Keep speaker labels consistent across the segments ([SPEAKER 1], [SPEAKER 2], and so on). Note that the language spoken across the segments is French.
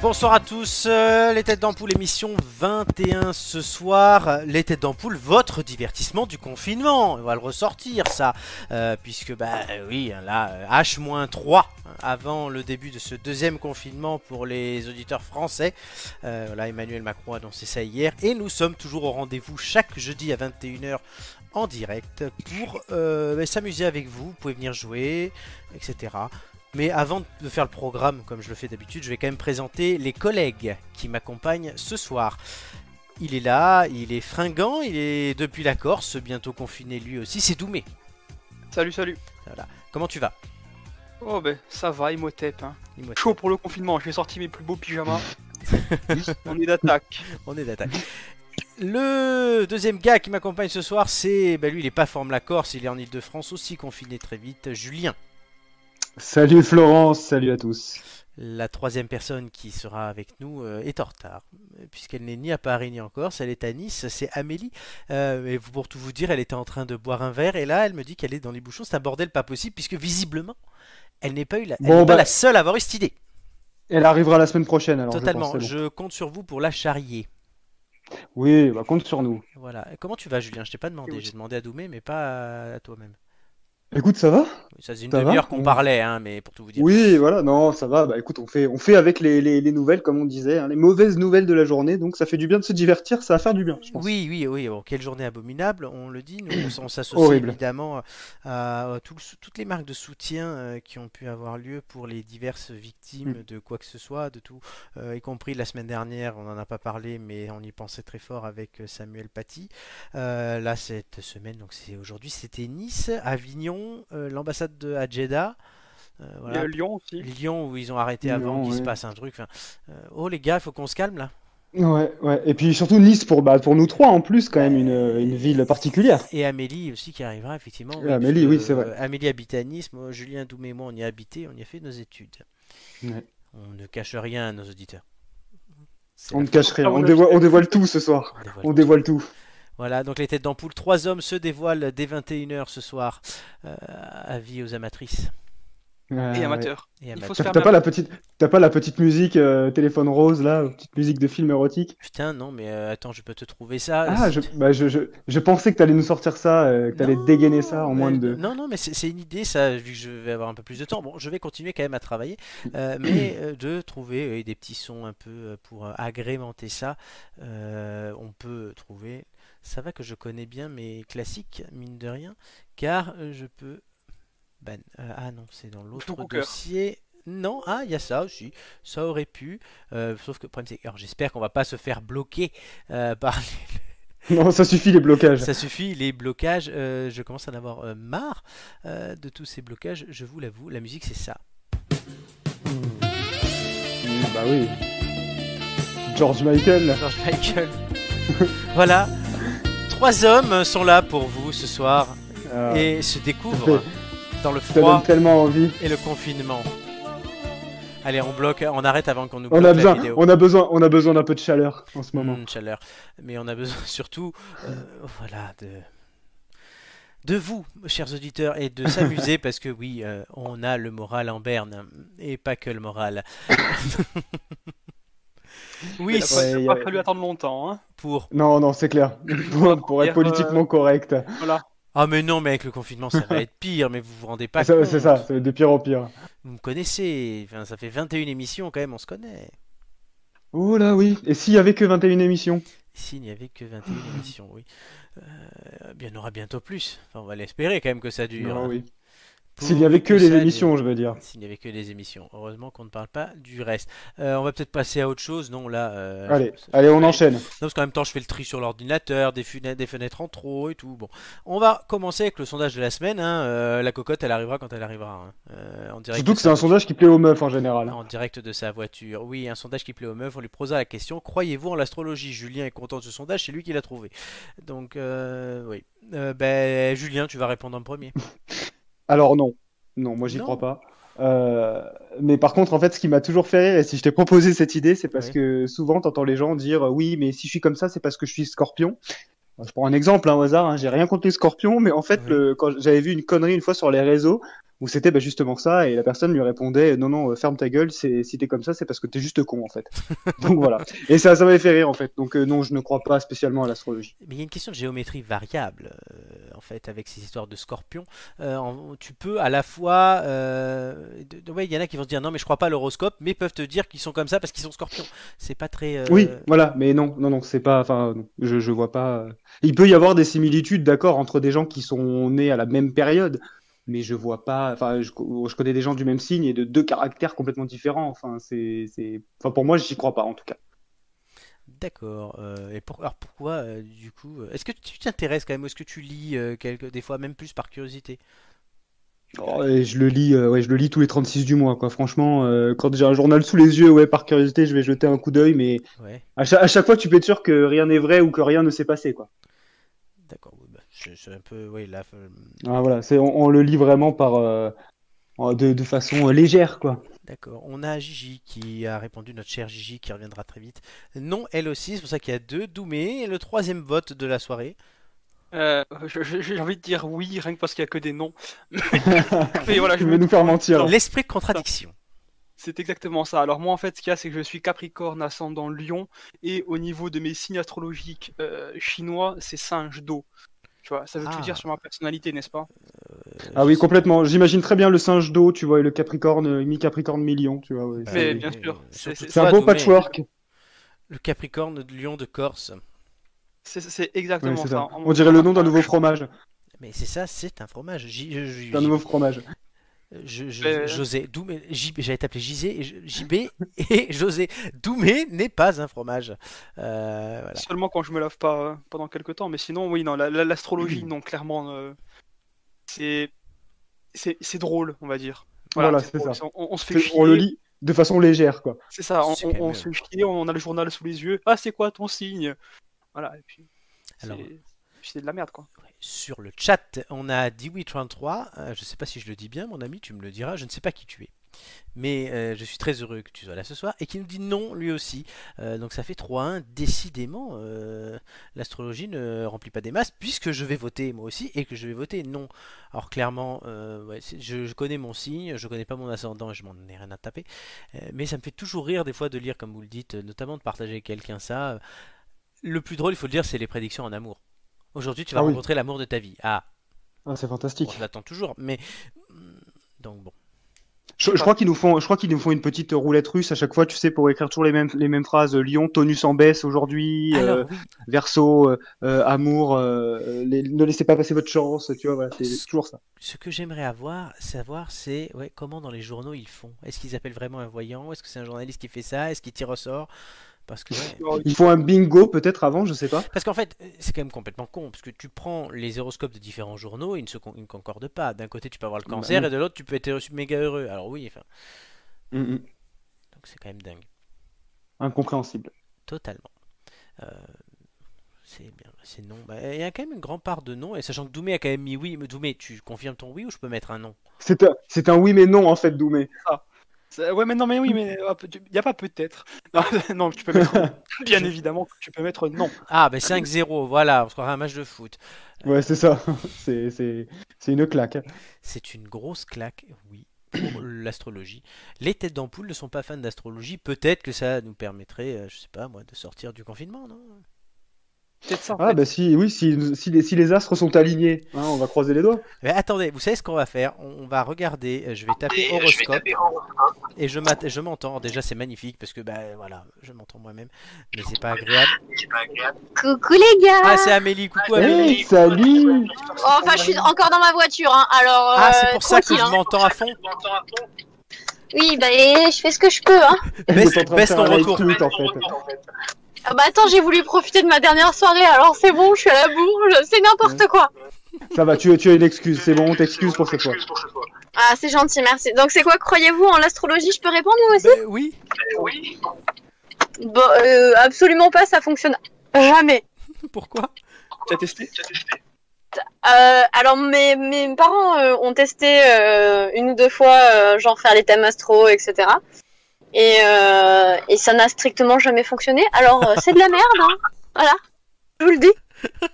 [SPEAKER 1] Bonsoir à tous, euh, les têtes d'ampoule émission 21 ce soir, les têtes d'ampoule, votre divertissement du confinement, on va le ressortir ça, Euh, puisque bah euh, oui, hein, là, euh, H-3 hein, avant le début de ce deuxième confinement pour les auditeurs français, Euh, voilà, Emmanuel Macron a annoncé ça hier, et nous sommes toujours au rendez-vous chaque jeudi à 21h en direct pour euh, bah, s'amuser avec vous, vous pouvez venir jouer, etc. Mais avant de faire le programme, comme je le fais d'habitude, je vais quand même présenter les collègues qui m'accompagnent ce soir. Il est là, il est fringant, il est depuis la Corse, bientôt confiné lui aussi, c'est Doumé.
[SPEAKER 2] Salut, salut.
[SPEAKER 1] Comment tu vas
[SPEAKER 2] Oh ben, ça va, Imhotep. Hein.
[SPEAKER 1] Imhotep.
[SPEAKER 2] Chaud pour le confinement, j'ai sorti mes plus beaux pyjamas. On est d'attaque.
[SPEAKER 1] On est d'attaque. Le deuxième gars qui m'accompagne ce soir, c'est... Bah lui, il est pas forme la Corse, il est en Ile-de-France aussi, confiné très vite, Julien.
[SPEAKER 3] Salut Florence, salut à tous.
[SPEAKER 1] La troisième personne qui sera avec nous euh, est en retard, puisqu'elle n'est ni à Paris ni en Corse, elle est à Nice, c'est Amélie. Euh, et pour tout vous dire, elle était en train de boire un verre, et là, elle me dit qu'elle est dans les bouchons, c'est un bordel pas possible, puisque visiblement, elle n'est pas, eu la... elle n'est
[SPEAKER 3] Bon,
[SPEAKER 1] pas
[SPEAKER 3] bah-
[SPEAKER 1] la seule à avoir eu cette idée.
[SPEAKER 3] Elle arrivera la semaine prochaine alors. je
[SPEAKER 1] Totalement,
[SPEAKER 3] pense, c'est
[SPEAKER 1] je, compte sur vous pour la charrier.
[SPEAKER 3] bon. Oui, bah, compte sur nous.
[SPEAKER 1] Voilà. Comment tu vas, Julien Je t'ai pas demandé, j'ai demandé à Doumé, mais pas à toi-même.
[SPEAKER 3] Écoute, ça va
[SPEAKER 1] Ça faisait une
[SPEAKER 3] Ça va
[SPEAKER 1] demi-heure qu'on
[SPEAKER 3] On-
[SPEAKER 1] parlait, hein, mais pour tout vous dire.
[SPEAKER 3] Oui, voilà, non, ça va. Bah écoute, on fait, on fait avec les, les, les nouvelles, comme on disait, hein, les mauvaises nouvelles de la journée. Donc ça fait du bien de se divertir, ça va faire du bien, je pense.
[SPEAKER 1] Oui, oui, oui. bon, quelle journée abominable, on le dit. Nous, on s- on s'associe
[SPEAKER 3] Horrible.
[SPEAKER 1] évidemment à, à tout le sou- toutes les marques de soutien euh, qui ont pu avoir lieu pour les diverses victimes
[SPEAKER 3] Mm.
[SPEAKER 1] de quoi que ce soit, de tout, euh, y compris la semaine dernière, on n'en a pas parlé, mais on y pensait très fort avec euh, Samuel Paty. Euh, là, cette semaine, donc c'est aujourd'hui, c'était Nice, Avignon, euh, l'ambassade de à Jeddah. euh, voilà.
[SPEAKER 2] Et, euh, Lyon aussi.
[SPEAKER 1] Lyon où ils ont arrêté avant
[SPEAKER 3] Lyon,
[SPEAKER 1] qu'il se
[SPEAKER 3] ouais.
[SPEAKER 1] passe un truc. enfin, euh, oh les gars, il faut qu'on se calme là.
[SPEAKER 3] Ouais, ouais. Et puis surtout Nice pour, bah, pour nous trois en plus, quand même, une, une ville particulière.
[SPEAKER 1] Et Amélie aussi qui arrivera effectivement.
[SPEAKER 3] Et Ah, Amélie,
[SPEAKER 1] puisque,
[SPEAKER 3] oui, c'est vrai.
[SPEAKER 1] euh, Amélie habite à Nice, moi, Julien Doumé et moi on y a habité, on y a fait nos études.
[SPEAKER 3] Ouais.
[SPEAKER 1] On ne cache rien à nos auditeurs. C'est
[SPEAKER 3] On
[SPEAKER 1] la
[SPEAKER 3] ne cache rien,
[SPEAKER 2] Ah,
[SPEAKER 3] on
[SPEAKER 2] on a-
[SPEAKER 3] dévoile, on dévoile tout ce soir.
[SPEAKER 1] fin, on dévoile tout.
[SPEAKER 3] On dévoile tout.
[SPEAKER 1] Voilà, donc les têtes d'ampoule, trois hommes se dévoilent dès 21h ce soir. Euh, avis aux amatrices
[SPEAKER 3] Ouais,
[SPEAKER 2] Et
[SPEAKER 3] ouais.
[SPEAKER 2] amateur.
[SPEAKER 1] et
[SPEAKER 2] Il
[SPEAKER 1] amateurs.
[SPEAKER 2] faut se
[SPEAKER 3] T'as
[SPEAKER 2] faire
[SPEAKER 3] t'as pas la petite, t'as pas la petite musique euh, téléphone rose là, petite musique de film érotique.
[SPEAKER 1] Putain, non, mais euh, attends, je peux te trouver ça.
[SPEAKER 3] Ah, je, bah, je, je, je pensais que t'allais nous sortir ça, euh, que t'allais
[SPEAKER 1] Non,
[SPEAKER 3] dégainer ça en
[SPEAKER 1] mais-
[SPEAKER 3] moins de deux.
[SPEAKER 1] Non, non, mais c'est c'est une idée, ça, vu que je vais avoir un peu plus de temps. Bon, je vais continuer quand même à travailler,
[SPEAKER 3] Mm.
[SPEAKER 1] euh, mais euh, de trouver euh, des petits sons un peu euh, pour euh, agrémenter ça. Euh, on peut trouver. Ça va que je connais bien mes classiques, mine de rien, car euh, je peux. ban- euh, ah non, c'est dans l'autre
[SPEAKER 2] Cooker.
[SPEAKER 1] dossier. Non, ah, il y a ça aussi. Ça aurait pu. Euh, sauf que le problème, c'est. Alors, j'espère qu'on va pas se faire bloquer euh, par
[SPEAKER 3] Non, ça suffit les blocages.
[SPEAKER 1] ça suffit, les blocages, euh, je commence à en avoir euh, marre euh, de tous ces blocages, je vous l'avoue, la musique c'est ça.
[SPEAKER 3] Mmh, Bah oui. George Michael.
[SPEAKER 1] George Michael. voilà, trois hommes sont là pour vous ce soir
[SPEAKER 3] Ah,
[SPEAKER 1] et se
[SPEAKER 3] Ça
[SPEAKER 1] découvrent dans le
[SPEAKER 3] ça donne
[SPEAKER 1] froid
[SPEAKER 3] tellement envie.
[SPEAKER 1] et le confinement. Allez, on bloque, on arrête avant qu'on nous bloque
[SPEAKER 3] On a
[SPEAKER 1] la
[SPEAKER 3] besoin,
[SPEAKER 1] vidéo.
[SPEAKER 3] on a besoin, on a besoin d'un peu de chaleur en ce moment.
[SPEAKER 1] Hmm, chaleur. Mais on a besoin surtout, euh, voilà, de de vous, chers auditeurs, et de s'amuser parce que oui, euh, on a le moral en berne et pas que le moral.
[SPEAKER 2] Il
[SPEAKER 1] oui,
[SPEAKER 2] a
[SPEAKER 1] c'est
[SPEAKER 2] pas,
[SPEAKER 3] Ouais,
[SPEAKER 2] pas
[SPEAKER 3] y a-
[SPEAKER 2] fallu attendre longtemps. Hein.
[SPEAKER 1] pour.
[SPEAKER 3] Non, non, c'est clair. Pour, pour être
[SPEAKER 2] Hier, euh,
[SPEAKER 3] politiquement correct.
[SPEAKER 2] Voilà.
[SPEAKER 1] Ah mais non, mais avec le confinement, ça va être pire. Mais vous vous rendez pas
[SPEAKER 3] Ça-
[SPEAKER 1] compte.
[SPEAKER 3] C'est ça, ça va être de pire en pire.
[SPEAKER 1] Vous me connaissez. Enfin, ça fait 21 émissions quand même, on se connaît.
[SPEAKER 3] Oh là oui. Et s'il y avait que 21 émissions
[SPEAKER 1] S'il n'y avait que 21 émissions, oui. Euh, bien, il y en aura bientôt plus. Enfin, on va l'espérer quand même que ça dure.
[SPEAKER 3] Non,
[SPEAKER 1] hein.
[SPEAKER 3] oui.
[SPEAKER 1] Pour
[SPEAKER 3] S'il n'y avait que
[SPEAKER 1] ça
[SPEAKER 3] les
[SPEAKER 1] dure.
[SPEAKER 3] émissions, je veux dire.
[SPEAKER 1] S'il n'y avait que les émissions. Heureusement qu'on ne parle pas du reste. Euh, on va peut-être passer à autre chose. Non, là. euh,
[SPEAKER 3] Allez,
[SPEAKER 1] je-
[SPEAKER 3] allez, on
[SPEAKER 1] Non,
[SPEAKER 3] enchaîne.
[SPEAKER 1] parce qu'en même temps, je fais le tri sur l'ordinateur, des, fune- des fenêtres en trop et tout. Bon, on va commencer avec le sondage de la semaine. hein. Euh, la cocotte, elle arrivera quand elle arrivera. hein. Euh, en direct
[SPEAKER 3] Surtout
[SPEAKER 1] de
[SPEAKER 3] que
[SPEAKER 1] sa
[SPEAKER 3] c'est un
[SPEAKER 1] voiture.
[SPEAKER 3] sondage qui plaît aux meufs en général.
[SPEAKER 1] En direct de sa voiture. Oui, un sondage qui plaît aux meufs. On lui posa la question Croyez-vous en l'astrologie Julien est content de ce sondage, c'est lui qui l'a trouvé. Donc, euh, oui. Euh, ben, Julien, tu vas répondre en premier.
[SPEAKER 3] Alors non, non, moi j'y
[SPEAKER 1] Non.
[SPEAKER 3] crois pas. Euh, mais par contre, en fait, ce qui m'a toujours fait rire, et si je t'ai proposé cette idée, c'est parce
[SPEAKER 1] Oui.
[SPEAKER 3] que souvent, t'entends les gens dire euh, oui, mais si je suis comme ça, c'est parce que je suis scorpion. Bon, Je prends un exemple hein, au hasard, hein, j'ai rien contre les scorpions, mais en fait,
[SPEAKER 1] Oui.
[SPEAKER 3] le- quand j'avais vu une connerie une fois sur les réseaux où c'était bah, justement ça, et la personne lui répondait non, non, euh, ferme ta gueule, c'est, si t'es comme ça, c'est parce que t'es juste con en fait. Donc voilà. Et ça, ça m'avait fait rire en fait. Donc euh, non, je ne crois pas spécialement à l'astrologie.
[SPEAKER 1] Mais il y a une question de géométrie variable, euh, en fait, avec ces histoires de scorpions. Euh, en- tu peux à la fois... euh, de- de- ouais, il y en a qui vont se dire non, mais je crois pas à l'horoscope, mais peuvent te dire qu'ils sont comme ça parce qu'ils sont scorpions. C'est pas très... euh,
[SPEAKER 3] Oui, voilà, mais non, non, non, c'est pas, enfin, non, je, je vois pas. euh. Il peut y avoir des similitudes, d'accord, entre des gens qui sont nés à la même période, mais je vois pas, enfin, je, co- je connais des gens du même signe et de deux caractères complètement différents, enfin, c'est, c'est, enfin, pour moi, j'y crois pas, en tout cas.
[SPEAKER 1] D'accord. euh, et pour- alors pourquoi, euh, du coup... euh, Est-ce que tu t'intéresses quand même ou Est-ce que tu lis euh, quelque- des fois, même plus par curiosité
[SPEAKER 3] Oh, et je le lis, euh, ouais, je le lis tous les 36 du mois, quoi, franchement, euh, quand j'ai un journal sous les yeux, ouais, par curiosité, je vais jeter un coup d'œil, mais
[SPEAKER 1] Ouais,
[SPEAKER 3] à cha- à chaque fois, tu peux être sûr que rien n'est vrai ou que rien ne s'est passé, quoi.
[SPEAKER 1] d'accord. ouais, bah, c'est c'est un peu... Oui, là... euh,
[SPEAKER 3] Ah, voilà, c'est, on, on le lit vraiment par, euh, en- de, de façon euh, légère, quoi.
[SPEAKER 1] D'accord. On a Gigi qui a répondu, notre chère Gigi qui reviendra très vite. Non, elle aussi, c'est pour ça qu'il y a deux. Doumé, et le troisième vote de la soirée.
[SPEAKER 2] Euh, je- je- J'ai envie de dire oui, rien que parce qu'il y a que des noms. Mais voilà, je
[SPEAKER 3] Tu veux
[SPEAKER 2] me
[SPEAKER 3] nous faire mentir.
[SPEAKER 1] L'esprit de contradiction.
[SPEAKER 2] C'est exactement ça. Alors moi en fait ce qu'il y a c'est que je suis Capricorne ascendant Lion et au niveau de mes signes astrologiques euh, chinois c'est singe d'eau. Tu vois, ça veut
[SPEAKER 1] Ah.
[SPEAKER 2] tout dire sur ma personnalité, n'est-ce pas
[SPEAKER 3] Ah oui, complètement. J'imagine très bien le singe d'eau, tu vois, et le capricorne, euh, mi-capricorne, mi-lion, tu vois. ouais,
[SPEAKER 1] Bah
[SPEAKER 2] Mais
[SPEAKER 3] c'est-
[SPEAKER 2] bien
[SPEAKER 1] oui,
[SPEAKER 2] sûr,
[SPEAKER 1] oui,
[SPEAKER 2] c'est-
[SPEAKER 1] surtout
[SPEAKER 3] c'est un
[SPEAKER 1] toi,
[SPEAKER 3] beau
[SPEAKER 1] Doumé,
[SPEAKER 3] patchwork.
[SPEAKER 1] Le Capricorne de Lion de Corse.
[SPEAKER 2] C'est- C'est
[SPEAKER 3] Ouais,
[SPEAKER 2] exactement
[SPEAKER 3] c'est
[SPEAKER 2] ça.
[SPEAKER 3] ça. On dirait le nom d'un nouveau fromage.
[SPEAKER 1] Mais c'est ça, c'est un fromage. J- je- je-
[SPEAKER 3] D'un nouveau fromage.
[SPEAKER 1] je- je-
[SPEAKER 2] Euh.
[SPEAKER 1] José, Doumé, J- j'allais t'appeler Jisé, et je- JB et José. Doumé n'est pas un fromage. Euh, voilà.
[SPEAKER 2] Seulement quand je me lave pas euh, pendant quelques temps, mais sinon oui non la- la- l'astrologie non clairement euh, c'est c'est c'est drôle on va dire.
[SPEAKER 3] Voilà,
[SPEAKER 2] c'est
[SPEAKER 3] c'est
[SPEAKER 2] drôle.
[SPEAKER 3] ça.
[SPEAKER 2] C'est- On, on se fait
[SPEAKER 3] C'est- On
[SPEAKER 2] chier.
[SPEAKER 3] le lit de façon légère, quoi.
[SPEAKER 2] C'est ça, on,
[SPEAKER 1] C'est
[SPEAKER 2] on-
[SPEAKER 1] quand même,
[SPEAKER 2] on se fait chier, on a le journal sous les yeux. Ah, c'est quoi ton signe Voilà, et puis. c'est-
[SPEAKER 1] Alors-
[SPEAKER 2] C'est de la merde, quoi.
[SPEAKER 1] Sur le chat, on a Dewey33. Euh, je ne sais pas si je le dis bien, mon ami, tu me le diras. Je ne sais pas qui tu es. Mais euh, je suis très heureux que tu sois là ce soir et qui nous dit non lui aussi. Euh, donc ça fait 3-1. Décidément, euh, l'astrologie ne remplit pas des masses puisque je vais voter moi aussi et que je vais voter non. Alors clairement, euh, ouais, c'est- je, je connais mon signe, je connais pas mon ascendant et je m'en ai rien à taper. Euh, mais ça me fait toujours rire des fois de lire, comme vous le dites, euh, notamment de partager avec quelqu'un ça. Le plus drôle, il faut le dire, c'est les prédictions en amour. Aujourd'hui, tu vas
[SPEAKER 3] Ah oui.
[SPEAKER 1] rencontrer l'amour de ta vie. Ah,
[SPEAKER 3] Ah, c'est
[SPEAKER 1] on
[SPEAKER 3] fantastique.
[SPEAKER 1] l'attend toujours, mais mm, donc bon.
[SPEAKER 3] Je, je crois qu'ils nous font, je crois qu'ils nous font une petite roulette russe à chaque fois, tu sais, pour écrire toujours les mêmes, les mêmes phrases. euh, Lion, tonus en baisse aujourd'hui. euh,
[SPEAKER 1] Alors oui,
[SPEAKER 3] verso, euh, euh, amour. euh, euh, les- ne laissez pas passer votre chance. Tu vois, voilà, c'est toujours ça.
[SPEAKER 1] ce que j'aimerais avoir, savoir, c'est ouais, comment dans les journaux ils font. Est-ce qu'ils appellent vraiment un voyant Est-ce que c'est un journaliste qui fait ça Est-ce qu'il tire au sort Parce que ouais.
[SPEAKER 3] Ils font un bingo peut-être avant, je sais pas.
[SPEAKER 1] Parce qu'en fait, euh, c'est quand même complètement con, parce que tu prends les horoscopes de différents journaux, ils ne se con- ils ne concordent pas. D'un côté, tu peux avoir le
[SPEAKER 3] Bah
[SPEAKER 1] cancer,
[SPEAKER 3] non.
[SPEAKER 1] et de l'autre, tu peux être reçu méga heureux. Alors oui, enfin,
[SPEAKER 3] Mm, mm.
[SPEAKER 1] donc c'est quand même dingue,
[SPEAKER 3] Incompréhensible.
[SPEAKER 1] totalement. Euh, c'est bien, c'est non. Bah, Il y a quand même une grande part de non, et sachant que Doumé a quand même mis oui, mais Doumé, tu confirmes ton oui ou je peux mettre un non
[SPEAKER 3] C'est un, c'est un oui mais non en fait, Doumé.
[SPEAKER 2] C'est- Ouais, mais non, mais oui, mais il y a pas peut-être. Non, non, tu peux mettre. Bien évidemment, tu peux mettre non.
[SPEAKER 1] Ah, ben 5-0, voilà, on se croirait un match de foot.
[SPEAKER 3] Ouais, c'est ça. c'est, c'est, c'est une claque.
[SPEAKER 1] C'est une grosse claque, oui, pour l'astrologie. Les têtes d'ampoule ne sont pas fans d'astrologie, peut-être que ça nous permettrait, euh, je sais pas moi, de sortir du confinement, non
[SPEAKER 2] Peut-être ça. en
[SPEAKER 3] Ah
[SPEAKER 2] fait.
[SPEAKER 3] bah si, oui, si, si, les, si les astres sont alignés, hein, on va croiser les doigts.
[SPEAKER 1] Mais attendez, vous savez ce qu'on va faire on, on va regarder, euh, je vais taper horoscope. Et je m'att- je m'entends, déjà c'est magnifique parce que bah voilà, je m'entends moi-même, mais c'est pas agréable.
[SPEAKER 4] Coucou les gars
[SPEAKER 1] Ah, c'est Amélie, coucou Amélie.
[SPEAKER 3] Hey, Eh, salut
[SPEAKER 4] Oh, Enfin, je suis encore dans ma voiture, hein, alors
[SPEAKER 1] Ah, c'est
[SPEAKER 4] euh,
[SPEAKER 1] pour ça que
[SPEAKER 4] tranquille,
[SPEAKER 1] je
[SPEAKER 4] hein.
[SPEAKER 1] m'entends à fond.
[SPEAKER 4] Oui, bah et je fais ce que je peux. Hein.
[SPEAKER 1] Baisse,
[SPEAKER 3] Vous êtes en train de
[SPEAKER 1] baisse
[SPEAKER 3] faire
[SPEAKER 1] ton
[SPEAKER 3] un live
[SPEAKER 1] retour.
[SPEAKER 3] tweet, en fait.
[SPEAKER 4] Ah bah attends, j'ai voulu profiter de ma dernière soirée, alors c'est bon, je suis à la bourre, c'est n'importe quoi.
[SPEAKER 3] Ça va, tu, tu as une excuse, c'est bon, on t'excuse pour cette fois.
[SPEAKER 4] Ah, c'est gentil, merci. Donc c'est quoi, croyez-vous en l'astrologie Je peux répondre moi aussi
[SPEAKER 1] Bah, oui.
[SPEAKER 4] Bon, euh, absolument pas, ça fonctionne jamais.
[SPEAKER 1] Pourquoi
[SPEAKER 2] T'as testé
[SPEAKER 4] Euh, alors mes, mes parents euh, ont testé euh, une ou deux fois, euh, genre faire les thèmes astro, etc. Et, euh, et ça n'a strictement jamais fonctionné, alors euh, c'est de la merde, hein. Voilà, je vous le dis.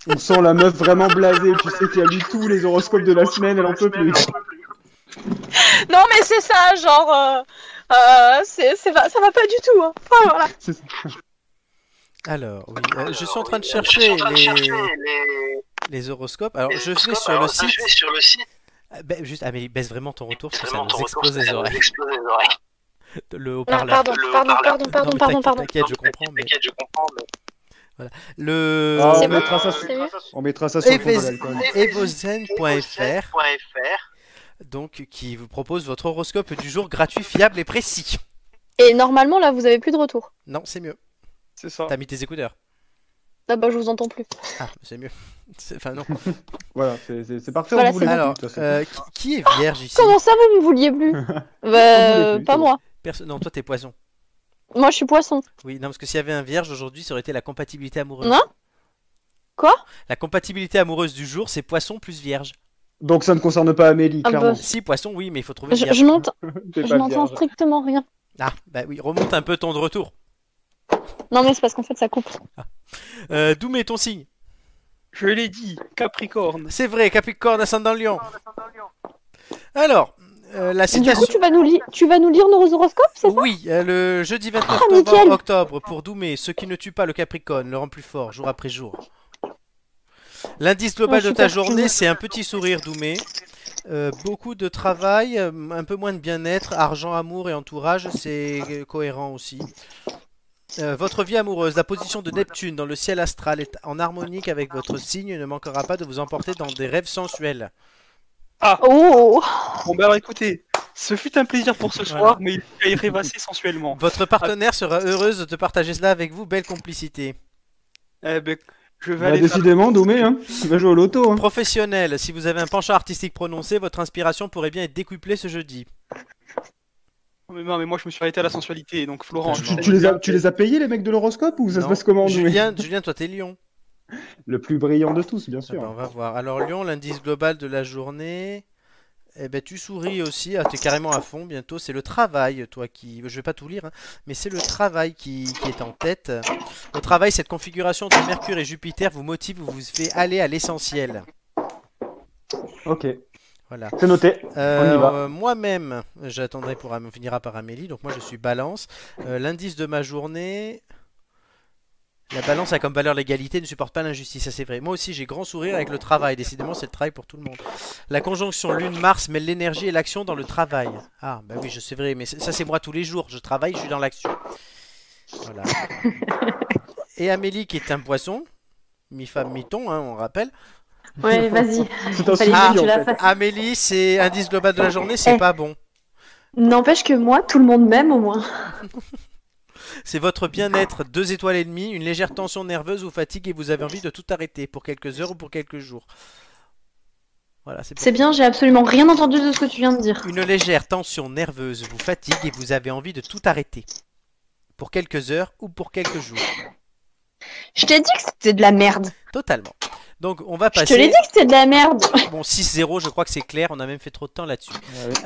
[SPEAKER 3] On sent la meuf vraiment blasée, tu sais, qui a lu tous les horoscopes de la semaine, elle en peut plus.
[SPEAKER 4] Non, mais c'est ça, genre. euh, euh, c'est, c'est va- ça va pas du tout. hein. Enfin, voilà.
[SPEAKER 3] C'est ça.
[SPEAKER 1] Alors, oui, euh, je suis en train de chercher les, les horoscopes. Alors, je vais sur le site.
[SPEAKER 5] sur le site.
[SPEAKER 1] Ah, ben, juste, Amélie, baisse vraiment ton retour parce que ça
[SPEAKER 5] Vraiment,
[SPEAKER 1] nous
[SPEAKER 5] ton retour,
[SPEAKER 1] explose
[SPEAKER 5] ça
[SPEAKER 1] les
[SPEAKER 5] nous
[SPEAKER 1] oreilles.
[SPEAKER 5] explose les oreilles.
[SPEAKER 1] Le
[SPEAKER 4] Non,
[SPEAKER 1] haut-parleur.
[SPEAKER 4] pardon,
[SPEAKER 5] Le
[SPEAKER 4] pardon,
[SPEAKER 5] haut-parleur.
[SPEAKER 4] pardon,
[SPEAKER 1] Non,
[SPEAKER 4] pardon,
[SPEAKER 1] mais
[SPEAKER 4] pardon,
[SPEAKER 1] t'inquiète,
[SPEAKER 4] pardon.
[SPEAKER 1] T'inquiète, je comprends. Mais...
[SPEAKER 5] T'inquiète, je comprends. mais- euh,
[SPEAKER 1] Le.
[SPEAKER 3] Ah,
[SPEAKER 4] C'est
[SPEAKER 3] on,
[SPEAKER 4] bon,
[SPEAKER 3] mettra ça sur...
[SPEAKER 4] c'est mieux.
[SPEAKER 3] on mettra ça sur le compte de l'alcool.
[SPEAKER 1] evozen.fr,
[SPEAKER 5] evozen.fr,
[SPEAKER 1] donc qui vous propose votre horoscope du jour gratuit, fiable et précis.
[SPEAKER 4] Et normalement, là, vous avez plus de retour.
[SPEAKER 1] Non, c'est mieux.
[SPEAKER 2] C'est ça.
[SPEAKER 1] T'as mis tes écouteurs.
[SPEAKER 4] Ah bah, je vous entends plus.
[SPEAKER 1] Ah, c'est mieux. C'est- Enfin, non.
[SPEAKER 3] Voilà, c'est c'est- c'est parfait.
[SPEAKER 4] Voilà,
[SPEAKER 3] on vous
[SPEAKER 4] c'est
[SPEAKER 3] les
[SPEAKER 4] bon.
[SPEAKER 1] Alors,
[SPEAKER 3] montre, de toute façon.
[SPEAKER 1] euh, qui, qui est vierge ici
[SPEAKER 4] Comment ça, vous me vouliez plus Bah,
[SPEAKER 3] voulait plus,
[SPEAKER 4] pas
[SPEAKER 3] c'est bon.
[SPEAKER 4] moi.
[SPEAKER 1] Perso- Non, toi, t'es poisson.
[SPEAKER 4] Moi, je suis poisson.
[SPEAKER 1] Oui, non, parce que s'il y avait un vierge aujourd'hui, ça aurait été la compatibilité amoureuse.
[SPEAKER 4] Non Quoi
[SPEAKER 1] La compatibilité amoureuse du jour, c'est poisson plus vierge.
[SPEAKER 3] Donc ça ne concerne pas Amélie,
[SPEAKER 4] Ah bah.
[SPEAKER 3] clairement.
[SPEAKER 1] Si, poisson, oui, mais il faut trouver
[SPEAKER 4] Je,
[SPEAKER 1] vierge.
[SPEAKER 4] je n'entends,
[SPEAKER 3] T'es
[SPEAKER 4] je
[SPEAKER 3] pas
[SPEAKER 4] n'entends
[SPEAKER 3] vierge.
[SPEAKER 4] strictement rien.
[SPEAKER 1] Ah, bah oui, remonte un peu ton de retour.
[SPEAKER 4] Non, mais c'est parce qu'en fait, ça coupe.
[SPEAKER 1] Euh, D'où met ton signe
[SPEAKER 2] Je l'ai dit, Capricorne.
[SPEAKER 1] C'est vrai, Capricorne, ascendant lion. Alors, euh, la
[SPEAKER 4] Du coup,
[SPEAKER 1] citation.
[SPEAKER 4] tu vas nous, li- tu vas nous lire nos horoscopes, c'est ça
[SPEAKER 1] Oui, euh, le jeudi 29
[SPEAKER 4] Ah,
[SPEAKER 1] novembre-
[SPEAKER 4] nickel.
[SPEAKER 1] octobre, pour Doumé, ce qui ne tue pas le Capricorne le rend plus fort, jour après jour. L'indice global
[SPEAKER 4] Oh,
[SPEAKER 1] de ta
[SPEAKER 4] super.
[SPEAKER 1] journée, c'est un petit sourire, Doumé. Euh, beaucoup de travail, euh, un peu moins de bien-être, argent, amour et entourage, c'est euh, cohérent aussi. Euh, votre vie amoureuse, la position de Neptune dans le ciel astral est en harmonique avec votre signe et ne manquera pas de vous emporter dans des rêves sensuels.
[SPEAKER 4] Oh
[SPEAKER 2] Bon, bah alors écoutez, ce fut un plaisir pour ce
[SPEAKER 1] Voilà.
[SPEAKER 2] soir, mais il faut y rêvasser sensuellement.
[SPEAKER 1] Votre partenaire sera heureuse de partager cela avec vous, belle complicité.
[SPEAKER 2] Eh ben, je vais
[SPEAKER 3] Bah,
[SPEAKER 2] aller faire-
[SPEAKER 3] décidément, Doumé, hein. il va jouer au loto. Hein.
[SPEAKER 1] Professionnel, si vous avez un penchant artistique prononcé, votre inspiration pourrait bien être décuplée ce jeudi.
[SPEAKER 2] Mais non, mais moi je me suis arrêté à la sensualité, donc Florent.
[SPEAKER 1] Putain, je
[SPEAKER 3] Tu, tu les as, tu les as payés, les mecs de l'horoscope, ou ça
[SPEAKER 1] Non.
[SPEAKER 3] se passe comment, Doumé
[SPEAKER 1] Julien, Julien, toi t'es Lyon.
[SPEAKER 3] Le plus brillant de tous, bien
[SPEAKER 1] Ah ben,
[SPEAKER 3] sûr.
[SPEAKER 1] on va voir. Alors Lyon, l'indice global de la journée. Eh ben tu souris aussi. Ah t'es carrément à fond. Bientôt c'est le travail, toi qui. Je vais pas tout lire, hein, mais c'est le travail qui, qui est en tête. Au travail, cette configuration entre Mercure et Jupiter vous motive, vous vous fait aller à l'essentiel.
[SPEAKER 3] Ok,
[SPEAKER 1] Voilà.
[SPEAKER 3] c'est noté.
[SPEAKER 1] Euh,
[SPEAKER 3] On y va.
[SPEAKER 1] euh, Moi-même, j'attendrai pour Am- on finira par Amélie. Donc moi je suis Balance. Euh, L'indice de ma journée. La balance a comme valeur l'égalité, ne supporte pas l'injustice, ça c'est vrai. Moi aussi j'ai grand sourire avec le travail, décidément c'est le travail pour tout le monde. La conjonction Lune-Mars mêle l'énergie et l'action dans le travail. Ah bah oui, je sais vrai, mais c'est- ça c'est moi tous les jours, je travaille, je suis dans l'action. Voilà. Et Amélie qui est un poisson, mi-femme, mi-ton, hein, on rappelle.
[SPEAKER 6] Ouais, vas-y.
[SPEAKER 3] C'est un
[SPEAKER 6] Fallait
[SPEAKER 1] Ah,
[SPEAKER 6] bien
[SPEAKER 3] souci,
[SPEAKER 6] que tu
[SPEAKER 3] en
[SPEAKER 6] la
[SPEAKER 3] fait.
[SPEAKER 6] fasses.
[SPEAKER 1] Amélie, c'est indice global de la journée, c'est
[SPEAKER 6] Eh.
[SPEAKER 1] pas bon.
[SPEAKER 6] N'empêche que moi, tout le monde m'aime au moins.
[SPEAKER 1] C'est votre bien-être, deux étoiles et demie, une légère tension nerveuse ou fatigue et vous avez envie de tout arrêter pour quelques heures ou pour quelques jours. Voilà, c'est
[SPEAKER 6] C'est bien, j'ai absolument rien entendu de ce que tu viens de dire.
[SPEAKER 1] Une légère tension nerveuse vous fatigue et vous avez envie de tout arrêter. Pour quelques heures ou pour quelques jours.
[SPEAKER 6] Je t'ai dit que c'était de la merde.
[SPEAKER 1] Totalement. Donc on va
[SPEAKER 6] Je te
[SPEAKER 1] passer.
[SPEAKER 6] l'ai dit que c'était de la merde.
[SPEAKER 1] Bon, 6-0, je crois que c'est clair. On a même fait trop de temps là-dessus.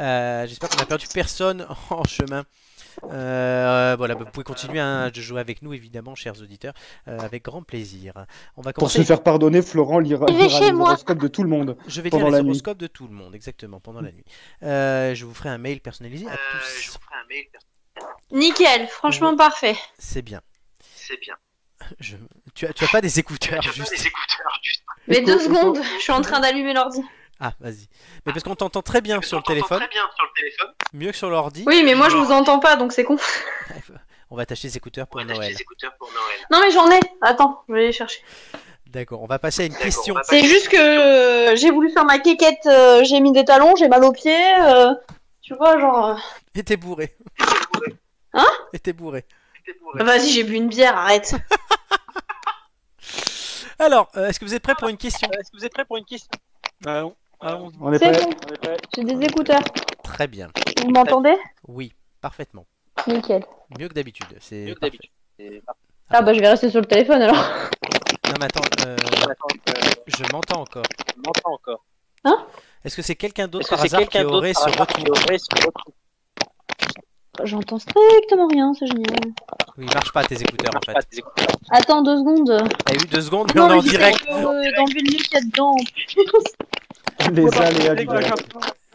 [SPEAKER 1] Euh, J'espère qu'on a perdu personne en chemin. Euh, voilà, bah, vous pouvez continuer hein, de jouer avec nous, évidemment, chers auditeurs, euh, avec grand plaisir. On va
[SPEAKER 3] Pour
[SPEAKER 1] commencer.
[SPEAKER 3] se faire pardonner, Florent lira,
[SPEAKER 6] Je vais
[SPEAKER 3] lira
[SPEAKER 6] chez
[SPEAKER 3] les
[SPEAKER 6] moi.
[SPEAKER 3] horoscopes de tout le monde.
[SPEAKER 1] Je vais
[SPEAKER 3] Pendant
[SPEAKER 1] lire les
[SPEAKER 3] la nuit.
[SPEAKER 1] horoscopes de tout le monde, exactement, pendant la nuit. Euh, je vous ferai un mail personnalisé à
[SPEAKER 5] Euh, je
[SPEAKER 1] tous.
[SPEAKER 5] vous ferai un mail,
[SPEAKER 6] Nickel,
[SPEAKER 1] franchement
[SPEAKER 6] parfait.
[SPEAKER 1] C'est bien.
[SPEAKER 5] c'est bien.
[SPEAKER 1] Je- Tu, as, tu as pas des écouteurs,
[SPEAKER 5] Tu as pas
[SPEAKER 1] juste.
[SPEAKER 5] des écouteurs, juste.
[SPEAKER 6] Mais
[SPEAKER 3] Écho,
[SPEAKER 6] deux
[SPEAKER 3] écho.
[SPEAKER 6] secondes, je suis en train d'allumer l'ordi.
[SPEAKER 1] Ah, vas-y. Mais parce qu'on t'entend très bien sur le téléphone,
[SPEAKER 5] Très bien sur le téléphone.
[SPEAKER 1] mieux que sur l'ordi.
[SPEAKER 6] Oui, mais moi je vous entends pas, donc c'est con.
[SPEAKER 1] On va attacher des écouteurs
[SPEAKER 5] On
[SPEAKER 1] pour
[SPEAKER 5] va acheter
[SPEAKER 1] Noël.
[SPEAKER 5] des écouteurs pour Noël.
[SPEAKER 6] Non mais j'en ai. Attends, je vais aller chercher.
[SPEAKER 1] D'accord, on va passer à une
[SPEAKER 5] D'accord,
[SPEAKER 1] question.
[SPEAKER 5] on
[SPEAKER 4] Ah,
[SPEAKER 5] va passer-
[SPEAKER 4] bah.
[SPEAKER 6] C'est juste que euh, j'ai voulu faire ma quéquette, euh, j'ai mis des talons, j'ai mal aux pieds. euh, tu vois, genre. euh,
[SPEAKER 1] Et t'es bourré. Et t'es bourré.
[SPEAKER 5] C'était pour-
[SPEAKER 6] Vas-y, j'ai bu une bière, arrête.
[SPEAKER 1] Alors, euh, est-ce que vous êtes prêts pour une question
[SPEAKER 2] Est-ce que vous êtes prêts pour une question Bah, on- allons-y.
[SPEAKER 3] On est
[SPEAKER 6] C'est
[SPEAKER 3] prêt
[SPEAKER 6] bon, j'ai des écouteurs.
[SPEAKER 1] Très bien.
[SPEAKER 6] Vous m'entendez
[SPEAKER 1] Oui, parfaitement.
[SPEAKER 6] Nickel.
[SPEAKER 1] Mieux que d'habitude. C'est
[SPEAKER 5] Mieux que
[SPEAKER 1] parfait.
[SPEAKER 5] d'habitude.
[SPEAKER 6] Ah bah je vais rester sur le téléphone alors.
[SPEAKER 1] Non, mais attends, euh,
[SPEAKER 5] Attends, euh,
[SPEAKER 1] je m'entends encore.
[SPEAKER 5] je m'entends encore.
[SPEAKER 1] Est-ce que c'est quelqu'un d'autre
[SPEAKER 5] Est-ce que
[SPEAKER 1] par
[SPEAKER 5] c'est
[SPEAKER 1] hasard qui
[SPEAKER 5] quelqu'un d'autre
[SPEAKER 1] aurait ce
[SPEAKER 5] par hasard qui
[SPEAKER 1] retour
[SPEAKER 5] aurait ce retour
[SPEAKER 6] J'entends strictement rien, c'est génial.
[SPEAKER 1] Oui, marche pas tes écouteurs en fait.
[SPEAKER 5] Ah, des écouteurs.
[SPEAKER 6] Attends deux secondes.
[SPEAKER 4] Ah
[SPEAKER 1] T'as eu deux secondes, mais on est en
[SPEAKER 6] mais j'étais
[SPEAKER 1] direct.
[SPEAKER 6] Dans le, dans le milieu qu'il y a dedans.
[SPEAKER 3] Les aléas du direct.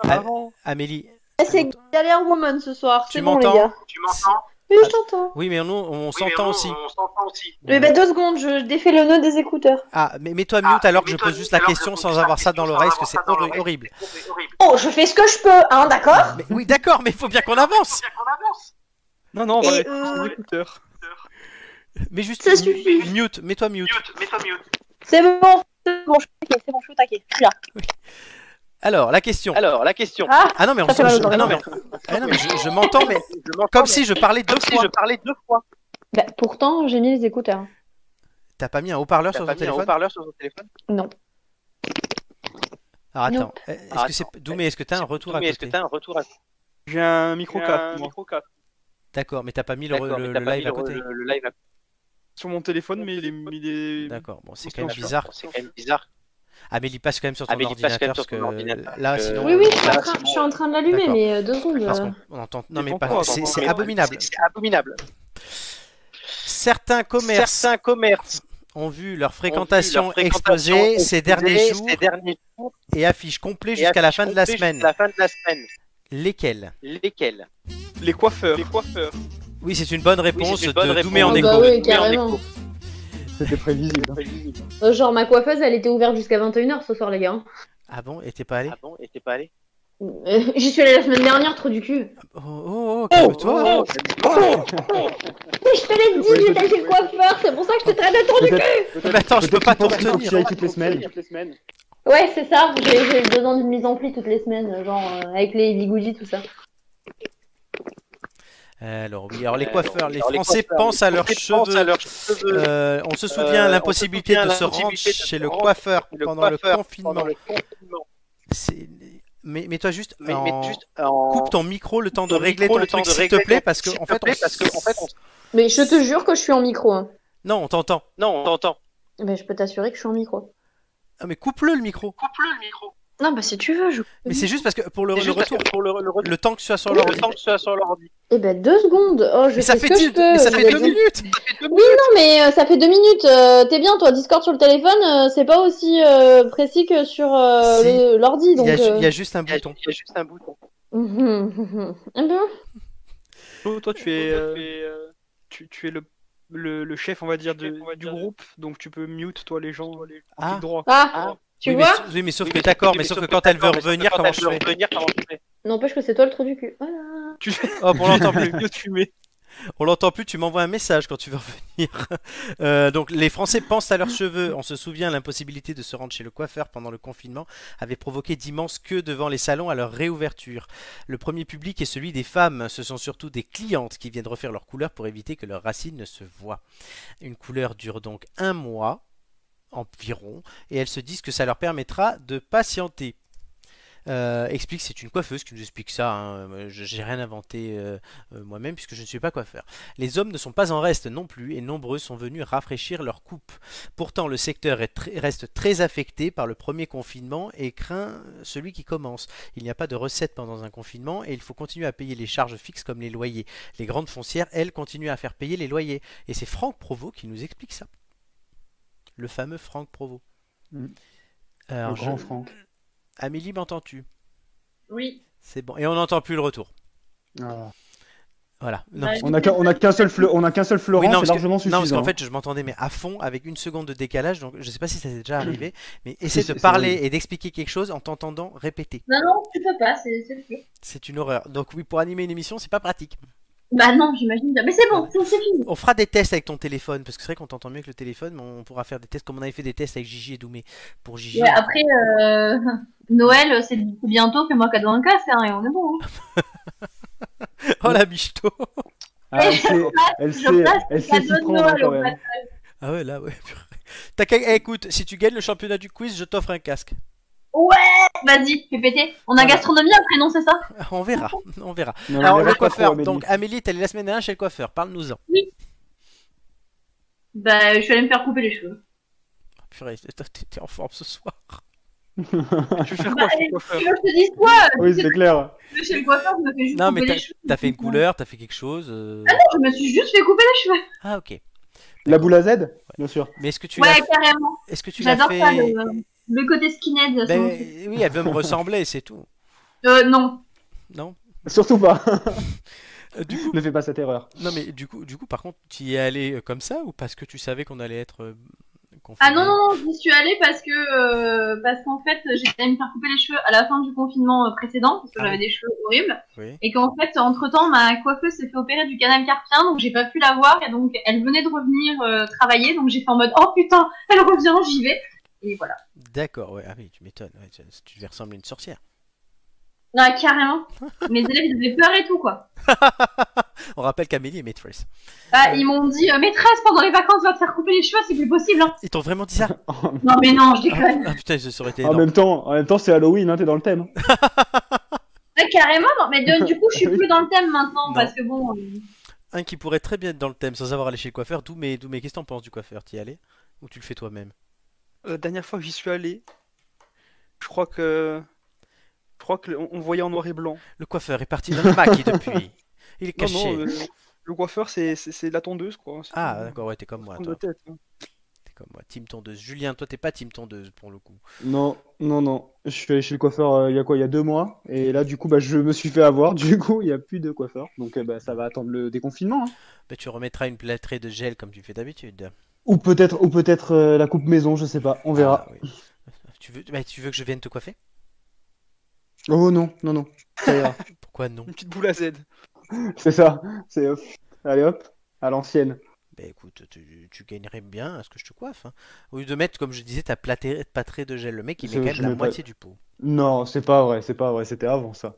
[SPEAKER 1] Ah.
[SPEAKER 2] Avant,
[SPEAKER 1] Amélie,
[SPEAKER 4] Eh, C'est Galère Woman ce soir,
[SPEAKER 1] Tu
[SPEAKER 4] c'est bon les
[SPEAKER 1] m'entends
[SPEAKER 4] gars.
[SPEAKER 5] Tu m'entends
[SPEAKER 4] Oui, je t'entends.
[SPEAKER 1] Oui, mais nous, on
[SPEAKER 5] Oui, mais
[SPEAKER 1] s'entend
[SPEAKER 5] on-
[SPEAKER 1] aussi.
[SPEAKER 5] On s'entend aussi.
[SPEAKER 4] Mais bah, deux secondes, je défais le nœud des écouteurs.
[SPEAKER 1] Ah, mais mets-toi
[SPEAKER 5] Ah,
[SPEAKER 1] mute alors que je
[SPEAKER 5] mets-toi
[SPEAKER 1] pose
[SPEAKER 5] mute
[SPEAKER 1] juste la
[SPEAKER 5] alors que
[SPEAKER 1] question
[SPEAKER 5] je pose
[SPEAKER 1] sans
[SPEAKER 5] juste la
[SPEAKER 1] avoir ça
[SPEAKER 5] question
[SPEAKER 1] dans
[SPEAKER 5] sans
[SPEAKER 1] l'oreille, parce que
[SPEAKER 5] avoir
[SPEAKER 1] c'est
[SPEAKER 5] ça dans
[SPEAKER 1] horri-
[SPEAKER 5] l'oreille.
[SPEAKER 1] horrible.
[SPEAKER 5] C'est horrible.
[SPEAKER 4] Oh, je fais ce que je peux, hein, d'accord
[SPEAKER 1] Mais oui, d'accord, mais il faut bien qu'on avance.
[SPEAKER 5] Bien qu'on avance.
[SPEAKER 2] Non, non, on va
[SPEAKER 4] Et,
[SPEAKER 2] mettre
[SPEAKER 4] euh,
[SPEAKER 2] sur l'écouteur.
[SPEAKER 1] Mais juste
[SPEAKER 4] Ça suffit.
[SPEAKER 1] mu- mute, mets-toi mute.
[SPEAKER 5] Mute, mets-toi mute.
[SPEAKER 4] C'est bon, c'est bon, je suis au taquet, c'est bon, je suis au taquet. Je suis là.
[SPEAKER 1] Alors, la question.
[SPEAKER 5] Alors, la question.
[SPEAKER 4] Ah,
[SPEAKER 1] Ah non, mais on
[SPEAKER 4] Ça fait
[SPEAKER 1] s'en-
[SPEAKER 4] mal aux
[SPEAKER 1] je- ah non, mais, ah non, mais je, je m'entends, mais comme si je parlais deux fois.
[SPEAKER 5] je parlais deux fois.
[SPEAKER 4] bah, pourtant, j'ai mis les écouteurs.
[SPEAKER 1] T'as pas mis un haut-parleur
[SPEAKER 5] T'as
[SPEAKER 1] sur
[SPEAKER 5] pas
[SPEAKER 1] ton
[SPEAKER 5] mis un
[SPEAKER 1] téléphone
[SPEAKER 5] haut-parleur sur ton téléphone
[SPEAKER 1] Alors attends,
[SPEAKER 4] Nope.
[SPEAKER 1] euh, est-ce que c'est Doumé, est-ce que t'as un retour à
[SPEAKER 5] Mais est-ce que
[SPEAKER 1] côté
[SPEAKER 5] t'as un retour à
[SPEAKER 2] J'ai un micro cap moi,
[SPEAKER 1] D'accord, mais t'as pas mis le,
[SPEAKER 5] D'accord, mais
[SPEAKER 1] le-
[SPEAKER 5] t'as
[SPEAKER 1] le
[SPEAKER 5] pas mis
[SPEAKER 1] live à côté.
[SPEAKER 5] Le, le live à côté.
[SPEAKER 2] sur mon téléphone, mais il est. il est-
[SPEAKER 1] D'accord, bon, c'est
[SPEAKER 2] Parce
[SPEAKER 1] quand même
[SPEAKER 2] qu'on-
[SPEAKER 1] bizarre.
[SPEAKER 5] C'est quand même bizarre.
[SPEAKER 1] Amélie passe quand même sur ton
[SPEAKER 5] Amélie, passe quand même
[SPEAKER 1] ordinateur
[SPEAKER 5] sur
[SPEAKER 1] parce
[SPEAKER 5] ton
[SPEAKER 1] que
[SPEAKER 5] ordinateur,
[SPEAKER 1] là,
[SPEAKER 5] que-
[SPEAKER 1] sinon,
[SPEAKER 4] Oui, oui, je suis
[SPEAKER 5] Là,
[SPEAKER 4] en train,
[SPEAKER 5] c'est bon.
[SPEAKER 4] je suis en train de l'allumer,
[SPEAKER 1] D'accord.
[SPEAKER 4] mais euh, deux secondes.
[SPEAKER 1] parce
[SPEAKER 4] euh.
[SPEAKER 1] qu'on on entend. Non
[SPEAKER 2] Et
[SPEAKER 1] mais
[SPEAKER 2] pourquoi
[SPEAKER 1] pas-
[SPEAKER 2] on
[SPEAKER 1] c'est
[SPEAKER 2] entend-
[SPEAKER 1] c'est
[SPEAKER 2] mais-
[SPEAKER 1] abominable.
[SPEAKER 5] C'est c'est abominable.
[SPEAKER 1] Certains commerces
[SPEAKER 5] Certains commerces
[SPEAKER 1] ont vu leur
[SPEAKER 5] ont vu
[SPEAKER 1] fréquentation,
[SPEAKER 5] leur fréquentation
[SPEAKER 1] exploser ces derniers
[SPEAKER 5] exploser
[SPEAKER 1] jours
[SPEAKER 5] Ces derniers jours.
[SPEAKER 1] et affiches complets
[SPEAKER 5] et
[SPEAKER 1] jusqu'à la
[SPEAKER 5] affichent
[SPEAKER 1] fin de la
[SPEAKER 5] compris
[SPEAKER 1] semaine.
[SPEAKER 5] jusqu'à La fin de la semaine.
[SPEAKER 1] Lesquels
[SPEAKER 5] Lesquels
[SPEAKER 2] Les coiffeurs. Les coiffeurs.
[SPEAKER 1] Oui, c'est une bonne
[SPEAKER 5] Oui,
[SPEAKER 1] réponse
[SPEAKER 5] c'est une bonne
[SPEAKER 1] de
[SPEAKER 5] réponse. Oh,
[SPEAKER 1] Doumé en
[SPEAKER 4] Ah bah
[SPEAKER 1] écho.
[SPEAKER 4] oui,
[SPEAKER 5] Doumé en
[SPEAKER 4] carrément.
[SPEAKER 5] écho.
[SPEAKER 3] C'était prévisible. hein.
[SPEAKER 4] Euh, genre, ma coiffeuse, elle était ouverte jusqu'à 21h ce soir, les gars.
[SPEAKER 1] Ah bon, et t'es pas allé
[SPEAKER 5] Ah bon Et t'es pas allé
[SPEAKER 4] Euh, J'y suis allée la semaine dernière, trop du cul.
[SPEAKER 1] Oh, oh, oh, calme-toi.
[SPEAKER 4] Mais je te l'ai dit,
[SPEAKER 3] Oui,
[SPEAKER 4] j'étais chez le coiffeur, c'est pour ça que je te traite de trop du cul
[SPEAKER 3] Peut-être-
[SPEAKER 1] Mais Eh ben, attends, je peux
[SPEAKER 3] peut-être
[SPEAKER 1] pas
[SPEAKER 3] qu'il faut
[SPEAKER 1] t'en retenir.
[SPEAKER 3] faire un petit aïe toutes les semaines.
[SPEAKER 4] Ouais, c'est ça, j'ai j'ai besoin d'une mise en pli toutes les semaines, genre euh, avec les bigoudis, tout ça.
[SPEAKER 1] Alors oui, alors les
[SPEAKER 5] Euh,
[SPEAKER 1] coiffeurs, les
[SPEAKER 5] alors,
[SPEAKER 1] Français
[SPEAKER 5] coiffeurs,
[SPEAKER 1] pensent à
[SPEAKER 5] les
[SPEAKER 1] leurs
[SPEAKER 5] Français pensent à
[SPEAKER 1] cheveux.
[SPEAKER 5] leurs cheveux.
[SPEAKER 1] Euh, on se souvient
[SPEAKER 5] Euh,
[SPEAKER 1] l'impossibilité
[SPEAKER 5] on se
[SPEAKER 1] de
[SPEAKER 5] souvient
[SPEAKER 1] se rendre
[SPEAKER 5] l'impossibilité de se
[SPEAKER 1] chez le
[SPEAKER 5] rendre
[SPEAKER 1] coiffeur
[SPEAKER 5] Le
[SPEAKER 1] pendant le
[SPEAKER 5] coiffeur pendant
[SPEAKER 1] confinement.
[SPEAKER 5] le confinement.
[SPEAKER 1] C'est- Mais, mais toi juste,
[SPEAKER 5] Mais,
[SPEAKER 1] en-
[SPEAKER 5] mais juste euh, en...
[SPEAKER 1] coupe ton micro le temps de
[SPEAKER 5] ton
[SPEAKER 1] régler
[SPEAKER 5] micro,
[SPEAKER 1] ton
[SPEAKER 5] le temps
[SPEAKER 1] truc
[SPEAKER 5] de
[SPEAKER 1] s'il te
[SPEAKER 5] régler
[SPEAKER 1] plaît
[SPEAKER 5] ton-
[SPEAKER 1] parce que
[SPEAKER 5] s'il
[SPEAKER 1] en
[SPEAKER 5] te
[SPEAKER 1] fait,
[SPEAKER 5] plaît,
[SPEAKER 1] on-
[SPEAKER 5] parce que, en fait, on-
[SPEAKER 4] Mais je te jure que je suis en micro. Hein.
[SPEAKER 1] non, on t'entend.
[SPEAKER 5] Non, on t'entend.
[SPEAKER 4] Mais je peux t'assurer que je suis en micro.
[SPEAKER 1] Ah, mais coupe-le le micro.
[SPEAKER 5] Coupe-le le micro.
[SPEAKER 4] Non, bah si tu veux, je.
[SPEAKER 1] Mais c'est juste parce que pour le,
[SPEAKER 5] C'est
[SPEAKER 1] le
[SPEAKER 5] juste parce
[SPEAKER 1] retour,
[SPEAKER 5] que pour le, le retour.
[SPEAKER 1] le temps que tu sois sur
[SPEAKER 5] Le,
[SPEAKER 1] l'ordi.
[SPEAKER 5] temps que ce soit sur l'ordi.
[SPEAKER 4] Eh ben deux secondes. Oh,
[SPEAKER 1] Mais
[SPEAKER 4] je fais
[SPEAKER 1] ça
[SPEAKER 4] ce
[SPEAKER 1] fait
[SPEAKER 4] que
[SPEAKER 1] dix-
[SPEAKER 4] je peux.
[SPEAKER 1] mais ça
[SPEAKER 4] je
[SPEAKER 1] fait
[SPEAKER 4] veux
[SPEAKER 1] deux
[SPEAKER 4] dire.
[SPEAKER 1] minutes.
[SPEAKER 4] Non, mais euh, ça fait deux minutes. euh, T'es bien, toi, Discord sur le téléphone, euh, c'est pas aussi euh, précis que sur euh,
[SPEAKER 1] Si.
[SPEAKER 4] le- l'ordi,
[SPEAKER 1] Il
[SPEAKER 4] donc.
[SPEAKER 1] y, a, ju-
[SPEAKER 4] euh,
[SPEAKER 1] il y a juste un
[SPEAKER 5] Il y, a,
[SPEAKER 1] bouton.
[SPEAKER 5] il y a juste un bouton.
[SPEAKER 4] mhm, mhm. Eh ben,
[SPEAKER 2] Flo, toi, tu es, euh, tu, tu es le, le, le chef, on va dire, de, du groupe, donc tu peux mute, toi, les gens, clic
[SPEAKER 1] Ah,
[SPEAKER 2] droit.
[SPEAKER 4] Ah, tu
[SPEAKER 1] oui, mais,
[SPEAKER 4] vois
[SPEAKER 1] s- oui, mais sauf
[SPEAKER 5] Oui,
[SPEAKER 1] que
[SPEAKER 5] mais
[SPEAKER 1] d'accord,
[SPEAKER 5] oui,
[SPEAKER 1] mais sauf que quand
[SPEAKER 5] t'as
[SPEAKER 1] elle veut
[SPEAKER 5] peur, mais sauf
[SPEAKER 1] revenir,
[SPEAKER 5] que quand
[SPEAKER 1] comment
[SPEAKER 5] elle
[SPEAKER 1] je
[SPEAKER 5] veut
[SPEAKER 1] fais
[SPEAKER 5] revenir, comment je fais
[SPEAKER 4] N'empêche que c'est toi le trou du cul. Voilà.
[SPEAKER 1] Hop, on l'entend plus.
[SPEAKER 2] Mieux de fumer.
[SPEAKER 1] On l'entend plus, tu m'envoies un message quand tu veux revenir. Euh, donc, les Français pensent à leurs cheveux. On se souvient, l'impossibilité de se rendre chez le coiffeur pendant le confinement avait provoqué d'immenses queues devant les salons à leur réouverture. Le premier public est celui des femmes. Ce sont surtout des clientes qui viennent refaire leur couleur pour éviter que leurs racines ne se voient. Une couleur dure donc un mois environ et elles se disent que ça leur permettra de patienter. Euh, explique, c'est une coiffeuse qui nous explique ça. hein. Euh, je- J'ai rien inventé euh, euh, moi-même puisque je ne suis pas coiffeur. Les hommes ne sont pas en reste non plus et nombreux sont venus rafraîchir leur coupe. Pourtant, le secteur est tr- reste très affecté par le premier confinement et craint celui qui commence. Il n'y a pas de recette pendant un confinement et il faut continuer à payer les charges fixes comme les loyers. Les grandes foncières, elles, continuent à faire payer les loyers. Et c'est Franck Provost qui nous explique ça. Le fameux Franck Provost.
[SPEAKER 3] Mm.
[SPEAKER 1] Alors,
[SPEAKER 3] Le grand
[SPEAKER 1] je-
[SPEAKER 3] Franck.
[SPEAKER 1] Amélie, m'entends-tu
[SPEAKER 4] Oui.
[SPEAKER 1] C'est bon. Et on n'entend plus le retour.
[SPEAKER 3] Ah.
[SPEAKER 1] Voilà. Non.
[SPEAKER 4] Ouais.
[SPEAKER 3] On a qu'un on a qu'un seul, fleu- on a qu'un seul
[SPEAKER 1] Oui,
[SPEAKER 3] Florent,
[SPEAKER 1] non,
[SPEAKER 3] Bah, c'est
[SPEAKER 1] parce que-
[SPEAKER 3] largement
[SPEAKER 1] Non,
[SPEAKER 3] suffisant. hein.
[SPEAKER 1] parce qu'en fait, je m'entendais mais à fond avec une seconde de décalage, donc je sais pas si ça t'est déjà arrivé, mais essaie
[SPEAKER 3] c'est-
[SPEAKER 1] de
[SPEAKER 3] c'est
[SPEAKER 1] parler
[SPEAKER 3] horrible.
[SPEAKER 1] et d'expliquer quelque chose en t'entendant répéter.
[SPEAKER 4] Non, non, tu peux pas, c'est sûr.
[SPEAKER 1] C'est une horreur. Donc oui, pour animer une émission, c'est pas pratique.
[SPEAKER 4] Bah non, j'imagine bien. Mais c'est bon, c'est c'est fini.
[SPEAKER 1] On fera des tests avec ton téléphone, parce que c'est vrai qu'on t'entend mieux que le téléphone, mais on pourra faire des tests comme on avait fait des tests avec Gigi et Doumé. Pour Gigi,
[SPEAKER 4] Ouais, après, euh, Noël, c'est c'est bientôt, fais-moi cadeau en casse, hein, et on est bon. hein.
[SPEAKER 1] oh la michto
[SPEAKER 3] Ah, elle sait, elle
[SPEAKER 4] je
[SPEAKER 3] sait,
[SPEAKER 4] passe
[SPEAKER 3] elle
[SPEAKER 4] le
[SPEAKER 3] sait s'y
[SPEAKER 4] cadeau de
[SPEAKER 3] prendre hein,
[SPEAKER 4] Noël,
[SPEAKER 3] quand
[SPEAKER 4] au
[SPEAKER 3] même.
[SPEAKER 1] Ah ouais, là, ouais. purée. T'as qu'à- eh, écoute, si tu gagnes le championnat du quiz, je t'offre un casque.
[SPEAKER 4] Vas-y, fais péter. On a
[SPEAKER 1] Voilà.
[SPEAKER 4] gastronomie après, non, c'est ça
[SPEAKER 1] On verra, on verra.
[SPEAKER 3] Non,
[SPEAKER 1] Alors
[SPEAKER 3] mais
[SPEAKER 1] le
[SPEAKER 3] lâche pas
[SPEAKER 1] coiffeur,
[SPEAKER 3] trop,
[SPEAKER 1] donc Amélie, t'es allée la semaine dernière chez le coiffeur, parle-nous-en.
[SPEAKER 4] Bah, je suis allée me faire couper les cheveux.
[SPEAKER 1] Purée, t'es t'es en forme ce soir.
[SPEAKER 2] Tu veux faire quoi, chez le
[SPEAKER 1] Euh.
[SPEAKER 2] coiffeur
[SPEAKER 4] Tu veux que je te dise quoi
[SPEAKER 3] Oui, c'est clair.
[SPEAKER 4] Je vais chez le coiffeur, je me fais juste
[SPEAKER 1] Non,
[SPEAKER 4] couper
[SPEAKER 1] mais
[SPEAKER 4] les cheveux. Ah
[SPEAKER 1] T'as fait une couleur, t'as fait quelque chose. euh,
[SPEAKER 4] Je me suis juste fait couper les cheveux.
[SPEAKER 1] Ah ok.
[SPEAKER 3] La boule à Z, bien sûr.
[SPEAKER 1] Mais est-ce que tu
[SPEAKER 4] Ouais,
[SPEAKER 1] l'as
[SPEAKER 4] carrément.
[SPEAKER 1] est-ce que tu l'as
[SPEAKER 4] J'adore
[SPEAKER 1] fait euh,
[SPEAKER 4] ça, le, euh, le côté skinhead. c'est mon truc.
[SPEAKER 1] Ben, oui, elle veut me ressembler, c'est tout.
[SPEAKER 4] Euh, non.
[SPEAKER 1] Non
[SPEAKER 3] Surtout pas.
[SPEAKER 1] Euh, Du coup,
[SPEAKER 3] ne fais pas cette erreur.
[SPEAKER 1] non mais du coup, du coup, par contre, tu y es allé euh, comme ça ou parce que tu savais qu'on allait être euh, confiné
[SPEAKER 6] Ah non, non, non, j'y suis allée parce que, euh, parce qu'en fait, j'étais allée me faire couper les cheveux à la fin du confinement euh, précédent, parce que
[SPEAKER 1] Ah
[SPEAKER 6] j'avais
[SPEAKER 1] oui.
[SPEAKER 6] des cheveux horribles.
[SPEAKER 1] Oui.
[SPEAKER 6] Et qu'en fait, entre temps, ma coiffeuse s'est fait opérer du canal carpien, donc j'ai pas pu la voir, et donc elle venait de revenir euh, travailler, donc j'ai fait en mode, oh putain, elle revient, j'y vais. Et voilà.
[SPEAKER 1] D'accord, ouais. Ah oui, tu m'étonnes. ouais, tu- tu devais ressembler à une sorcière.
[SPEAKER 6] Non, carrément. Mes élèves, ils avaient peur et tout, quoi.
[SPEAKER 1] On rappelle qu'Amélie est maîtresse.
[SPEAKER 6] Bah, ils m'ont dit, euh, maîtresse, pendant les vacances, va te faire couper les cheveux, c'est plus possible, hein.
[SPEAKER 1] Ils t'ont vraiment dit ça
[SPEAKER 3] En
[SPEAKER 6] Non, mais non, je
[SPEAKER 1] ah,
[SPEAKER 6] déconne.
[SPEAKER 1] ah, putain, ça aurait été
[SPEAKER 3] en
[SPEAKER 1] énorme.
[SPEAKER 3] même temps, en même temps, c'est Halloween, hein, t'es dans le thème.
[SPEAKER 6] Ouais, carrément, non, mais de- du coup, je suis plus dans le thème maintenant,
[SPEAKER 1] Non.
[SPEAKER 6] parce que bon, euh,
[SPEAKER 1] Un qui pourrait très bien être dans le thème sans avoir allé chez le coiffeur. D'où mes, d'où mes questions. Pense du coiffeur. T'y es allé ou tu le fais toi-même
[SPEAKER 2] La Euh, dernière fois que j'y suis allé, je crois que. Je crois qu'on on voyait en noir et blanc.
[SPEAKER 1] Le coiffeur est parti dans le maquis depuis. Il est
[SPEAKER 2] Non,
[SPEAKER 1] caché.
[SPEAKER 2] non, euh, le coiffeur, c'est- c'est c'est la tondeuse, quoi. C'est-
[SPEAKER 1] Ah d'accord, ouais, t'es comme moi,
[SPEAKER 2] prendre
[SPEAKER 1] toi.
[SPEAKER 2] de tête, hein.
[SPEAKER 1] T'es comme moi. Team tondeuse. Julien, toi, t'es pas team tondeuse pour le coup.
[SPEAKER 3] Non, non, non. Je suis allé chez le coiffeur euh, il y a quoi, il y a deux mois, et là du coup, bah, je me suis fait avoir. Du coup, il n'y a plus de coiffeur, donc euh, bah, ça va attendre le déconfinement. hein.
[SPEAKER 1] Bah, tu remettras une plâtrée de gel comme tu fais d'habitude.
[SPEAKER 3] Ou peut-être, ou peut-être euh, la coupe maison, je sais pas. On verra.
[SPEAKER 1] Ah, oui. tu, veux, bah, tu veux que je vienne te coiffer
[SPEAKER 3] Oh non, non, non. Ça ira.
[SPEAKER 1] Pourquoi non
[SPEAKER 2] Une petite boule à Z.
[SPEAKER 3] c'est ça. C'est euh, allez hop à l'ancienne.
[SPEAKER 1] Bah écoute, tu, tu gagnerais bien à ce que je te coiffe. hein. Au lieu de mettre, comme je disais, ta plâtrée, plâtrée de gel, le mec, il met
[SPEAKER 3] Je-
[SPEAKER 1] quand
[SPEAKER 3] je
[SPEAKER 1] même la
[SPEAKER 3] mets pas-
[SPEAKER 1] moitié du pot.
[SPEAKER 3] Non, c'est pas vrai, c'est pas vrai. C'était avant ça.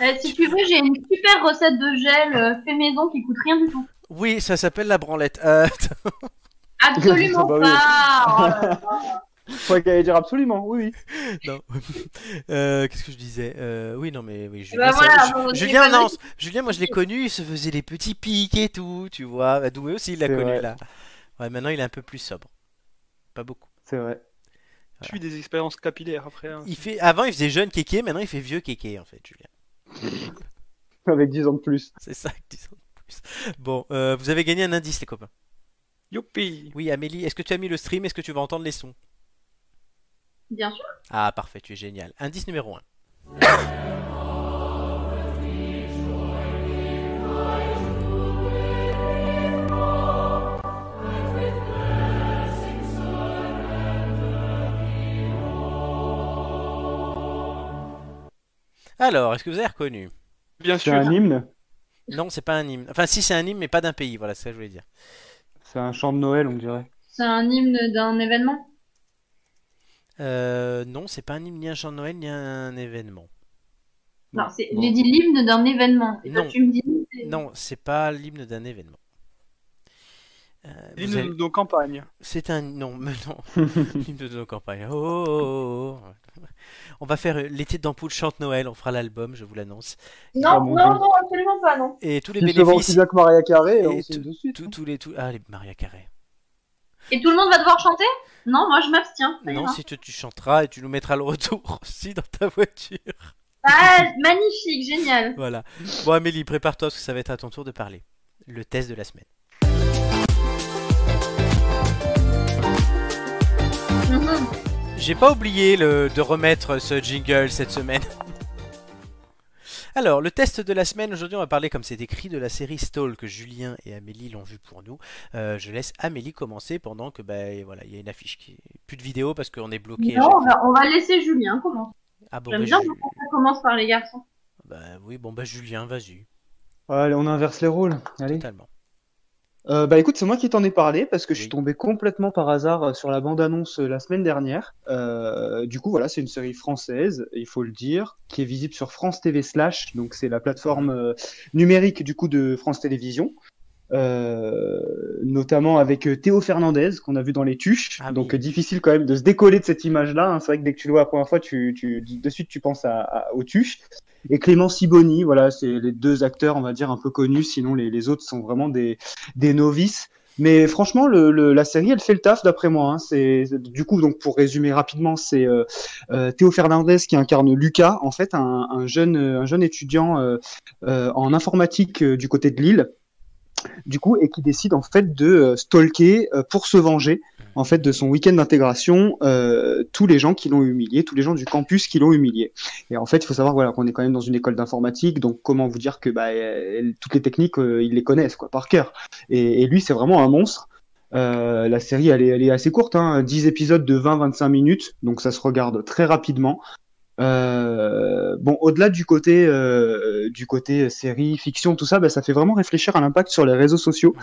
[SPEAKER 6] euh, si tu veux, j'ai une super recette de gel euh, fait maison qui coûte rien du tout.
[SPEAKER 1] Oui, ça s'appelle la branlette. Euh,
[SPEAKER 6] Absolument
[SPEAKER 3] Bah
[SPEAKER 6] pas
[SPEAKER 3] oui.
[SPEAKER 6] Oh là là.
[SPEAKER 3] Faut qu'elle dire absolument. Oui, oui.
[SPEAKER 1] non. Euh, Qu'est-ce que je disais Euh, Oui, non, mais oui,
[SPEAKER 6] Et
[SPEAKER 1] Julien,
[SPEAKER 6] bah
[SPEAKER 1] ça-
[SPEAKER 6] voilà,
[SPEAKER 1] Ju-
[SPEAKER 6] bon, c'est
[SPEAKER 1] Julien,
[SPEAKER 6] pas
[SPEAKER 1] non,
[SPEAKER 6] vrai.
[SPEAKER 1] Julien, moi je l'ai connu, il se faisait des petits pics et tout, tu vois. Bah, Doué aussi, il l'a
[SPEAKER 3] C'est
[SPEAKER 1] connu
[SPEAKER 3] vrai.
[SPEAKER 1] là. Ouais, maintenant il est un peu plus sobre. Pas beaucoup.
[SPEAKER 3] C'est vrai.
[SPEAKER 2] Je suis des expériences capillaires après.
[SPEAKER 3] Ah.
[SPEAKER 2] hein.
[SPEAKER 1] Il fait... Avant, il faisait jeune kéké, maintenant il fait vieux kéké, en fait, Julien.
[SPEAKER 3] Avec 10 ans de plus.
[SPEAKER 1] C'est ça que disons de plus. Bon, euh, vous avez gagné un indice, les copains.
[SPEAKER 2] Youpi!
[SPEAKER 1] Oui, Amélie, est-ce que tu as mis le stream Est-ce que tu vas entendre les sons
[SPEAKER 6] Bien sûr.
[SPEAKER 1] Ah, parfait, tu es génial. Indice numéro 1. Alors, est-ce que vous avez reconnu
[SPEAKER 2] Bien
[SPEAKER 3] C'est
[SPEAKER 2] sûr.
[SPEAKER 3] un hymne.
[SPEAKER 1] Non, c'est pas un hymne. Enfin, si, c'est un hymne, mais pas d'un pays. Voilà, c'est ça que je voulais dire.
[SPEAKER 3] C'est un chant de Noël, on dirait.
[SPEAKER 6] C'est un hymne d'un événement.
[SPEAKER 1] Euh, non, c'est pas un hymne, ni un chant de Noël, ni un événement.
[SPEAKER 6] Non, c'est-
[SPEAKER 3] Non.
[SPEAKER 6] j'ai dit l'hymne d'un événement. Et toi,
[SPEAKER 1] Non.
[SPEAKER 6] tu me dis. c'est-
[SPEAKER 1] Non, c'est pas l'hymne d'un événement. Euh,
[SPEAKER 2] L'hymne
[SPEAKER 1] vous avez-
[SPEAKER 2] de nos campagnes.
[SPEAKER 1] C'est un. Non, mais non. L'hymne de nos campagnes. Oh, oh, oh, oh. On va faire euh, l'été d'ampoule chante Noël. On fera l'album, je vous l'annonce.
[SPEAKER 3] Ah,
[SPEAKER 6] Non,
[SPEAKER 3] mon
[SPEAKER 6] non,
[SPEAKER 3] Dieu.
[SPEAKER 6] non, absolument pas, non.
[SPEAKER 1] Et tous les
[SPEAKER 3] Il se vend aussi
[SPEAKER 1] bénéfices.
[SPEAKER 3] bien que Maria Carré,
[SPEAKER 1] Et
[SPEAKER 3] on sait hein, de suite.
[SPEAKER 1] Tous, tous les. Tous... Ah, les Maria Carré.
[SPEAKER 6] Et tout le monde va devoir chanter Non, moi je m'abstiens. ça
[SPEAKER 1] Non,
[SPEAKER 6] ira.
[SPEAKER 1] si tu, tu chanteras et tu nous mettras le retour aussi dans ta voiture.
[SPEAKER 6] Ah, magnifique, génial.
[SPEAKER 1] Voilà. Bon, Amélie, prépare-toi parce que ça va être à ton tour de parler. Le test de la semaine.
[SPEAKER 6] Mhm.
[SPEAKER 1] J'ai pas oublié le- de remettre ce jingle cette semaine. Alors, le test de la semaine, aujourd'hui on va parler, comme c'est écrit, de la série Stall que Julien et Amélie l'ont vu pour nous. Euh, je laisse Amélie commencer pendant que, ben voilà, il y a une affiche qui. Plus de vidéo parce qu'on est bloqué. à
[SPEAKER 6] non, bah,
[SPEAKER 1] chaque-
[SPEAKER 6] on va, on va laisser Julien commencer.
[SPEAKER 1] Ah bon,
[SPEAKER 6] J'aime
[SPEAKER 1] bah,
[SPEAKER 6] bien
[SPEAKER 1] Ju-
[SPEAKER 6] quand ça commence par les garçons.
[SPEAKER 1] bah oui, bon, bah Julien, vas-y,
[SPEAKER 3] Allez, on inverse les rôles. Allez.
[SPEAKER 1] totalement.
[SPEAKER 3] Euh, bah écoute, c'est moi qui t'en ai parlé parce que je
[SPEAKER 1] Oui.
[SPEAKER 3] suis tombé complètement par hasard euh, sur la bande-annonce euh, la semaine dernière. Euh, du coup, voilà, c'est une série française, il faut le dire, qui est visible sur France TV Slash, donc c'est la plateforme euh, numérique du coup de France Télévisions, Euh, notamment avec euh, Théo Fernandez qu'on a vu dans Les Tuches.
[SPEAKER 1] Ah oui.
[SPEAKER 3] donc euh, difficile quand même de se décoller de cette image-là. hein. C'est vrai que dès que tu le vois la première fois, tu, tu, de suite tu penses à, à- aux Tuches. Et Clément Siboni, voilà, c'est les deux acteurs, on va dire, un peu connus. Sinon, les, les autres sont vraiment des, des novices. Mais franchement, le, le- la série, elle fait le taf d'après moi. hein. C'est du coup donc pour résumer rapidement, c'est euh, euh, Théo Fernandez qui incarne Lucas, en fait un, un jeune euh, un jeune étudiant euh, euh, en informatique euh, du côté de Lille, du coup et qui décide en fait de euh, stalker euh, pour se venger. en fait, de son week-end d'intégration, euh, tous les gens qui l'ont humilié, tous les gens du campus qui l'ont humilié. Et en fait, il faut savoir voilà, qu'on est quand même dans une école d'informatique, donc comment vous dire que bah, elle- toutes les techniques, euh, ils les connaissent quoi, par cœur. Et, et lui, c'est vraiment un monstre. Euh, la série, elle est, elle est assez courte, hein, 10 épisodes de 20-25 minutes, donc ça se regarde très rapidement. Euh, bon, au-delà du côté euh, du côté série, fiction, tout ça, bah, ça fait vraiment réfléchir à l'impact sur les réseaux sociaux.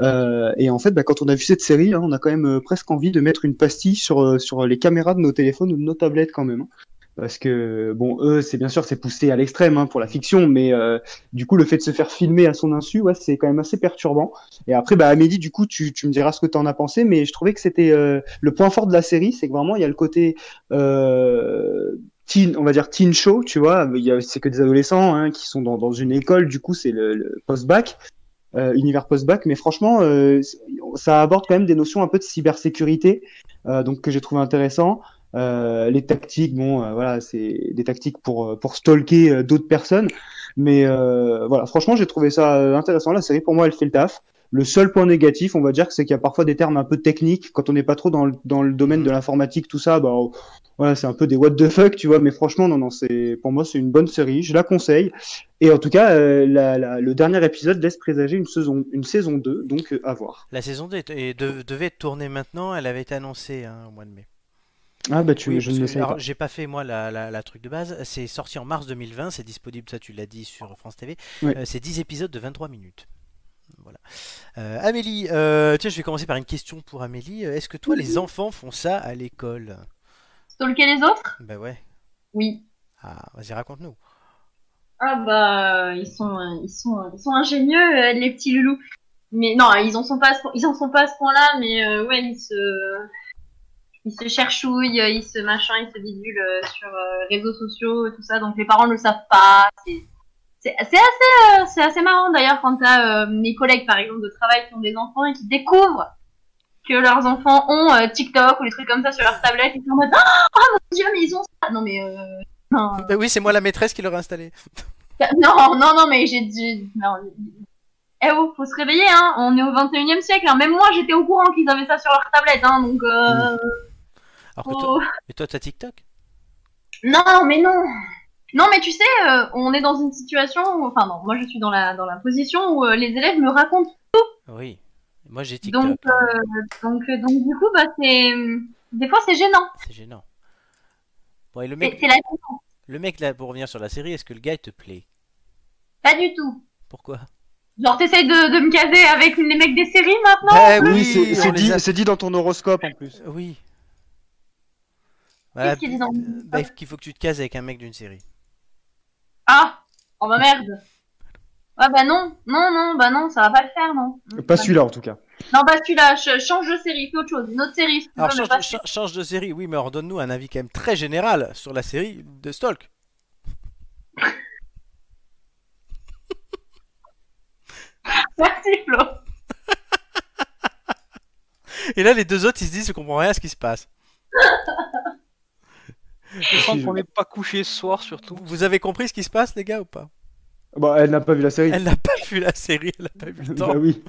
[SPEAKER 3] Euh, et en fait, bah, quand on a vu cette série, hein, on a quand même euh, presque envie de mettre une pastille sur euh, sur les caméras de nos téléphones ou de nos tablettes quand même. hein. Parce que bon, eux, c'est bien sûr, c'est poussé à l'extrême hein, pour la fiction, mais euh, du coup, le fait de se faire filmer à son insu, ouais, c'est quand même assez perturbant. Et après, bah, Amélie, du coup, tu, tu me diras ce que t'en as pensé, mais je trouvais que c'était euh, le point fort de la série, c'est que vraiment, il y a le côté euh, teen, on va dire teen show, tu vois, il y a- c'est que des adolescents hein, qui sont dans, dans une école, du coup c'est le, le post-bac, euh, univers post-bac, mais franchement, euh, c'est- ça aborde quand même des notions un peu de cybersécurité, euh, donc que j'ai trouvé intéressant. Euh, les tactiques, bon, euh, voilà, c'est des tactiques pour euh, pour stalker euh, d'autres personnes, mais euh, voilà, franchement, j'ai trouvé ça euh, intéressant. La série, pour moi, elle fait le taf. Le seul point négatif, on va dire, c'est qu'il y a parfois des termes un peu techniques. Quand on n'est pas trop dans le, dans le domaine de l'informatique, tout ça, bah, on- voilà, c'est un peu des what the fuck, tu vois, mais franchement, non, non, c'est, pour moi, c'est une bonne série, je la conseille. Et en tout cas, euh, la- la- le dernier épisode laisse présager une saison, une saison 2, donc euh, à voir.
[SPEAKER 1] La saison 2 est- est- de- devait être tournée maintenant, elle avait été annoncée hein, au mois de mai.
[SPEAKER 3] Ah, bah, tu,
[SPEAKER 1] Oui,
[SPEAKER 3] je
[SPEAKER 1] parce
[SPEAKER 3] ne le
[SPEAKER 1] que-
[SPEAKER 3] savais
[SPEAKER 1] alors,
[SPEAKER 3] pas.
[SPEAKER 1] j'ai pas fait moi la, la- la truc de base. C'est sorti en mars 2020, c'est disponible, ça tu l'as dit sur France TV.
[SPEAKER 3] Ouais.
[SPEAKER 1] Euh, c'est 10 épisodes de 23 minutes. Voilà. Euh, Amélie, euh, tiens, je vais commencer par une question pour Amélie. Euh, Est-ce que toi, les enfants font ça à l'école
[SPEAKER 6] Stalker les autres
[SPEAKER 1] Ben ouais.
[SPEAKER 6] Oui.
[SPEAKER 1] Ah, vas-y, raconte-nous.
[SPEAKER 6] Ah bah, euh, ils sont, euh, ils sont, euh, ils sont ingénieux, euh, les petits loulous. Mais non, ils en sont pas, à ce point- ils en sont pas à ce point-là, mais euh, ouais, ils se, ils se cherchouillent, euh, ils se machin, ils se bidulent euh, sur euh, réseaux sociaux, tout ça. Donc les parents ne le savent pas. C'est, c'est, c'est assez, euh, c'est assez marrant d'ailleurs quand t'as euh, mes collègues par exemple de travail qui ont des enfants et qui découvrent que leurs enfants ont euh, TikTok ou des trucs comme ça sur leur tablette et qui sont en mode ah mon dieu mais ils ont ça non mais euh, non
[SPEAKER 1] Ben oui, c'est moi la maîtresse qui l'aurait installé.
[SPEAKER 6] non, non, non, mais j'ai dû. Non. Eh oh, faut se réveiller, hein. On est au 21 e siècle. hein. Même moi, j'étais au courant qu'ils avaient ça sur leur tablette, hein. Donc, euh,
[SPEAKER 1] Alors que
[SPEAKER 6] faut-
[SPEAKER 1] toi, mais toi, t'as TikTok
[SPEAKER 6] Non, mais non. Non, mais tu sais, euh, on est dans une situation où. Enfin, non, moi, je suis dans la, dans la position où euh, les élèves me racontent.
[SPEAKER 1] Oui. Moi, j'ai TikTok.
[SPEAKER 6] Donc, euh, donc, euh, donc, du coup, bah, c'est. Des fois, c'est gênant.
[SPEAKER 1] C'est gênant. Bon, et le
[SPEAKER 6] C'est
[SPEAKER 1] mec,
[SPEAKER 6] c'est la...
[SPEAKER 1] le mec là, pour revenir sur la série, est-ce que le gars il te plaît
[SPEAKER 6] Pas du tout.
[SPEAKER 1] Pourquoi
[SPEAKER 6] Genre, t'essayes de, de me caser avec les mecs des séries maintenant
[SPEAKER 1] Ben
[SPEAKER 3] oui, c'est, c'est
[SPEAKER 1] on les
[SPEAKER 3] dit,
[SPEAKER 1] a-
[SPEAKER 3] c'est dit dans ton horoscope en plus.
[SPEAKER 1] Oui.
[SPEAKER 6] Qu'est-ce qu'il dit dans-
[SPEAKER 1] euh, bah, qu'il faut que tu te cases avec un mec d'une série.
[SPEAKER 6] Ah Oh bah merde Ah bah non, non, non, bah non, ça va pas le faire, non.
[SPEAKER 3] Pas celui-là en tout cas.
[SPEAKER 6] Non, pas celui-là, ch- change de série, fais autre chose, une autre série. si tu
[SPEAKER 1] Alors
[SPEAKER 6] veux,
[SPEAKER 1] change,
[SPEAKER 6] mais pas
[SPEAKER 1] de- cha- change de série, oui, mais redonne-nous un avis quand même très général sur la série de Stalk.
[SPEAKER 6] celui- Merci Flo. Ah,
[SPEAKER 1] Et là, les deux autres, ils se disent, je comprends rien à ce qui se passe.
[SPEAKER 2] Je sens qu'on n'est pas couché ce soir surtout.
[SPEAKER 1] Vous, vous avez compris ce qui se passe, les gars, ou pas
[SPEAKER 3] Bah, elle n'a pas vu la série.
[SPEAKER 1] Elle n'a pas vu la série, elle n'a pas vu le temps.
[SPEAKER 3] Bah oui.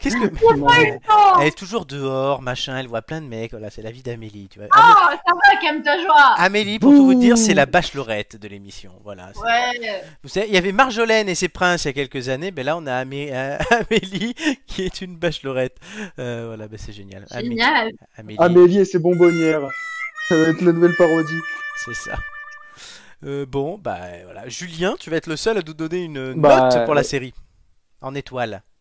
[SPEAKER 1] Qu'est-ce que...
[SPEAKER 6] Oh,
[SPEAKER 1] Elle est toujours dehors, machin, elle voit plein de mecs, voilà, c'est la vie d'Amélie, tu vois. Amé-
[SPEAKER 6] oh, ça va, calme ta joie.
[SPEAKER 1] Amélie, pour tout vous dire, c'est la bachelorette de l'émission, voilà. c'est-
[SPEAKER 6] Ouais.
[SPEAKER 1] Vous savez, il y avait Marjolaine et ses princes il y a quelques années, mais là on a Amé- euh, Amélie qui est une bachelorette. Euh, voilà, ben c'est génial. Amé-
[SPEAKER 6] Génial.
[SPEAKER 1] Amélie,
[SPEAKER 3] Amélie et ses bonbonnières. Ça va être la nouvelle parodie.
[SPEAKER 1] c'est ça. Euh, bon, bah voilà. Julien, tu vas être le seul à nous donner une
[SPEAKER 3] Bah,
[SPEAKER 1] note pour la
[SPEAKER 3] ouais.
[SPEAKER 1] série. En étoile.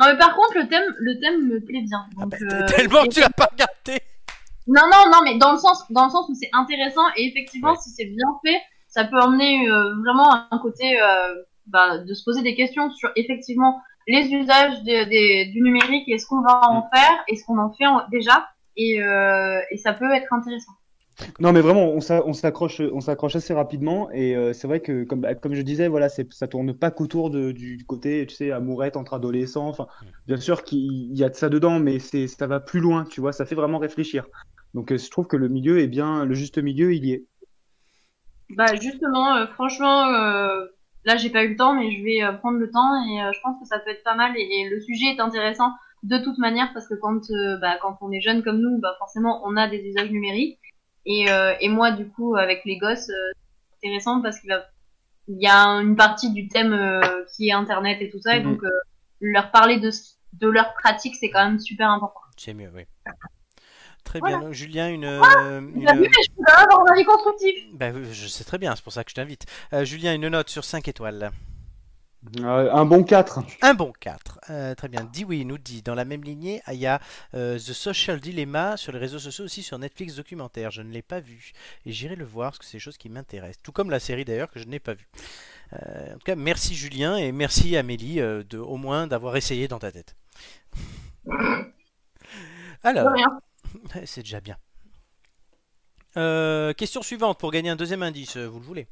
[SPEAKER 6] Non mais par contre, le thème, le thème me plaît bien.
[SPEAKER 1] Ah,
[SPEAKER 6] donc,
[SPEAKER 1] bah,
[SPEAKER 6] euh,
[SPEAKER 1] tellement que tu l'as pas regardé
[SPEAKER 6] Non, non, non, mais dans le sens, dans le sens où c'est intéressant et effectivement,
[SPEAKER 1] Ouais.
[SPEAKER 6] si c'est bien fait, ça peut emmener euh, vraiment un côté euh, bah, de se poser des questions sur effectivement les usages de- des- du numérique et ce qu'on va en faire et ce qu'on en fait en- déjà. Et, euh, et ça peut être intéressant.
[SPEAKER 3] Non, mais vraiment, on s'a- on s'accroche, on s'accroche assez rapidement et euh, c'est vrai que comme, bah, comme je disais, voilà, c'est, ça tourne pas qu'autour de- du côté, tu sais, amourette entre adolescents. Enfin, bien sûr qu'il y a de ça dedans, mais c'est, ça va plus loin, tu vois. Ça fait vraiment réfléchir. Donc, euh, je trouve que le milieu est bien, le juste milieu, il y est.
[SPEAKER 6] Bah justement, euh, franchement, euh, là j'ai pas eu le temps, mais je vais euh, prendre le temps et euh, je pense que ça peut être pas mal et, et le sujet est intéressant. de toute manière parce que quand euh, bah, quand on est jeune comme nous, bah forcément on a des usages numériques et euh, et moi du coup avec les gosses euh, c'est intéressant parce qu'il va- il y a une partie du thème euh, qui est internet et tout ça et
[SPEAKER 3] Mhm.
[SPEAKER 6] donc euh, leur parler de ce- de leur pratique c'est quand même super important.
[SPEAKER 1] C'est mieux, oui. Très
[SPEAKER 6] Voilà.
[SPEAKER 1] bien. Donc, Julien, une. euh, une-
[SPEAKER 6] Vous avez vu, je peux quand même avoir un avis constructif.
[SPEAKER 1] Bah oui, je sais très bien, c'est pour ça que je t'invite. Euh, Julien, une note sur 5 étoiles.
[SPEAKER 3] Euh, un bon 4.
[SPEAKER 1] Un bon 4. très bien. Dewey nous dit, dans la même lignée, il y a euh, The Social Dilemma sur les réseaux sociaux, aussi sur Netflix documentaire. Je ne l'ai pas vu. Et j'irai le voir parce que c'est des choses qui m'intéressent. Tout comme la série d'ailleurs que je n'ai pas vue. Euh, en tout cas, merci Julien et merci Amélie euh, de, au moins d'avoir essayé dans ta tête.
[SPEAKER 6] De
[SPEAKER 1] Alors,
[SPEAKER 6] rien.
[SPEAKER 1] c'est déjà bien. Euh, question suivante pour gagner un deuxième indice, euh, vous le voulez.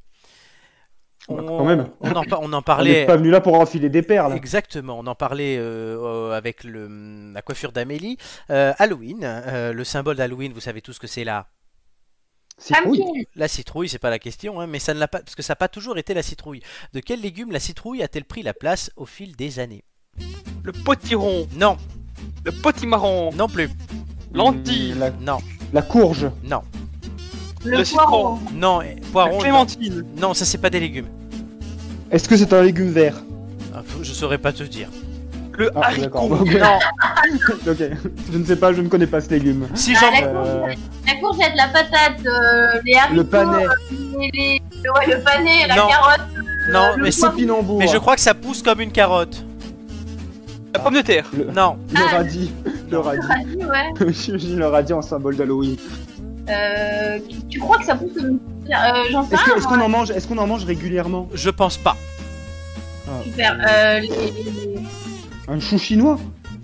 [SPEAKER 3] Ouais, quand même.
[SPEAKER 1] On en, par- on en
[SPEAKER 3] On n'est
[SPEAKER 1] parlait.
[SPEAKER 3] pas venu là pour enfiler des perles.
[SPEAKER 1] Exactement, on en parlait euh, euh, avec le, la coiffure d'Amélie. Euh, Halloween, euh, le symbole d'Halloween, vous savez tout ce que c'est là.
[SPEAKER 3] C'est fouille.
[SPEAKER 6] Pumpkin.
[SPEAKER 1] La citrouille, c'est pas la question, hein, mais ça ne l'a pas, parce que ça n'a pas toujours été la citrouille. De quel légume la citrouille a-t-elle pris la place au fil des années
[SPEAKER 2] Le potiron,
[SPEAKER 1] Non,
[SPEAKER 2] le potimarron,
[SPEAKER 1] non plus,
[SPEAKER 2] lentille,
[SPEAKER 3] La,
[SPEAKER 1] non,
[SPEAKER 3] la courge.
[SPEAKER 1] non,
[SPEAKER 6] Le,
[SPEAKER 2] Le citron.
[SPEAKER 6] poireau.
[SPEAKER 1] non, et-
[SPEAKER 2] la
[SPEAKER 1] poiron. Non,
[SPEAKER 2] clémentine,
[SPEAKER 1] non, ça c'est pas des légumes.
[SPEAKER 3] Est-ce que c'est un légume vert
[SPEAKER 1] Ah, pff, Je saurais pas te dire.
[SPEAKER 2] le
[SPEAKER 3] Ah, d'accord.
[SPEAKER 2] haricot,
[SPEAKER 3] Ok.
[SPEAKER 1] Non,
[SPEAKER 3] Ok. Je ne sais pas, je ne connais pas ce légume. Euh,
[SPEAKER 1] si
[SPEAKER 6] Ah,
[SPEAKER 1] j'en.
[SPEAKER 6] la courgette, la courgette, la patate, euh, les haricots,
[SPEAKER 3] Le panais.
[SPEAKER 6] les- les- ouais, le panais, la
[SPEAKER 1] Non.
[SPEAKER 6] carotte.
[SPEAKER 1] Non,
[SPEAKER 6] le
[SPEAKER 1] mais
[SPEAKER 3] C'est
[SPEAKER 1] c'est.
[SPEAKER 6] poivre.
[SPEAKER 3] pinambour.
[SPEAKER 1] Mais je crois que ça pousse comme une carotte.
[SPEAKER 2] la pomme de terre,
[SPEAKER 1] Non,
[SPEAKER 3] Le radis. Le
[SPEAKER 1] Non.
[SPEAKER 3] radis.
[SPEAKER 6] Ah, si, ouais.
[SPEAKER 3] J'imagine le radis en symbole d'Halloween.
[SPEAKER 6] Euh, tu crois que ça pousse comme une- euh, J'en sais
[SPEAKER 3] Est-ce
[SPEAKER 6] rien.
[SPEAKER 3] que- est-ce qu'on en mange Est-ce qu'on en mange régulièrement
[SPEAKER 1] je pense pas.
[SPEAKER 6] Super. Euh, les- les-
[SPEAKER 3] Un chou chinois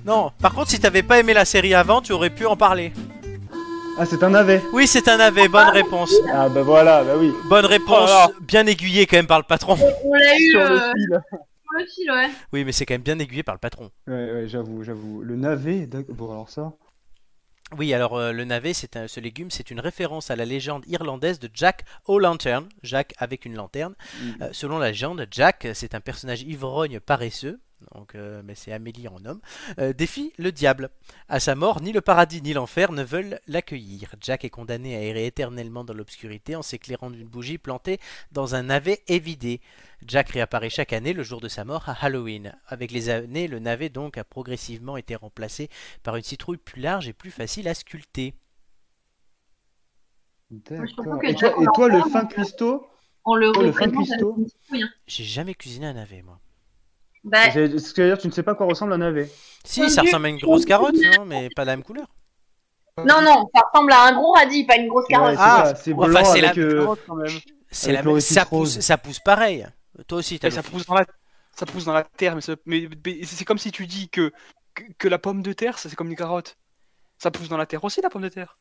[SPEAKER 1] Non. Par contre, si t'avais pas aimé la série avant, tu aurais pu en parler.
[SPEAKER 3] Ah, c'est un navet.
[SPEAKER 1] Oui, c'est un navet. Bonne réponse.
[SPEAKER 3] Ah bah voilà, bah oui.
[SPEAKER 1] Bonne réponse.
[SPEAKER 2] Oh
[SPEAKER 1] bien aiguillée quand même par le patron.
[SPEAKER 6] on l'a eu
[SPEAKER 3] Sur le
[SPEAKER 6] euh,
[SPEAKER 3] fil.
[SPEAKER 6] sur le fil, ouais.
[SPEAKER 1] Oui, mais c'est quand même bien aiguillé par le patron.
[SPEAKER 3] Ouais, ouais, j'avoue, j'avoue. Le navet, d'accord. Bon, alors ça.
[SPEAKER 1] Oui, alors euh, le navet, c'est un- ce légume, c'est une référence à la légende irlandaise de Jack O'Lantern. Jack avec une lanterne.
[SPEAKER 3] Mm.
[SPEAKER 1] Euh, selon la légende, Jack, euh, c'est un personnage ivrogne paresseux. Donc, euh, mais c'est Amélie en homme. euh, défie le diable. À sa mort, ni le paradis ni l'enfer ne veulent l'accueillir. Jack est condamné à errer éternellement dans l'obscurité en s'éclairant d'une bougie plantée dans un navet évidé. Jack réapparaît chaque année le jour de sa mort à Halloween. Avec les années, le navet donc a progressivement été remplacé par une citrouille plus large et plus facile à sculpter.
[SPEAKER 6] je comprends
[SPEAKER 3] D'accord.
[SPEAKER 6] que
[SPEAKER 3] Et toi,
[SPEAKER 6] Jack
[SPEAKER 3] et toi, le
[SPEAKER 6] O'Lantern-
[SPEAKER 3] fin cuistot
[SPEAKER 6] On le
[SPEAKER 3] Oh, le
[SPEAKER 6] représente
[SPEAKER 3] fin
[SPEAKER 6] avec
[SPEAKER 3] cuistot.
[SPEAKER 6] une citrouille, hein.
[SPEAKER 1] J'ai jamais cuisiné un navet, moi.
[SPEAKER 6] Bah,
[SPEAKER 3] J'ai- C'est ce que je veux dire, tu ne sais pas à quoi ressemble un navet.
[SPEAKER 1] Si, ça ressemble à une grosse carotte, non, mais pas la même couleur.
[SPEAKER 4] Non, non, ça ressemble à un gros radis, pas une grosse
[SPEAKER 3] Ouais,
[SPEAKER 4] carotte.
[SPEAKER 3] c'est
[SPEAKER 1] Ah,
[SPEAKER 3] ça, c'est blanc
[SPEAKER 1] enfin, c'est la-
[SPEAKER 3] avec. euh,
[SPEAKER 2] quand même.
[SPEAKER 1] C'est
[SPEAKER 3] Avec
[SPEAKER 1] la
[SPEAKER 3] le
[SPEAKER 1] même.
[SPEAKER 3] récit
[SPEAKER 1] Ça
[SPEAKER 3] rose.
[SPEAKER 1] pousse, ça pousse pareil. Toi aussi, t'as
[SPEAKER 2] Et
[SPEAKER 1] le-
[SPEAKER 2] ça pousse dans la, ça pousse dans la terre, mais, ça- mais- mais c'est comme si tu dis que, que, que la pomme de terre, ça, c'est comme une carotte. Ça pousse dans la terre aussi, la pomme de terre.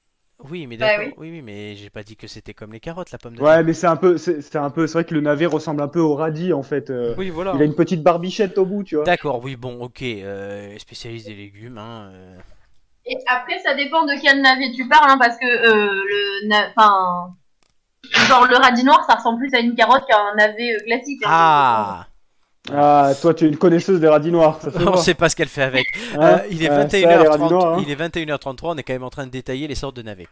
[SPEAKER 1] Oui, mais
[SPEAKER 6] Bah
[SPEAKER 1] d'accord. oui. oui, mais j'ai pas dit que c'était comme les carottes, la pomme de
[SPEAKER 3] Ouais,
[SPEAKER 1] terre.
[SPEAKER 3] mais c'est un peu, c'est c'est un peu, c'est vrai que le navet ressemble un peu au radis en fait. euh,
[SPEAKER 2] Oui, voilà.
[SPEAKER 3] Il a une petite barbichette au bout, tu vois.
[SPEAKER 1] D'accord, oui, bon, ok. euh, spécialiste des légumes, hein. euh.
[SPEAKER 6] Et après, ça dépend de quel navet tu parles, hein, parce que euh, le, na- enfin, genre le radis noir, ça ressemble plus à une carotte qu'à un navet euh, classique. hein.
[SPEAKER 1] Ah
[SPEAKER 3] Ah, toi, tu es une connaisseuse des radis noirs. Ça se
[SPEAKER 1] On
[SPEAKER 3] voit.
[SPEAKER 1] sait pas ce qu'elle fait avec.
[SPEAKER 3] Hein
[SPEAKER 1] Euh, il, est
[SPEAKER 3] Ah, ça, les radis
[SPEAKER 1] 21h30,
[SPEAKER 3] noirs, hein.
[SPEAKER 1] il est 21h33, on est quand même en train de détailler les sortes de navets.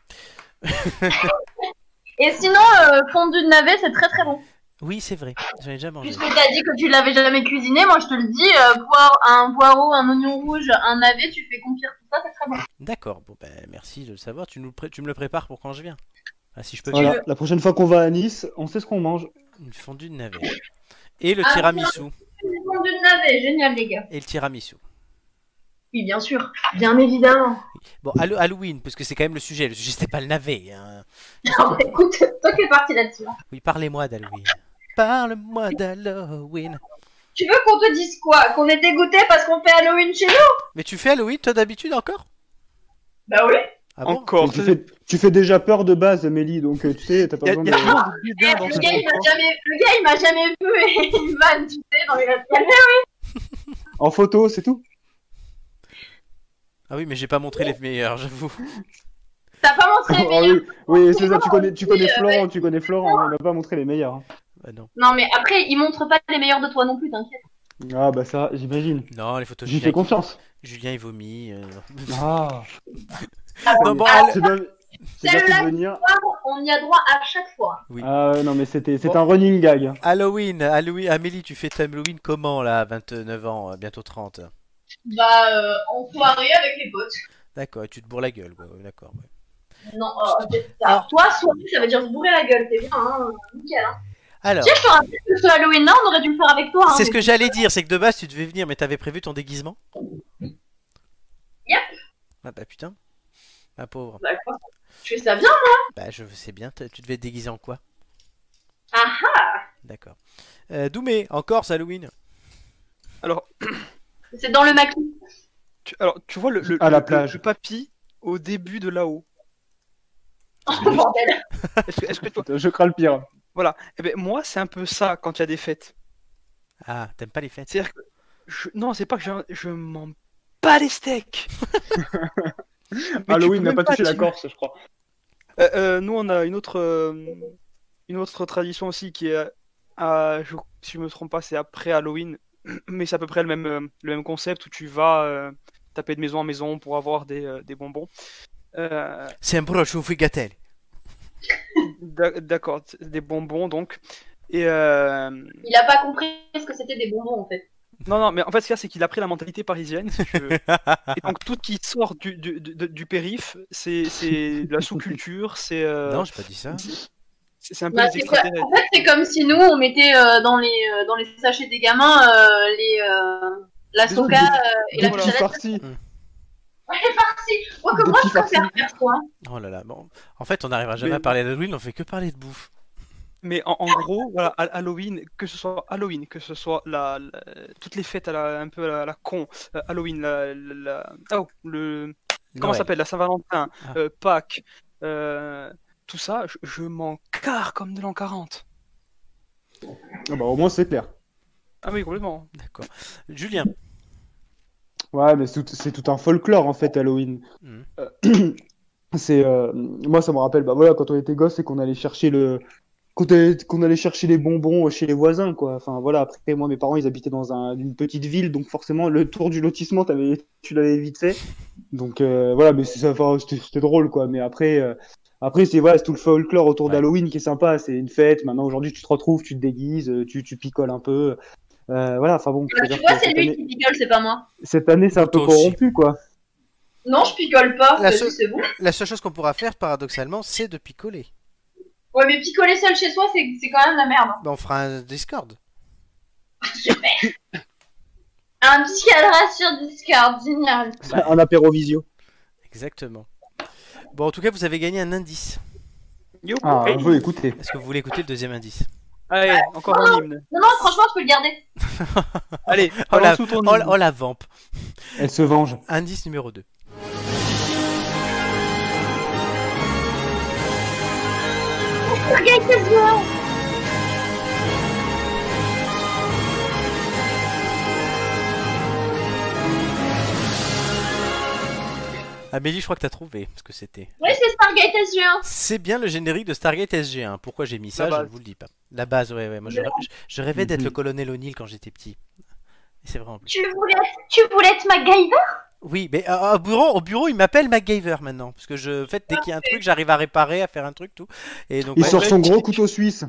[SPEAKER 6] Et sinon, euh, fondu de navet, c'est très très bon.
[SPEAKER 1] Oui, c'est vrai, j'en ai déjà mangé.
[SPEAKER 6] Puisque t'as dit que tu l'avais jamais cuisiné, moi je te le dis, euh, poire- un poireau, un oignon rouge, un navet, tu fais confire tout ça, c'est très bon.
[SPEAKER 1] D'accord, bon, ben, merci de le savoir. Tu, nous le pré- tu me le prépares pour quand je viens Ah, Si je peux
[SPEAKER 3] Voilà. La prochaine fois qu'on va à Nice, on sait ce qu'on mange.
[SPEAKER 1] Une fondue de navet. Et le
[SPEAKER 6] Ah,
[SPEAKER 1] tiramisu.
[SPEAKER 6] Fondu de navet, génial les gars.
[SPEAKER 1] Et le tiramisu.
[SPEAKER 6] Oui, bien sûr, bien évidemment.
[SPEAKER 1] Bon, Hallo- Halloween, parce que c'est quand même le sujet. Le sujet, c'était pas le navet. hein.
[SPEAKER 6] Non, mais écoute, toi qui es parti là-dessus.
[SPEAKER 1] Oui, parlez-moi d'Halloween. Parle-moi d'Halloween.
[SPEAKER 6] Tu veux qu'on te dise quoi Qu'on est dégoûté parce qu'on fait Halloween chez nous
[SPEAKER 1] Mais tu fais Halloween, toi, d'habitude, encore
[SPEAKER 6] Bah oui.
[SPEAKER 1] Ah bon
[SPEAKER 2] Encore.
[SPEAKER 3] Mais tu, fais, tu fais déjà peur de base, Amélie, donc euh, tu sais, t'as pas
[SPEAKER 2] Il y a,
[SPEAKER 3] besoin
[SPEAKER 2] y
[SPEAKER 3] de.
[SPEAKER 2] a toujours du
[SPEAKER 6] Eh,
[SPEAKER 2] dédain dans
[SPEAKER 6] le,
[SPEAKER 2] ce
[SPEAKER 6] gars, il m'a
[SPEAKER 2] truc, hein.
[SPEAKER 6] jamais... le gars, il m'a jamais vu et il m'a, tu sais, dans les réseaux
[SPEAKER 3] En photo, c'est tout.
[SPEAKER 1] Ah oui, mais j'ai pas montré les meilleurs, j'avoue.
[SPEAKER 6] T'as pas montré les
[SPEAKER 3] Ah
[SPEAKER 6] meilleurs.
[SPEAKER 3] oui, oui, c'est ça. Tu connais, tu connais
[SPEAKER 6] euh,
[SPEAKER 3] Florent, hein, tu connais Florent. On n'a pas montré les meilleurs.
[SPEAKER 1] Ah non.
[SPEAKER 6] Non, mais après, il montre pas les meilleurs de toi non plus, t'inquiète.
[SPEAKER 3] Ah bah ça, j'imagine.
[SPEAKER 1] Non, les photos de
[SPEAKER 3] J'y
[SPEAKER 1] Julien.
[SPEAKER 3] fais confiance.
[SPEAKER 1] Julien, il vomit. euh,
[SPEAKER 3] Ah.
[SPEAKER 1] Non, bon,
[SPEAKER 3] Ah,
[SPEAKER 1] allez.
[SPEAKER 3] c'est pas- c'est pas
[SPEAKER 6] Celle-là.
[SPEAKER 3] fait venir.
[SPEAKER 6] On y a droit à chaque fois.
[SPEAKER 3] Ah ouais, non mais c'était c'est un running gag. hein.
[SPEAKER 1] Halloween, Halloween, Amélie, tu fais ta Halloween comment là, à 29 ans, euh, bientôt 30
[SPEAKER 6] Bah, euh, en soirée avec les potes.
[SPEAKER 1] D'accord, tu te bourres la gueule, quoi. ouais, D'accord. ouais.
[SPEAKER 6] Non, euh, c'est ça. Toi, soirée, ça veut dire se bourrer la gueule, c'est bien, hein. Nickel, hein.
[SPEAKER 1] Alors,
[SPEAKER 6] Tiens, je te rappelle que ce Halloween-là, on aurait dû le faire avec toi, hein.
[SPEAKER 1] c'est ce que j'allais dire, c'est que de base tu devais venir, mais t'avais prévu ton déguisement
[SPEAKER 6] Yep.
[SPEAKER 1] Ah bah putain, ma pauvre.
[SPEAKER 6] D'accord. Tu fais ça bien
[SPEAKER 1] Bah je sais bien, t- tu devais te déguiser en quoi
[SPEAKER 6] Ah ah
[SPEAKER 1] D'accord. Euh, Doumé, encore c'est Halloween
[SPEAKER 6] C'est dans le maquis.
[SPEAKER 2] Tu, alors, tu vois le, le,
[SPEAKER 3] À la
[SPEAKER 2] le-
[SPEAKER 3] plage.
[SPEAKER 2] le papy au début de là-haut.
[SPEAKER 6] Oh, bordel.
[SPEAKER 2] Est-ce que, est-ce que toi.
[SPEAKER 3] Je crains le pire.
[SPEAKER 2] Eh ben, moi, c'est un peu ça quand il y a des fêtes.
[SPEAKER 1] Ah, t'aimes pas les fêtes
[SPEAKER 2] C'est-à-dire que. je- Non, c'est pas que je, je m'en bats les steaks Mais tu
[SPEAKER 3] Halloween
[SPEAKER 2] peux
[SPEAKER 3] n'a
[SPEAKER 2] même
[SPEAKER 3] pas touché la
[SPEAKER 2] t'im-
[SPEAKER 3] Corse, je crois.
[SPEAKER 2] Euh, euh, nous, on a une autre, euh, une autre tradition aussi qui est, à, je, si je me trompe pas, c'est après Halloween, mais c'est à peu près le même, euh, le même concept où tu vas euh, taper de maison en maison pour avoir des, euh, des bonbons. Euh,
[SPEAKER 1] C'est un broche aux frigatelle.
[SPEAKER 2] d'ac- D'accord, t- des bonbons donc. Et euh,
[SPEAKER 6] Il a pas compris ce que c'était des bonbons, en fait.
[SPEAKER 2] non, non, mais en fait, ce qu'il y a, c'est qu'il a pris la mentalité parisienne. si tu veux. Et donc, tout ce qui sort du, du, du- du périph, c'est c'est de la sous-culture, c'est euh,
[SPEAKER 1] Non, j'ai pas dit ça.
[SPEAKER 2] c'est c'est un peu
[SPEAKER 6] Bah,
[SPEAKER 2] des
[SPEAKER 6] c'est quoi-
[SPEAKER 2] extraterrestres.
[SPEAKER 6] En fait, c'est comme si nous, on mettait euh, dans, les, euh, dans les sachets des gamins euh, les, euh, la
[SPEAKER 3] Des
[SPEAKER 6] soca
[SPEAKER 3] autres,
[SPEAKER 6] euh, et la
[SPEAKER 3] Des
[SPEAKER 2] voilà.
[SPEAKER 3] petits
[SPEAKER 6] cucharette.
[SPEAKER 3] farcis.
[SPEAKER 6] Elle est partie Moi, que
[SPEAKER 3] Des
[SPEAKER 6] moi, je
[SPEAKER 3] petits farcis.
[SPEAKER 6] préfère faire, quoi.
[SPEAKER 1] Oh là là, bon. En fait, on n'arrivera jamais
[SPEAKER 2] Mais-
[SPEAKER 1] à parler d'Halloween, on fait que parler de bouffe.
[SPEAKER 2] Mais en, en gros, voilà, Ha- Halloween, que ce soit Halloween, que ce soit la, la- toutes les fêtes à la- un peu à la, à la con, euh, Halloween, la, la- la- oh, le, comment
[SPEAKER 1] Noël.
[SPEAKER 2] ça s'appelle, la Saint-Valentin,
[SPEAKER 1] Ah.
[SPEAKER 2] euh, Pâques, euh, tout ça, je, je m'en carre comme de l'an 40.
[SPEAKER 3] Ah bah, au moins c'est clair.
[SPEAKER 2] Ah oui, complètement.
[SPEAKER 1] D'accord. Julien,
[SPEAKER 3] Ouais, mais c'est tout, c'est tout un folklore en fait, Halloween.
[SPEAKER 1] Mhm.
[SPEAKER 3] Euh, c'est euh, moi, ça me rappelle, bah voilà, quand on était gosse et qu'on allait chercher le, qu'on allait, qu'on allait chercher les bonbons chez les voisins, quoi. Enfin voilà, après moi, mes parents, ils habitaient dans un- une petite ville, donc forcément, le tour du lotissement, t'avais- tu l'avais vite fait. Donc euh, voilà, mais c'est ça, enfin, c'était c'était drôle, quoi. Mais après. euh, Après, c'est voilà, c'est tout le folklore autour
[SPEAKER 1] Ouais.
[SPEAKER 3] d'Halloween qui est sympa. C'est une fête. Maintenant, aujourd'hui, tu te retrouves, tu te déguises, tu, tu picoles un peu. Euh, voilà, enfin bon.
[SPEAKER 6] Bah,
[SPEAKER 3] c'est-à-dire
[SPEAKER 6] tu vois,
[SPEAKER 3] que
[SPEAKER 6] c'est
[SPEAKER 3] cette
[SPEAKER 6] lui
[SPEAKER 3] année-
[SPEAKER 6] qui picole, c'est pas moi.
[SPEAKER 3] cette année, c'est un peu
[SPEAKER 1] Toi aussi.
[SPEAKER 3] corrompu, quoi.
[SPEAKER 6] Non, je picole pas,
[SPEAKER 1] La
[SPEAKER 6] parce
[SPEAKER 1] seule-
[SPEAKER 6] que Ah, bah, c'est bon.
[SPEAKER 1] la seule chose qu'on pourra faire, paradoxalement, c'est de picoler.
[SPEAKER 6] Ouais, mais picoler seul chez soi, c'est c'est quand même la merde.
[SPEAKER 1] Bah, on fera un Discord.
[SPEAKER 6] Super. Un petit cadre sur Discord, génial.
[SPEAKER 3] Un apéro visio.
[SPEAKER 1] Exactement. Bon, en tout cas, vous avez gagné un indice.
[SPEAKER 2] Yo,
[SPEAKER 3] Ah,
[SPEAKER 2] hey,
[SPEAKER 3] on veut écouter.
[SPEAKER 1] Est-ce que vous voulez écouter le deuxième indice
[SPEAKER 2] allez, encore un hymne.
[SPEAKER 6] Non, non, franchement, je peux le garder.
[SPEAKER 2] Allez,
[SPEAKER 1] Oh la,
[SPEAKER 2] balance tout ton
[SPEAKER 1] oh,
[SPEAKER 2] hymne.
[SPEAKER 1] la- oh la vamp.
[SPEAKER 3] Elle se venge.
[SPEAKER 1] Indice numéro 2.
[SPEAKER 6] Regarde ses yeux.
[SPEAKER 1] Amélie, je crois que t'as trouvé ce que c'était.
[SPEAKER 6] Oui, c'est Stargate Azure.
[SPEAKER 1] C'est bien le générique de Stargate SG1. Pourquoi j'ai mis ça,
[SPEAKER 2] La
[SPEAKER 1] je ne
[SPEAKER 2] base.
[SPEAKER 1] vous le dis pas. La base, ouais, ouais. Moi, je, je- je rêvais d'être
[SPEAKER 3] Mhm.
[SPEAKER 1] le colonel O'Neill quand j'étais petit. Et c'est vraiment plus.
[SPEAKER 6] Tu voulais, tu voulais être MacGyver
[SPEAKER 1] Oui, mais euh, au bureau, au bureau, il m'appelle MacGyver maintenant. Parce que je, en fait,
[SPEAKER 2] Ah,
[SPEAKER 1] dès qu'il y a un truc, j'arrive à réparer, à faire un truc, tout. Et donc, bah,
[SPEAKER 3] Il
[SPEAKER 1] ouais,
[SPEAKER 3] sort
[SPEAKER 1] ouais,
[SPEAKER 3] son gros couteau suisse.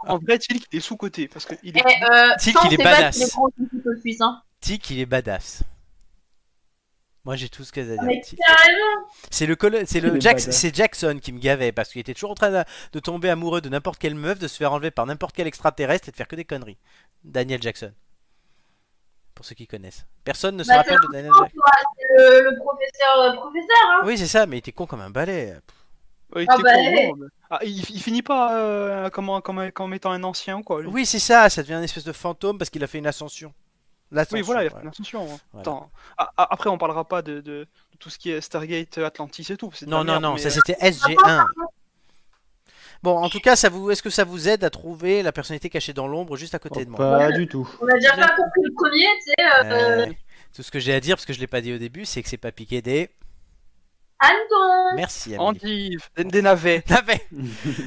[SPEAKER 2] En vrai, Tilk, t'es sous-côté parce que il est.
[SPEAKER 6] Eh, euh,
[SPEAKER 1] ah, Si,
[SPEAKER 6] ça, on
[SPEAKER 1] qu'il est
[SPEAKER 6] sait Oh, pas
[SPEAKER 1] badass.
[SPEAKER 6] s'il est gros ou s'il est suisse, hein.
[SPEAKER 1] Tic, il est badass. Moi, j'ai tout ce qu'il y a à dire.
[SPEAKER 6] Mais
[SPEAKER 1] Tic.
[SPEAKER 6] carrément.
[SPEAKER 1] C'est le, colo- c'est le
[SPEAKER 3] est
[SPEAKER 1] Jack-
[SPEAKER 3] badass.
[SPEAKER 1] c'est Jackson qui me gavait parce qu'il était toujours en train de, de tomber amoureux de n'importe quelle meuf, de se faire enlever par n'importe quel extraterrestre et de faire que des conneries. Daniel Jackson. Pour ceux qui connaissent. Personne ne se
[SPEAKER 6] Bah,
[SPEAKER 1] rappelle de Daniel Jackson.
[SPEAKER 6] C'est le, le professeur, euh, professeur, hein.
[SPEAKER 1] Oui, c'est ça, mais il était con comme un balai.
[SPEAKER 2] Ouais,
[SPEAKER 6] Ah
[SPEAKER 2] t'es
[SPEAKER 6] bah,
[SPEAKER 2] con,
[SPEAKER 6] hey.
[SPEAKER 2] non, mais- Ah, il, il finit pas euh, comme, un- comme, un- comme étant un ancien ou quoi. lui.
[SPEAKER 1] Oui, c'est ça, ça devient une espèce de fantôme parce qu'il a fait une ascension. L'ascension.
[SPEAKER 2] Oui, voilà, il a fait
[SPEAKER 1] ouais.
[SPEAKER 2] une ascension. hein.
[SPEAKER 1] Voilà.
[SPEAKER 2] Attends. Ah, ah, Après, on parlera pas de, de- de tout ce qui est Stargate, Atlantis et tout. c'est de la
[SPEAKER 1] Non, non,
[SPEAKER 2] merde,
[SPEAKER 1] non,
[SPEAKER 2] mais,
[SPEAKER 1] ça
[SPEAKER 2] euh,
[SPEAKER 1] c'était SG1. Bon, en tout cas, ça vous, est-ce que ça vous aide à trouver la personnalité cachée dans l'ombre juste à côté de moi
[SPEAKER 3] Oh, Pas du tout.
[SPEAKER 6] On a déjà pas compris le premier, tu sais. euh,
[SPEAKER 1] Euh, Tout ce que j'ai à dire, parce que je l'ai pas dit au début, c'est que c'est pas piqué des.
[SPEAKER 6] Anton
[SPEAKER 1] Merci, Amélie.
[SPEAKER 2] Andive, euh, des, des navets.
[SPEAKER 1] Navet.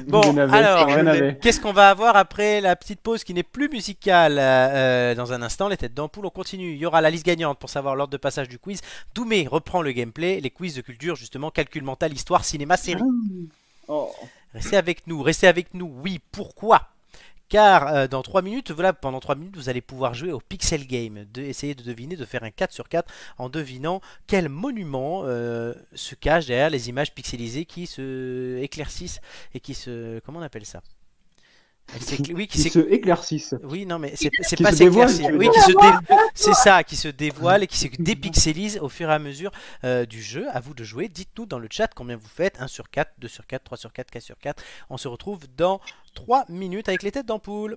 [SPEAKER 1] Bon,
[SPEAKER 3] Des navets,
[SPEAKER 1] alors,
[SPEAKER 3] des navets.
[SPEAKER 1] Qu'est-ce qu'on va avoir après la petite pause qui n'est plus musicale euh, euh, Dans un instant, les têtes d'ampoule, on continue. Il y aura la liste gagnante pour savoir l'ordre de passage du quiz. Doumé reprend le gameplay, les quiz de culture, justement, calcul mental, histoire, cinéma, série.
[SPEAKER 3] Oh.
[SPEAKER 1] Restez avec nous, restez avec nous, oui, pourquoi car euh, dans 3 minutes, voilà, pendant 3 minutes, vous allez pouvoir jouer au Pixel Game, de, essayer de deviner, de faire un 4 sur 4 en devinant quel monument euh, se cache derrière les images pixelisées qui se éclaircissent et qui se... Comment on appelle ça Elles s'écla- Oui, qui
[SPEAKER 3] Qui
[SPEAKER 1] s'éclaircissent.
[SPEAKER 3] se éclaircissent.
[SPEAKER 1] Oui, non, mais c'est c'est
[SPEAKER 3] Qui
[SPEAKER 1] pas
[SPEAKER 3] se dévoile,
[SPEAKER 1] s'éclaircir.
[SPEAKER 3] tu veux
[SPEAKER 1] Oui,
[SPEAKER 3] dire.
[SPEAKER 1] qui se dé- c'est ça, qui se dévoile et qui se dépixelise au fur et à mesure euh, du jeu. À vous de jouer. Dites-nous dans le chat combien vous faites 1 sur 4, 2 sur 4, 3 sur 4, 4 sur 4. On se retrouve dans 3 minutes avec les têtes d'ampoule.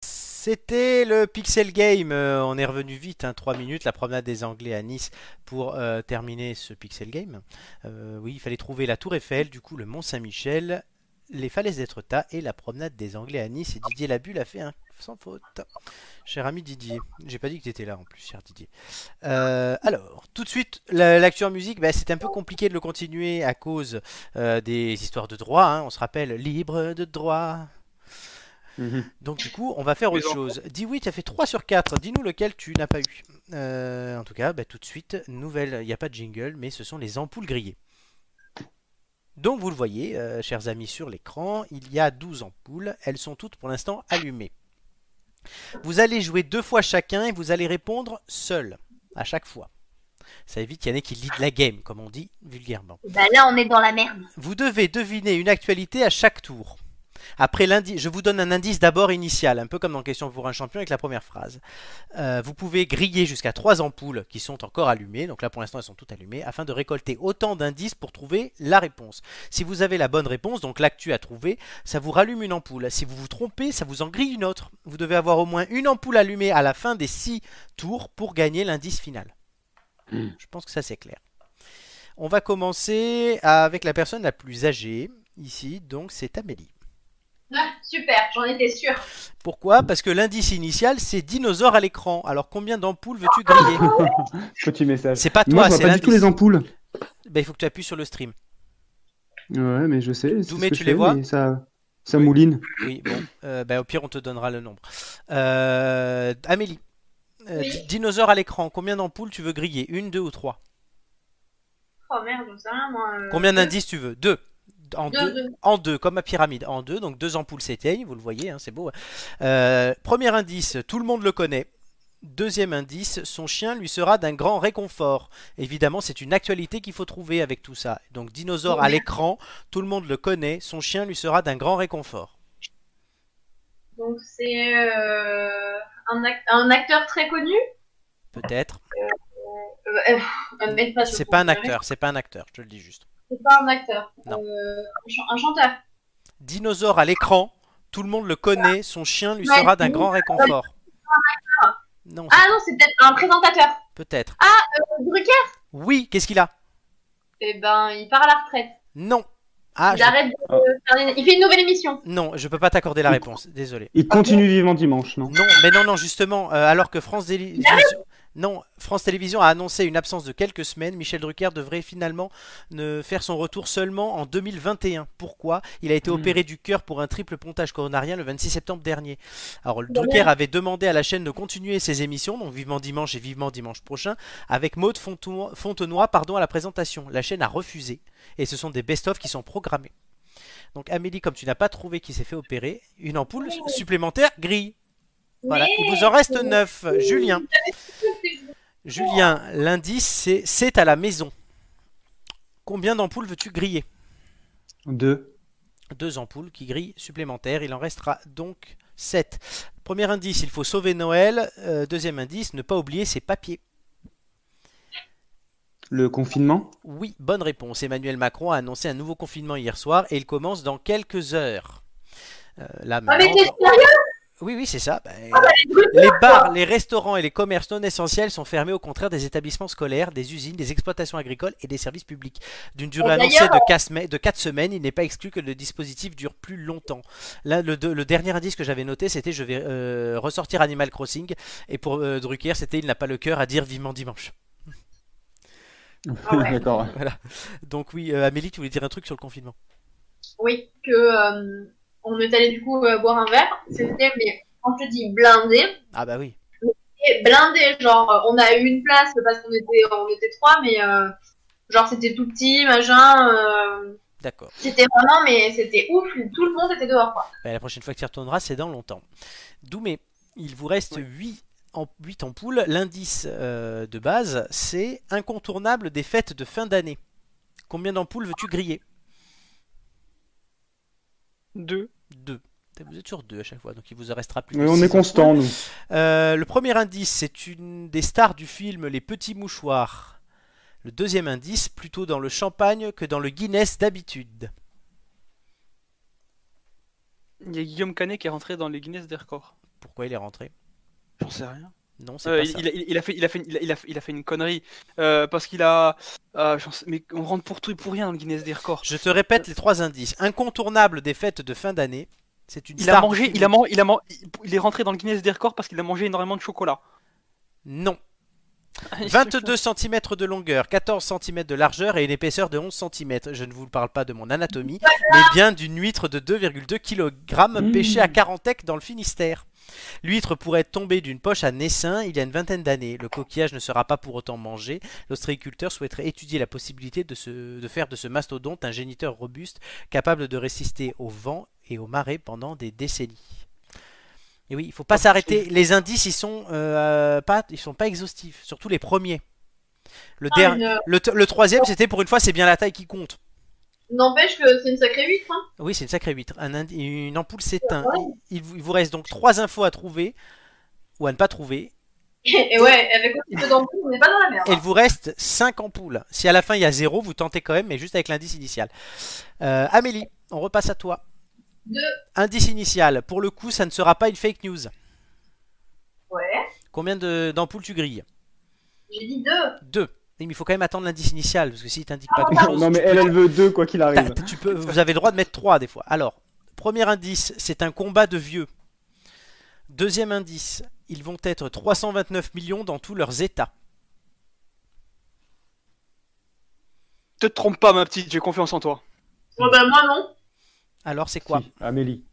[SPEAKER 1] C'était le Pixel Game. Euh, on est revenu vite, hein, 3 minutes, la promenade des Anglais à Nice pour euh, terminer ce Pixel Game. Euh, oui, il fallait trouver la Tour Eiffel, du coup le Mont Saint-Michel, les falaises d'Étretat et la promenade des Anglais à Nice. Et Didier Labulle a fait un sans faute. Cher ami Didier, j'ai pas dit que t'étais là en plus, cher Didier. Euh, alors, tout de suite, la- l'actu en musique, bah, c'est un peu compliqué de le continuer à cause euh, des histoires de droit. hein. On se rappelle, libre de droit. Donc du coup, on va faire
[SPEAKER 2] Mais
[SPEAKER 1] autre
[SPEAKER 2] non.
[SPEAKER 1] chose. Dis oui, tu as fait 3 sur 4. Dis-nous lequel tu n'as pas eu. Euh, en tout cas, bah, tout de suite, nouvelle, il n'y a pas de jingle, mais ce sont les ampoules grillées. Donc vous le voyez, euh, chers amis, sur l'écran, il y a 12 ampoules. Elles sont toutes pour l'instant allumées. Vous allez jouer deux fois chacun et vous allez répondre seul, à chaque fois. Ça évite qu'il y en ait qui lead la game, comme on dit vulgairement.
[SPEAKER 6] Bah là, on est dans la merde.
[SPEAKER 1] Vous devez deviner une actualité à chaque tour. Après l'indice, je vous donne un indice d'abord initial, un peu comme dans Question pour un champion avec la première phrase. Euh, vous pouvez griller jusqu'à trois ampoules qui sont encore allumées, donc là pour l'instant elles sont toutes allumées, afin de récolter autant d'indices pour trouver la réponse. Si vous avez la bonne réponse, donc l'actu à trouver, ça vous rallume une ampoule. Si vous vous trompez, ça vous en grille une autre. Vous devez avoir au moins une ampoule allumée à la fin des six tours pour gagner l'indice final.
[SPEAKER 3] Hmm.
[SPEAKER 1] Je pense que ça c'est clair. On va commencer avec la personne la plus âgée ici, donc c'est Amélie.
[SPEAKER 6] Ah, super, j'en étais sûre.
[SPEAKER 1] Pourquoi Parce que l'indice initial, c'est dinosaure à l'écran. Alors combien d'ampoules veux-tu griller
[SPEAKER 3] Petit message.
[SPEAKER 1] C'est pas toi,
[SPEAKER 3] Moi, je
[SPEAKER 1] c'est
[SPEAKER 3] vois pas du tout
[SPEAKER 1] l'indice.
[SPEAKER 3] les ampoules.
[SPEAKER 1] Ben, il faut que tu appuies sur le stream.
[SPEAKER 3] Ouais, mais je sais. c'est
[SPEAKER 1] Doumé,
[SPEAKER 3] ce que
[SPEAKER 1] tu
[SPEAKER 3] je
[SPEAKER 1] les
[SPEAKER 3] fais,
[SPEAKER 1] vois
[SPEAKER 3] mais Ça, ça mouline.
[SPEAKER 1] Oui, bon. Euh, ben, au pire, on te donnera le nombre. Euh, Amélie, euh,
[SPEAKER 6] Oui.
[SPEAKER 1] di- dinosaure à l'écran, combien d'ampoules tu veux griller Une, deux ou trois
[SPEAKER 6] Oh merde, j'en sais rien moi. euh,
[SPEAKER 1] Combien
[SPEAKER 6] deux-
[SPEAKER 1] d'indices tu veux Deux. En
[SPEAKER 6] deux-
[SPEAKER 1] deux,
[SPEAKER 6] deux.
[SPEAKER 1] en deux, comme ma pyramide, en deux, donc deux ampoules s'éteignent, vous le voyez, hein, c'est beau. Euh, premier indice, tout le monde le connaît. Deuxième indice, son chien lui sera d'un grand réconfort. Évidemment, c'est une actualité qu'il faut trouver avec tout ça. Donc, dinosaure à l'écran, tout le monde le connaît, son chien lui sera d'un grand réconfort.
[SPEAKER 6] Donc c'est euh, un, ac- un acteur très connu.
[SPEAKER 1] Peut-être.
[SPEAKER 6] Euh, euh, euh, mais pas
[SPEAKER 1] C'est pas un
[SPEAKER 6] acteur.
[SPEAKER 1] acteur, c'est pas un acteur, je te le dis juste.
[SPEAKER 6] C'est pas un acteur.
[SPEAKER 1] Non.
[SPEAKER 6] Euh, un chan- un chanteur.
[SPEAKER 1] Dinosaure à l'écran, tout le monde le connaît, son chien lui
[SPEAKER 6] Ouais.
[SPEAKER 1] sera d'un grand réconfort. Non,
[SPEAKER 6] Ah non, c'est peut-être un présentateur. Ah, euh,
[SPEAKER 1] peut-être.
[SPEAKER 6] Drucker
[SPEAKER 1] Oui, qu'est-ce qu'il a
[SPEAKER 6] Eh ben, il part à la retraite.
[SPEAKER 1] Non. Ah,
[SPEAKER 6] il
[SPEAKER 1] je-
[SPEAKER 6] arrête de
[SPEAKER 3] Ah.
[SPEAKER 6] faire des- Il fait une nouvelle émission.
[SPEAKER 1] non, je peux pas t'accorder la réponse, désolé.
[SPEAKER 3] Il continue vivement dimanche, non
[SPEAKER 1] Non, mais non, non, justement, euh, alors que France Télévisions... Non, France Télévisions a annoncé une absence de quelques semaines. Michel Drucker devrait finalement ne faire son retour seulement en 2021. Pourquoi Il a été
[SPEAKER 3] Hmm.
[SPEAKER 1] opéré du cœur pour un triple pontage coronarien le 26 septembre dernier. Alors, le
[SPEAKER 6] Bah
[SPEAKER 1] Drucker avait demandé à la chaîne de continuer ses émissions, donc Vivement Dimanche et Vivement Dimanche prochain, avec Maude Fonto- Fontenoy pardon, à la présentation. La chaîne a refusé et ce sont des best-of qui sont programmés. Donc, Amélie, comme tu n'as pas trouvé qui s'est fait opérer, une ampoule supplémentaire grille. Voilà, il vous en reste neuf. Julien. Julien, l'indice, c'est c'est à la maison. Combien d'ampoules veux-tu griller
[SPEAKER 3] Deux.
[SPEAKER 1] Deux ampoules qui grillent supplémentaires. Il en restera donc sept. Premier indice, il faut sauver Noël. Euh, deuxième indice, ne pas oublier ses papiers.
[SPEAKER 3] Le confinement.
[SPEAKER 1] Oui, bonne réponse. Emmanuel Macron a annoncé un nouveau confinement hier soir et il commence dans quelques heures. Euh, là,
[SPEAKER 6] Ah, mais
[SPEAKER 1] maintenant-
[SPEAKER 6] t'es sérieux Ah, bah,
[SPEAKER 1] Oui, oui, c'est ça. Ben, les bars, les restaurants et les commerces non essentiels sont fermés au contraire des établissements scolaires, des usines, des exploitations agricoles et des services publics. D'une durée
[SPEAKER 6] Et
[SPEAKER 1] annoncée
[SPEAKER 6] d'ailleurs-
[SPEAKER 1] de 4, semaines, il n'est pas exclu que le dispositif dure plus longtemps. Là, le, de- le dernier indice que j'avais noté, c'était je vais euh, ressortir Animal Crossing. Et pour euh, Drucker, c'était il n'a pas le cœur à dire vivement dimanche.
[SPEAKER 6] Ah ouais.
[SPEAKER 3] D'accord.
[SPEAKER 1] Donc oui, euh, Amélie, tu voulais dire un truc sur le confinement
[SPEAKER 6] Oui, que euh, on est allé du coup euh, boire un verre. C'était, mais quand je dis blindé,
[SPEAKER 1] Ah bah oui.
[SPEAKER 6] c'était blindé. Genre, euh, on a eu une place parce qu'on était, on était trois, mais euh, genre c'était tout petit, machin. euh,
[SPEAKER 1] D'accord.
[SPEAKER 6] c'était vraiment, mais c'était ouf. Tout le monde était dehors. Quoi.
[SPEAKER 1] Ben, la prochaine fois que tu y retourneras, c'est dans longtemps. Doumé, il vous reste 8, ampoules. L'indice euh, de base, c'est incontournable des fêtes de fin d'année. Combien d'ampoules veux-tu griller
[SPEAKER 2] Deux.
[SPEAKER 1] Deux. Putain, Vous êtes sur deux à chaque fois, donc il vous en restera plus.
[SPEAKER 3] Mais
[SPEAKER 1] que
[SPEAKER 3] on
[SPEAKER 1] six
[SPEAKER 3] est constant,
[SPEAKER 1] ampoules.
[SPEAKER 3] nous.
[SPEAKER 1] Euh, le premier indice, c'est une des stars du film Les Petits Mouchoirs. Le deuxième indice, plutôt dans le champagne que dans le Guinness d'habitude.
[SPEAKER 2] Il y a Guillaume Canet qui est rentré dans les Guinness des records.
[SPEAKER 1] Pourquoi il est rentré
[SPEAKER 2] J'en sais rien.
[SPEAKER 1] Non, c'est
[SPEAKER 2] Euh,
[SPEAKER 1] pas
[SPEAKER 2] il,
[SPEAKER 1] ça.
[SPEAKER 2] il a- il a fait, il a fait, une- il a, il a fait- il a fait une connerie Euh, parce qu'il a, euh, j'en sais- mais on rentre pour tout et pour rien dans le Guinness des records.
[SPEAKER 1] Je te répète les trois indices. Incontournable des fêtes de fin d'année. C'est une
[SPEAKER 2] Il
[SPEAKER 1] star
[SPEAKER 2] a
[SPEAKER 1] du
[SPEAKER 2] mangé,
[SPEAKER 1] film.
[SPEAKER 2] il a mangé, il a man- il est rentré dans le Guinness des records parce qu'il a mangé énormément de chocolat.
[SPEAKER 1] Non. 22 cm de longueur, 14 cm de largeur et une épaisseur de 11 cm. Je ne vous parle pas de mon anatomie, mais bien d'une huître de 2,2 kg
[SPEAKER 2] Mmh.
[SPEAKER 1] pêchée à Carantec dans le Finistère. L'huître pourrait tomber d'une poche à Nessin il y a une vingtaine d'années. Le coquillage ne sera pas pour autant mangé. L'ostréiculteur souhaiterait étudier la possibilité de, se- de faire de ce mastodonte un géniteur robuste capable de résister au vent et aux marées pendant des décennies. Et oui, il faut pas s'arrêter. Les indices, ils sont euh, pas, ils sont pas exhaustifs, surtout les premiers. Le,
[SPEAKER 6] Ah,
[SPEAKER 1] der-
[SPEAKER 6] une-
[SPEAKER 1] le, t- le troisième, c'était pour une fois, c'est bien la taille qui compte.
[SPEAKER 6] N'empêche que c'est une sacrée 8, hein.
[SPEAKER 1] Oui, c'est une sacrée 8. Un ind- une ampoule s'éteint. Il, il vous il vous reste donc trois infos à trouver ou à ne pas trouver.
[SPEAKER 6] Et ouais, avec un petit peu d'embrouille, on n'est pas dans la merde.
[SPEAKER 1] Et il vous reste 5 ampoules. Si à la fin il y a 0, vous tentez quand même, mais juste avec l'indice initial. Euh, Amélie, on repasse à toi.
[SPEAKER 6] Deux.
[SPEAKER 1] Indice initial. Pour le coup, ça ne sera pas une fake news.
[SPEAKER 6] Ouais,
[SPEAKER 1] Combien de- d'ampoules tu grilles
[SPEAKER 6] j'ai dit deux.
[SPEAKER 1] 2. Mais il faut quand même attendre l'indice initial, parce que si t'indique
[SPEAKER 6] Ah,
[SPEAKER 1] pas quelque chose.
[SPEAKER 3] Non, mais
[SPEAKER 1] tu
[SPEAKER 3] elle,
[SPEAKER 1] peux-
[SPEAKER 3] elle veut deux, quoi qu'il
[SPEAKER 1] t'as-
[SPEAKER 3] arrive.
[SPEAKER 1] t'as- tu peux, vous avez le droit de mettre 3 des fois. Alors, premier indice, c'est un combat de vieux. Deuxième indice, ils vont être 329 millions dans tous leurs états.
[SPEAKER 2] Te trompe pas, ma petite, j'ai confiance en toi.
[SPEAKER 6] Bon, bah, moi, non.
[SPEAKER 1] Alors, c'est quoi
[SPEAKER 3] Si, Amélie.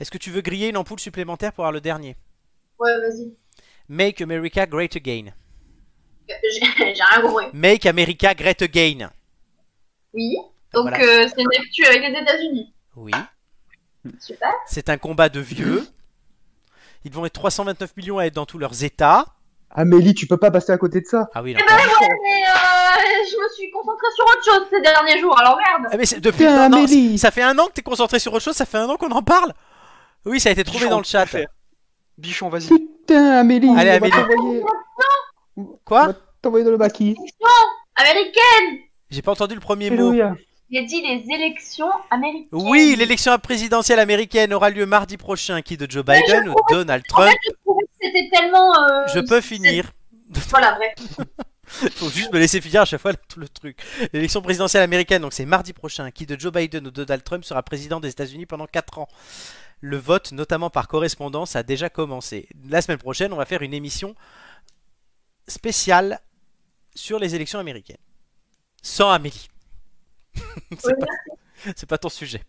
[SPEAKER 1] Est-ce que tu veux griller une ampoule supplémentaire pour avoir le dernier
[SPEAKER 6] Ouais, vas-y.
[SPEAKER 1] Make America Great Again.
[SPEAKER 6] Euh, J'ai j'ai rien compris.
[SPEAKER 1] Make America Great Again.
[SPEAKER 6] Oui. Donc,
[SPEAKER 1] Voilà.
[SPEAKER 6] euh, c'est Neptune avec les États-Unis.
[SPEAKER 1] Oui.
[SPEAKER 6] Super.
[SPEAKER 1] C'est un combat de vieux. Ils vont être 329 millions à être dans tous leurs états.
[SPEAKER 3] Amélie, tu peux pas passer à côté de ça.
[SPEAKER 1] Ah oui, non.
[SPEAKER 6] Eh ben ouais, mais euh, je me suis concentrée sur autre chose ces derniers jours, alors merde.
[SPEAKER 1] Ah, mais c'est- depuis
[SPEAKER 3] Putain,
[SPEAKER 1] non, non,
[SPEAKER 3] Amélie.
[SPEAKER 1] ça fait un an que t'es concentré sur autre chose, ça fait un an qu'on en parle. Oui, ça a été trouvé
[SPEAKER 2] Bichon,
[SPEAKER 1] dans le chat.
[SPEAKER 2] fais. Bichon, vas-y.
[SPEAKER 3] Putain, Amélie,
[SPEAKER 1] Allez,
[SPEAKER 3] on va
[SPEAKER 1] Amélie.
[SPEAKER 3] t'envoyer- on
[SPEAKER 1] Quoi
[SPEAKER 3] va t'envoyer dans le maquis.
[SPEAKER 6] Américaine,
[SPEAKER 1] J'ai pas entendu le premier mot.
[SPEAKER 3] Alléluia.
[SPEAKER 6] j'ai dit les élections américaines.
[SPEAKER 1] Oui, l'élection présidentielle américaine aura lieu mardi prochain. Qui de Joe
[SPEAKER 6] Mais je
[SPEAKER 1] Biden ou Donald
[SPEAKER 6] En
[SPEAKER 1] Trump
[SPEAKER 6] fait, je trouvais que c'était tellement. euh,
[SPEAKER 1] Je peux finir.
[SPEAKER 6] c'est- Voilà, bref.
[SPEAKER 1] Faut juste me laisser finir à chaque fois tout le truc. L'élection présidentielle américaine, donc c'est mardi prochain, qui de Joe Biden ou Donald Trump sera président des États-Unis pendant 4 ans. Le vote, notamment par correspondance, a déjà commencé. La semaine prochaine, on va faire une émission spéciale sur les élections américaines. Sans Amélie.
[SPEAKER 6] Oui,
[SPEAKER 1] c'est, pas, c'est pas ton sujet.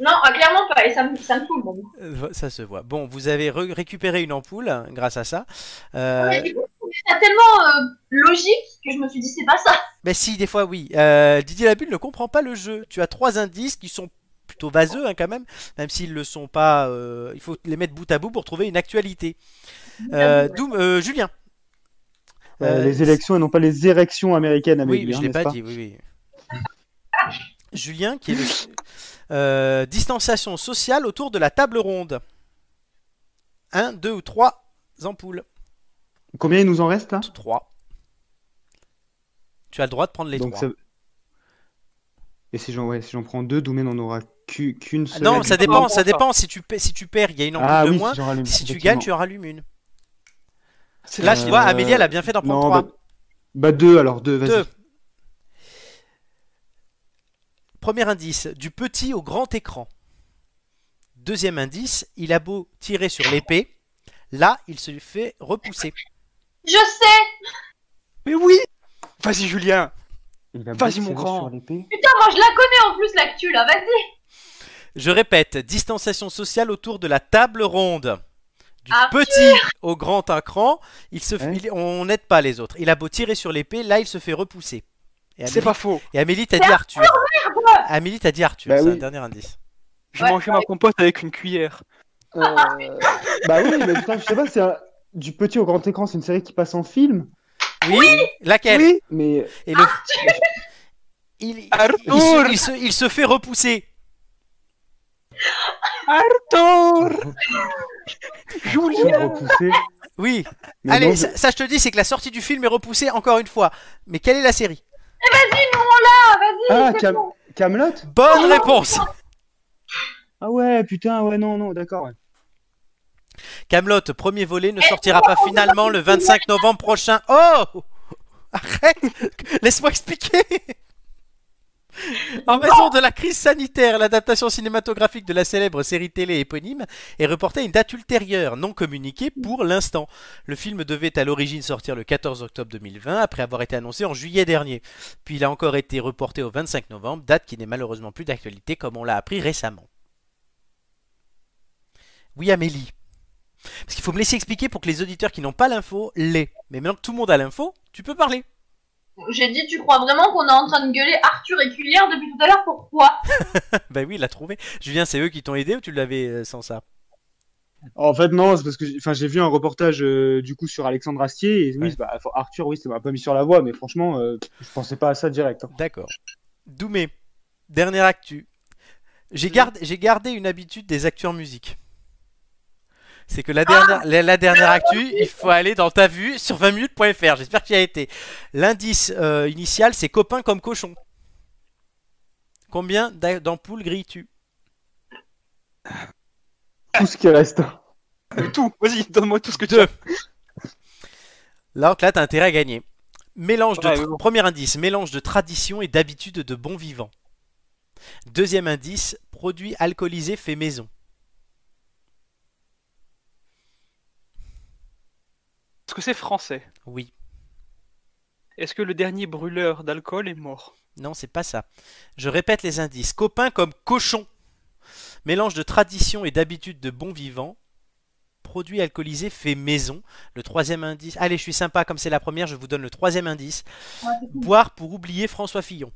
[SPEAKER 6] Non, ah, clairement pas, et ça me, ça me fout. Bon.
[SPEAKER 1] Euh, Ça se voit. Bon, vous avez re- récupéré une ampoule hein, grâce à ça. Euh,
[SPEAKER 6] Mais du coup, je trouvais ça tellement euh, logique que je me suis dit, c'est pas ça.
[SPEAKER 1] Ben si, des fois oui. Euh, Didier Labulle ne comprend pas le jeu. Tu as trois indices qui sont plutôt vaseux hein, quand même, même s'ils le sont pas. euh, il faut les mettre bout à bout pour trouver une actualité. Euh, d'où- euh, Julien.
[SPEAKER 3] Euh,
[SPEAKER 1] Euh,
[SPEAKER 3] les élections et non pas les érections américaines, Amélie.
[SPEAKER 1] oui, mais je
[SPEAKER 3] hein,
[SPEAKER 1] l'ai
[SPEAKER 3] n'est-ce
[SPEAKER 1] pas, dit. Oui, oui. Julien qui est le- Euh, distanciation sociale autour de la table ronde. Un, deux ou trois ampoules.
[SPEAKER 3] Combien il nous en reste là
[SPEAKER 1] Trois. Tu as le droit de prendre les
[SPEAKER 3] Donc,
[SPEAKER 1] trois.
[SPEAKER 3] ça- Et si j'en ouais, si j'en prends deux, Doumen en aura qu'u- qu'une seule.
[SPEAKER 1] Non,
[SPEAKER 3] à
[SPEAKER 1] ça
[SPEAKER 3] gagner.
[SPEAKER 1] dépend, ça
[SPEAKER 2] Ah, bon, ça.
[SPEAKER 1] dépend. Si tu, pa- si tu perds, il y a une ampoule
[SPEAKER 3] Ah
[SPEAKER 1] de
[SPEAKER 3] oui,
[SPEAKER 1] moins.
[SPEAKER 3] si, j'en rallume,
[SPEAKER 1] Si tu
[SPEAKER 3] effectivement.
[SPEAKER 1] gagnes, tu en rallumes une.
[SPEAKER 2] C'est
[SPEAKER 1] Là,
[SPEAKER 2] vrai.
[SPEAKER 1] tu vois,
[SPEAKER 3] Euh,
[SPEAKER 1] Amélie, elle a bien fait d'en prendre
[SPEAKER 3] Non,
[SPEAKER 1] trois.
[SPEAKER 3] bah... bah deux alors, deux, vas-y.
[SPEAKER 1] Deux. Premier indice, du petit au grand écran. Deuxième indice, il a beau tirer sur l'épée, là, il se fait repousser.
[SPEAKER 6] Je sais,
[SPEAKER 2] Mais oui Vas-y, Julien
[SPEAKER 3] Il a
[SPEAKER 2] Vas-y, mon
[SPEAKER 3] beau tirer
[SPEAKER 2] grand.
[SPEAKER 3] sur l'épée.
[SPEAKER 6] putain, moi je la connais en plus l'actu là, vas-y.
[SPEAKER 1] Je répète, distanciation sociale autour de la table ronde. Du
[SPEAKER 6] Arthur
[SPEAKER 1] petit au grand écran, il se,
[SPEAKER 3] Hein
[SPEAKER 1] il- on n'aide pas les autres. Il a beau tirer sur l'épée, là, il se fait repousser. Et
[SPEAKER 2] C'est
[SPEAKER 1] Amélie,
[SPEAKER 2] pas faux.
[SPEAKER 1] et Amélie t'a dit Arthur. Amélie t'a dit Arthur,
[SPEAKER 3] Bah
[SPEAKER 1] c'est
[SPEAKER 3] oui.
[SPEAKER 1] un dernier indice.
[SPEAKER 2] J'ai
[SPEAKER 6] Ouais,
[SPEAKER 2] mangé ma compote avec une cuillère.
[SPEAKER 3] Euh, Bah oui, mais putain, je sais pas, c'est un- du petit au grand écran, c'est une série qui passe en film,
[SPEAKER 1] Oui, Laquelle
[SPEAKER 2] Oui
[SPEAKER 3] mais
[SPEAKER 1] Et le... il, il-
[SPEAKER 2] Arthur
[SPEAKER 1] il se, il se- il se fait repousser.
[SPEAKER 2] Arthur Julien
[SPEAKER 3] repoussé.
[SPEAKER 1] Oui.
[SPEAKER 3] Mais
[SPEAKER 1] Allez,
[SPEAKER 3] non, je-
[SPEAKER 1] ça, ça, je te dis, c'est que la sortie du film est repoussée encore une fois. Mais quelle est la série
[SPEAKER 6] Ah, vas-y,
[SPEAKER 3] Ah,
[SPEAKER 6] c'est
[SPEAKER 3] Cam...
[SPEAKER 6] bon.
[SPEAKER 3] Camelot
[SPEAKER 1] Bonne réponse
[SPEAKER 3] Ah ouais, putain, ouais, non, non, d'accord. ouais.
[SPEAKER 1] Camelot, premier volet, ne sortira pas finalement le 25 novembre prochain. Oh Arrête Laisse-moi expliquer En raison de la crise sanitaire, l'adaptation cinématographique de la célèbre série télé éponyme est reportée à une date ultérieure, non communiquée pour l'instant. Le film devait à l'origine sortir le 14 octobre 2020, après avoir été annoncé en juillet dernier. Puis il a encore été reporté au 25 novembre, date qui n'est malheureusement plus d'actualité comme on l'a appris récemment. Oui Amélie. Parce qu'il faut me laisser expliquer pour que les auditeurs qui n'ont pas l'info l'aient. Mais maintenant que tout le monde a l'info, tu peux parler.
[SPEAKER 6] J'ai dit, tu crois vraiment qu'on est en train de gueuler Arthur et Cuillère depuis tout à l'heure, pourquoi
[SPEAKER 1] Ben oui, il l'a trouvé. Julien, c'est eux qui t'ont aidé ou tu l'avais euh, sans ça
[SPEAKER 3] En fait, non, c'est parce que j'ai- enfin, j'ai vu un reportage euh, du coup sur Alexandre Astier. Et,
[SPEAKER 1] Ouais.
[SPEAKER 3] oui, bah, Arthur, oui, ça m'a pas mis sur la voie, mais franchement, euh, je pensais pas à ça direct. hein.
[SPEAKER 1] D'accord. Doumé, dernière actu. J'ai gardé, j'ai gardé une habitude des actus en musique. C'est que la dernière, la, la dernière actu, il faut aller dans ta vue sur 20minutes.fr. J'espère qu'il y a été. L'indice euh, initial, c'est copain comme cochon. Combien d'a- d'ampoules grilles-tu
[SPEAKER 3] Tout ce qui reste. hein.
[SPEAKER 2] Tout, vas-y, donne-moi tout ce que tu
[SPEAKER 1] Deux. Là, donc là, t'as intérêt à gagner. Mélange de
[SPEAKER 2] Ouais,
[SPEAKER 1] tra-
[SPEAKER 2] mais bon.
[SPEAKER 1] Premier indice, mélange de tradition et d'habitude de bon vivant. Deuxième indice, produit alcoolisé fait maison.
[SPEAKER 2] Est-ce que c'est français
[SPEAKER 1] Oui.
[SPEAKER 2] Est-ce que le dernier brûleur d'alcool est mort
[SPEAKER 1] Non, c'est pas ça. Je répète les indices. Copain comme cochon. Mélange de tradition et d'habitude de bon vivant. Produit alcoolisé fait maison. Le troisième indice. Allez, je suis sympa, comme c'est la première, je vous donne le troisième indice.
[SPEAKER 6] Ouais, c'est cool.
[SPEAKER 1] Boire pour oublier François Fillon.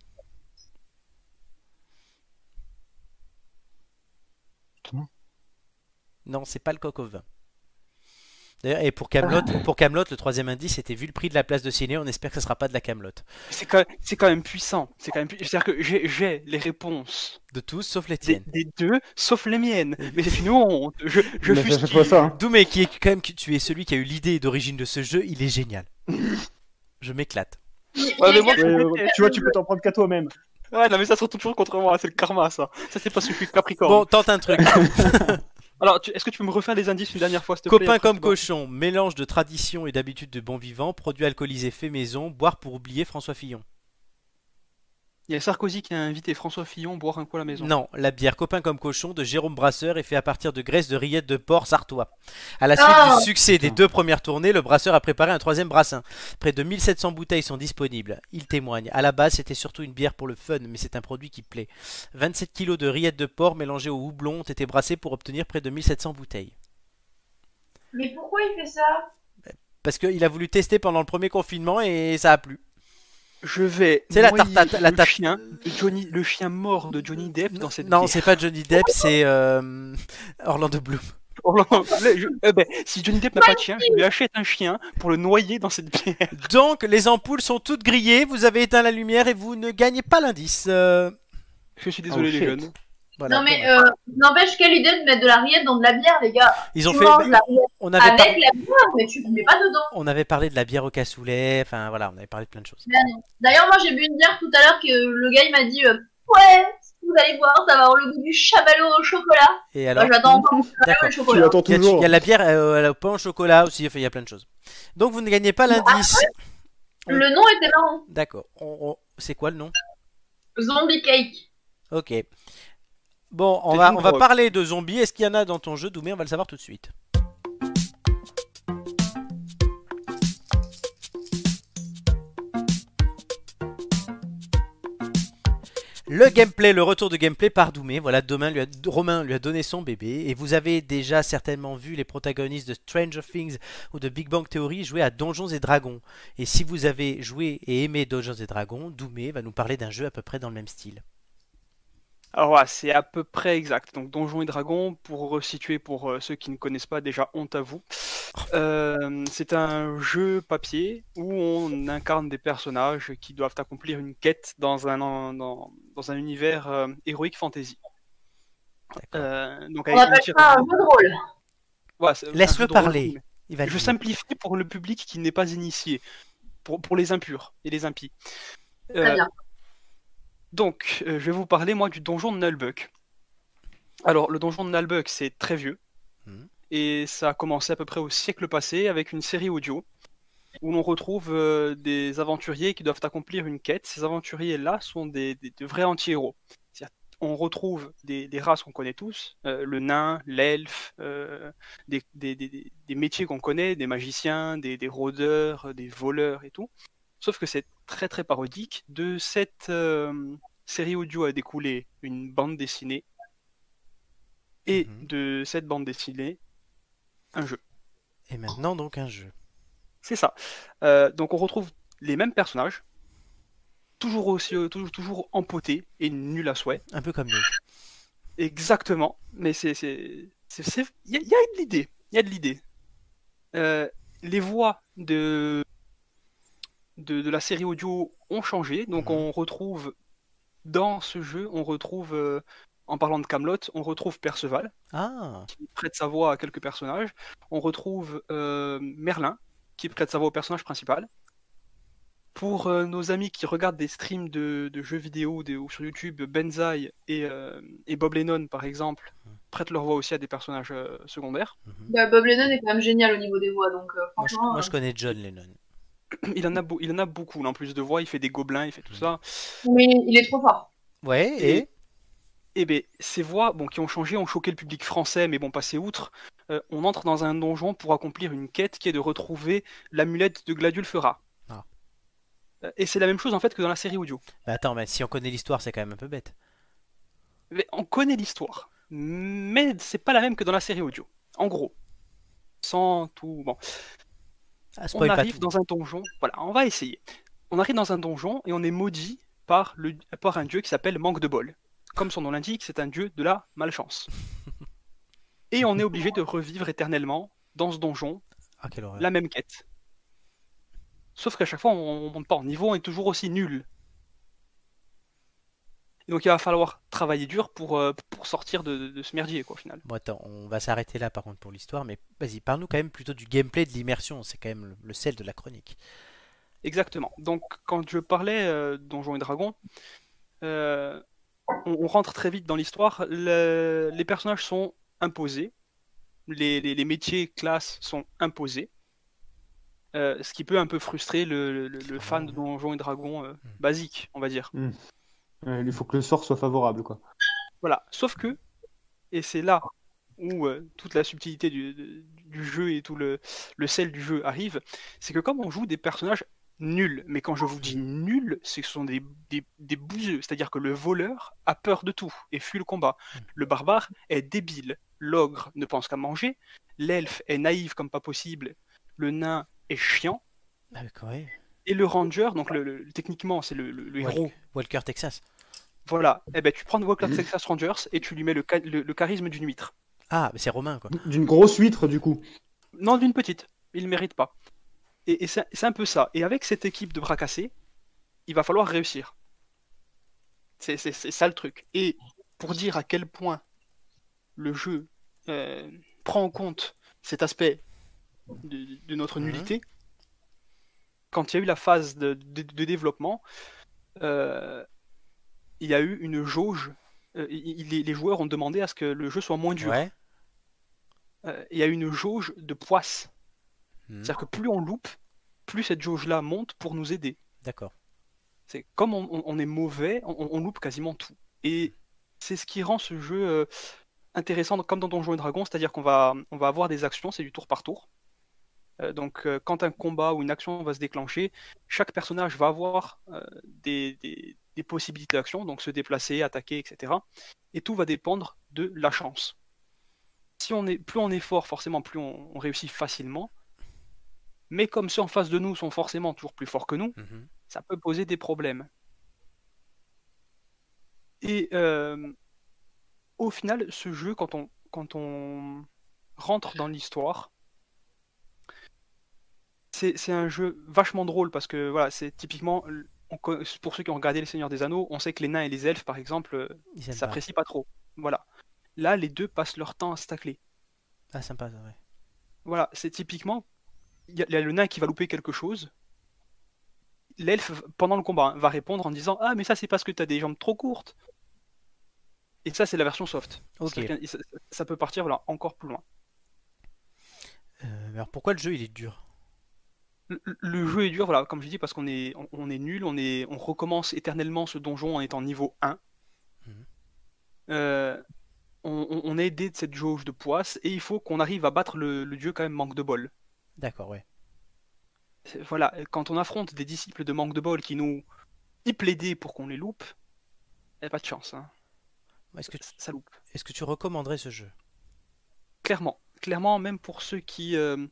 [SPEAKER 3] Putain.
[SPEAKER 1] Non, c'est pas le coq au vin. D'ailleurs, et pour Camelot, pour Camelot, le troisième indice c'était vu le prix de la place de ciné. On espère que ce sera pas de la Camelot.
[SPEAKER 2] C'est quand, c'est quand même puissant. C'est quand même. pu- C'est-à-dire que j'ai, j'ai les réponses
[SPEAKER 1] De tous, sauf les
[SPEAKER 2] des,
[SPEAKER 1] tiennes.
[SPEAKER 2] des deux, sauf les miennes. Mais c'est une honte. Je, je
[SPEAKER 3] Mais c'est à chaque
[SPEAKER 2] fustille.
[SPEAKER 3] fois ça. hein.
[SPEAKER 1] Doumé, qui est quand même qui- tu es celui qui a eu l'idée d'origine de ce jeu, il est génial. Je m'éclate.
[SPEAKER 2] Ouais, mais moi, je
[SPEAKER 3] Ouais, ouais,
[SPEAKER 2] déteste.
[SPEAKER 3] ouais. tu vois, tu peux t'en prendre qu'à toi-même.
[SPEAKER 2] Ouais, non, mais ça se retourne toujours contre moi. C'est le karma, ça. Ça, c'est parce que je suis Capricorne.
[SPEAKER 1] Bon, tente un truc.
[SPEAKER 2] Alors, tu- est-ce que tu peux me refaire les indices une dernière fois, s'il te plaît
[SPEAKER 1] Copain
[SPEAKER 2] après,
[SPEAKER 1] comme
[SPEAKER 2] c'est bon.
[SPEAKER 1] cochon, mélange de tradition et d'habitude de bon vivant, produits alcoolisés fait maison, boire pour oublier François Fillon.
[SPEAKER 2] Il y a Sarkozy qui a invité François Fillon boire un coup à la maison.
[SPEAKER 1] Non, la bière Copain comme cochon de Jérôme Brasseur est fait à partir de graisse de rillettes de porc sartois. À la suite
[SPEAKER 6] Ah
[SPEAKER 1] du succès des
[SPEAKER 3] Putain.
[SPEAKER 1] deux premières tournées, le brasseur a préparé un troisième brassin. Près de 1700 bouteilles sont disponibles. Il témoigne. À la base, c'était surtout une bière pour le fun, mais c'est un produit qui plaît. 27 kilos de rillettes de porc mélangées au houblon ont été brassées pour obtenir près de 1700 bouteilles.
[SPEAKER 6] Mais pourquoi il fait ça
[SPEAKER 1] Parce qu'il a voulu tester pendant le premier confinement et ça a plu.
[SPEAKER 2] Je vais.
[SPEAKER 1] C'est la
[SPEAKER 2] noyer
[SPEAKER 1] tarte à- la
[SPEAKER 2] le
[SPEAKER 1] tarte-
[SPEAKER 2] chien, de Johnny, le chien mort de Johnny Depp dans cette.
[SPEAKER 1] non,
[SPEAKER 2] bière.
[SPEAKER 1] c'est pas Johnny Depp, c'est euh, Orlando Bloom.
[SPEAKER 2] Oh là là, je- eh ben, si Johnny Depp n'a pas de chien, je lui achète un chien pour le noyer dans cette bière.
[SPEAKER 1] Donc, les ampoules sont toutes grillées, vous avez éteint la lumière et vous ne gagnez pas l'indice. Euh,
[SPEAKER 2] Je suis désolé,
[SPEAKER 3] Oh,
[SPEAKER 2] les
[SPEAKER 3] shit.
[SPEAKER 2] jeunes.
[SPEAKER 1] voilà,
[SPEAKER 6] Non mais
[SPEAKER 1] dommage.
[SPEAKER 6] euh, n'empêche quelle idée de mettre de la rillette dans de la bière les gars.
[SPEAKER 1] Ils ont
[SPEAKER 6] euh, Tu
[SPEAKER 1] fait.
[SPEAKER 6] manges la
[SPEAKER 1] On
[SPEAKER 2] Ah,
[SPEAKER 6] rillette
[SPEAKER 1] avait, par-
[SPEAKER 6] avec la bière mais tu ne mets pas dedans.
[SPEAKER 1] on avait parlé de la bière au cassoulet, enfin voilà, on avait parlé de plein de choses.
[SPEAKER 6] D'ailleurs moi j'ai bu une bière tout à l'heure que le gars il m'a dit euh, ouais vous allez voir ça va avoir le goût du chamallow au chocolat.
[SPEAKER 1] Et
[SPEAKER 6] Moi
[SPEAKER 1] alors,
[SPEAKER 6] j'attends encore le chamallow
[SPEAKER 1] d'accord.
[SPEAKER 6] au
[SPEAKER 3] Tu
[SPEAKER 6] chocolat.
[SPEAKER 3] l'attends
[SPEAKER 1] Il y, a, il
[SPEAKER 3] toujours. hein.
[SPEAKER 1] y a la bière euh, au pain au chocolat aussi, enfin il y a plein de choses. Donc, vous ne gagnez pas l'indice.
[SPEAKER 6] ah, Le nom était marrant.
[SPEAKER 1] D'accord. On- on- C'est quoi le nom
[SPEAKER 6] Zombie cake.
[SPEAKER 1] Ok. Bon, on
[SPEAKER 2] C'est
[SPEAKER 1] va,
[SPEAKER 2] une
[SPEAKER 1] on va
[SPEAKER 2] drogue.
[SPEAKER 1] parler de zombies. Est-ce qu'il y en a dans ton jeu, Doumé On va le savoir tout de suite. Le gameplay, le retour de gameplay par Doumé. Voilà, demain, lui a- Romain lui a donné son bébé. Et vous avez déjà certainement vu les protagonistes de Stranger Things ou de Big Bang Theory jouer à Donjons et Dragons. Et si vous avez joué et aimé Donjons et Dragons, Doumé va nous parler d'un jeu à peu près dans le même style.
[SPEAKER 2] Alors voilà, c'est à peu près exact. Donc Donjons et Dragons, pour resituer pour euh, ceux qui ne connaissent pas, déjà honte à vous. Euh, c'est un jeu papier où on incarne des personnages qui doivent accomplir une quête dans un, en- dans, dans un univers euh, héroïque fantasy.
[SPEAKER 1] D'accord.
[SPEAKER 2] Euh, donc avec
[SPEAKER 6] On
[SPEAKER 2] une
[SPEAKER 6] appelle
[SPEAKER 2] tire-
[SPEAKER 6] ça Ah, un jeu de rôle.
[SPEAKER 2] Voilà, c'est un
[SPEAKER 1] Laisse-le
[SPEAKER 2] jeu de rôle
[SPEAKER 1] parler. Il va
[SPEAKER 2] Je
[SPEAKER 1] dire.
[SPEAKER 2] simplifie pour le public qui n'est pas initié, pour, pour les impurs et les impies.
[SPEAKER 6] Très
[SPEAKER 2] Euh,
[SPEAKER 6] bien.
[SPEAKER 2] donc, euh, je vais vous parler, moi, du donjon de Nalbuck. Alors, le donjon de Nalbuck, c'est très vieux.
[SPEAKER 1] Mhm.
[SPEAKER 2] Et ça a commencé à peu près au siècle passé avec une série audio où l'on retrouve euh, des aventuriers qui doivent accomplir une quête. Ces aventuriers-là sont des, des- de vrais anti-héros. C'est-à-dire, On retrouve des, des races qu'on connaît tous, euh, le nain, l'elfe, euh, des, des- des- des- des métiers qu'on connaît, des magiciens, des, des rôdeurs, euh, des voleurs et tout. Sauf que c'est très très parodique. De cette euh, série audio a découlé une bande dessinée. Et
[SPEAKER 1] Mhm.
[SPEAKER 2] de cette bande dessinée, un jeu.
[SPEAKER 1] Et maintenant donc un jeu.
[SPEAKER 2] C'est ça. Euh, donc on retrouve les mêmes personnages, toujours aussi, euh, toujours, toujours empotés et nuls à souhait.
[SPEAKER 1] Un peu comme nous.
[SPEAKER 2] Exactement. Mais c'est, c'est, c'est- c'est- il y, a- il y a de l'idée. Il y a de l'idée. Euh, les voix de, de de la série audio ont changé, donc
[SPEAKER 1] Mhm.
[SPEAKER 2] on retrouve dans ce jeu, on retrouve, euh, en parlant de Camelot, on retrouve Perceval,
[SPEAKER 1] Ah,
[SPEAKER 2] qui prête sa voix à quelques personnages. On retrouve euh, Merlin, qui prête sa voix au personnage principal. Pour euh, nos amis qui regardent des streams de, de jeux vidéo des- ou sur YouTube, Benzaï et, euh, et Bob Lennon, par exemple, prêtent leur voix aussi à des personnages euh, secondaires.
[SPEAKER 6] Bah, Bob Lennon est quand même génial au niveau des voix, donc euh,
[SPEAKER 1] moi je,
[SPEAKER 6] franchement.
[SPEAKER 2] Ah.
[SPEAKER 1] moi, je connais John Lennon.
[SPEAKER 2] Il en a, beau- il en a beaucoup, là, en plus de voix, il fait des gobelins, il fait tout ça.
[SPEAKER 6] euh, Mais il est trop fort.
[SPEAKER 1] Ouais, et,
[SPEAKER 2] Et- Eh bien, ces voix bon, qui ont changé ont choqué le public français, mais bon, passé outre. Euh, on entre dans un donjon pour accomplir une quête qui est de retrouver l'amulette de Gladulfera.
[SPEAKER 1] Ah.
[SPEAKER 2] Euh, Et c'est la même chose en fait que dans la série audio.
[SPEAKER 1] Bah, attends, mais si on connaît l'histoire, c'est quand même un peu bête.
[SPEAKER 2] Mais on connaît l'histoire, mais c'est pas la même que dans la série audio. En gros, sans tout. Bon,
[SPEAKER 1] Ah,
[SPEAKER 2] on
[SPEAKER 1] spoil pas
[SPEAKER 2] arrive
[SPEAKER 1] tout.
[SPEAKER 2] dans un donjon. Voilà, on va essayer. On arrive dans un donjon et on est maudit par, le... par un dieu qui s'appelle Manque de Bol. Comme son nom l'indique, c'est un dieu de la malchance. Et on est obligé de revivre éternellement dans ce donjon
[SPEAKER 1] Ah, quelle horreur.
[SPEAKER 2] la même quête. Sauf qu'à chaque fois, on on monte pas en niveau, on est toujours aussi nul. Et donc il va falloir travailler dur pour, euh, pour sortir de, de ce merdier, quoi, au final.
[SPEAKER 1] Bon, attends, on va s'arrêter là par contre pour l'histoire, mais vas-y, parle-nous quand même plutôt du gameplay de l'immersion, c'est quand même le, le sel de la chronique.
[SPEAKER 2] Exactement. Donc, quand je parlais euh, Donjons et Dragons, euh, on, on rentre très vite dans l'histoire. Le- les personnages sont imposés, les, les- les métiers, classes sont imposés, Euh, ce qui peut un peu frustrer le, le- le fan de Donjons et Dragons euh, basique, on va dire.
[SPEAKER 3] Ouais, Euh, il faut que le sort soit favorable, quoi.
[SPEAKER 2] Voilà, sauf que, et c'est là où euh, toute la subtilité du, du- du jeu et tout le, le sel du jeu arrive, c'est que comme on joue des personnages nuls, mais quand je vous dis nuls, c'est que ce sont des, des, des bouseux, c'est-à-dire que le voleur a peur de tout et fuit le combat, le barbare est débile, l'ogre ne pense qu'à manger, l'elfe est naïf comme pas possible, le nain est chiant,
[SPEAKER 1] Ah, ouais.
[SPEAKER 2] et le ranger, donc le, le- techniquement c'est le, le- le
[SPEAKER 1] Walker-
[SPEAKER 2] héros
[SPEAKER 1] Walker Texas.
[SPEAKER 2] voilà, eh ben, tu prends Walker Texas Rangers et tu lui mets le, ca- le- le charisme d'une huître.
[SPEAKER 1] Ah, mais c'est Romain quoi.
[SPEAKER 3] D'une grosse huître, du coup.
[SPEAKER 2] Non, d'une petite. Il ne mérite pas. Et, et c'est c'est un peu ça. Et avec cette équipe de bras cassés, il va falloir réussir. C'est c'est- c'est ça le truc. Et pour dire à quel point le jeu euh, prend en compte cet aspect de, de notre
[SPEAKER 1] Mhm.
[SPEAKER 2] nullité, quand il y a eu la phase de, de- de développement, euh, il y a eu une jauge. euh, il- il- les, les joueurs ont demandé à ce que le jeu soit moins dur.
[SPEAKER 1] Ouais.
[SPEAKER 2] Euh, il y a eu une jauge de poisse.
[SPEAKER 1] Hmm,
[SPEAKER 2] C'est-à-dire que plus on loupe, plus cette jauge-là monte pour nous aider.
[SPEAKER 1] D'accord.
[SPEAKER 2] C'est comme on, on- on est mauvais, on, on loupe quasiment tout. Et c'est ce qui rend ce jeu euh, intéressant, comme dans Donjons et Dragons, c'est-à-dire qu'on va, on va avoir des actions, c'est du tour par tour. Euh, donc euh, quand un combat ou une action va se déclencher, chaque personnage va avoir euh, des, des- des possibilités d'action, donc se déplacer, attaquer, etc. Et tout va dépendre de la chance. Si on est, plus on est fort, forcément, plus on- on réussit facilement. Mais comme ceux en face de nous sont forcément toujours plus forts que nous,
[SPEAKER 1] Mhm.
[SPEAKER 2] ça peut poser des problèmes. Et euh, au final, ce jeu, quand on, quand on rentre dans l'histoire, c'est c'est un jeu vachement drôle parce que voilà, c'est typiquement, on co- pour ceux qui ont regardé Les Seigneurs des Anneaux, on sait que les nains et les elfes, par exemple, euh,
[SPEAKER 1] Ils aiment pas.
[SPEAKER 2] s'apprécient pas trop. Voilà. Là, les deux passent leur temps à se tacler.
[SPEAKER 1] Ah, sympa, ça, ouais.
[SPEAKER 2] Voilà, c'est typiquement. Il y, a- il y a le nain qui va louper quelque chose. L'elfe, v- pendant le combat, hein, va répondre en disant Ah, mais ça, c'est parce que t'as des jambes trop courtes. Et ça, c'est la version soft.
[SPEAKER 1] Ok.
[SPEAKER 2] C'est-à-dire que Ça, ça peut partir voilà, encore plus loin.
[SPEAKER 1] Euh, mais alors pourquoi le jeu il est dur
[SPEAKER 2] Le, le jeu est dur, voilà, comme je dis, parce qu'on est, on, on est nul, on, est, on recommence éternellement ce donjon en étant niveau 1.
[SPEAKER 1] Mhm.
[SPEAKER 2] Euh, on, on- on est aidé de cette jauge de poisse, et il faut qu'on arrive à battre le, le dieu quand même manque de bol.
[SPEAKER 1] D'accord, ouais.
[SPEAKER 2] voilà, quand on affronte des disciples de manque de bol qui nous y plaidaient pour qu'on les loupe, y a pas de chance, hein.
[SPEAKER 1] Est-ce que,
[SPEAKER 2] ça loupe.
[SPEAKER 1] est-ce que tu recommanderais ce jeu
[SPEAKER 2] Clairement, clairement, même pour ceux qui, euh,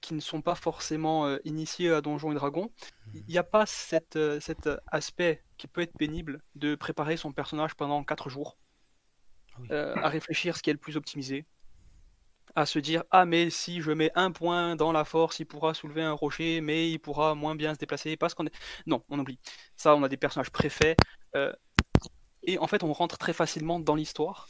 [SPEAKER 2] qui ne sont pas forcément euh, initiés à Donjons et Dragons,
[SPEAKER 1] Hmm.
[SPEAKER 2] il n'y a pas cette, euh, cet aspect qui peut être pénible de préparer son personnage pendant 4 jours,
[SPEAKER 1] Ah oui.
[SPEAKER 2] euh, à réfléchir ce qui est le plus optimisé, à se dire ah mais si je mets un point dans la force, il pourra soulever un rocher, mais il pourra moins bien se déplacer parce qu'on est... Non, on oublie. Ça, on a des personnages préfets. euh, Et en fait, on rentre très facilement dans l'histoire.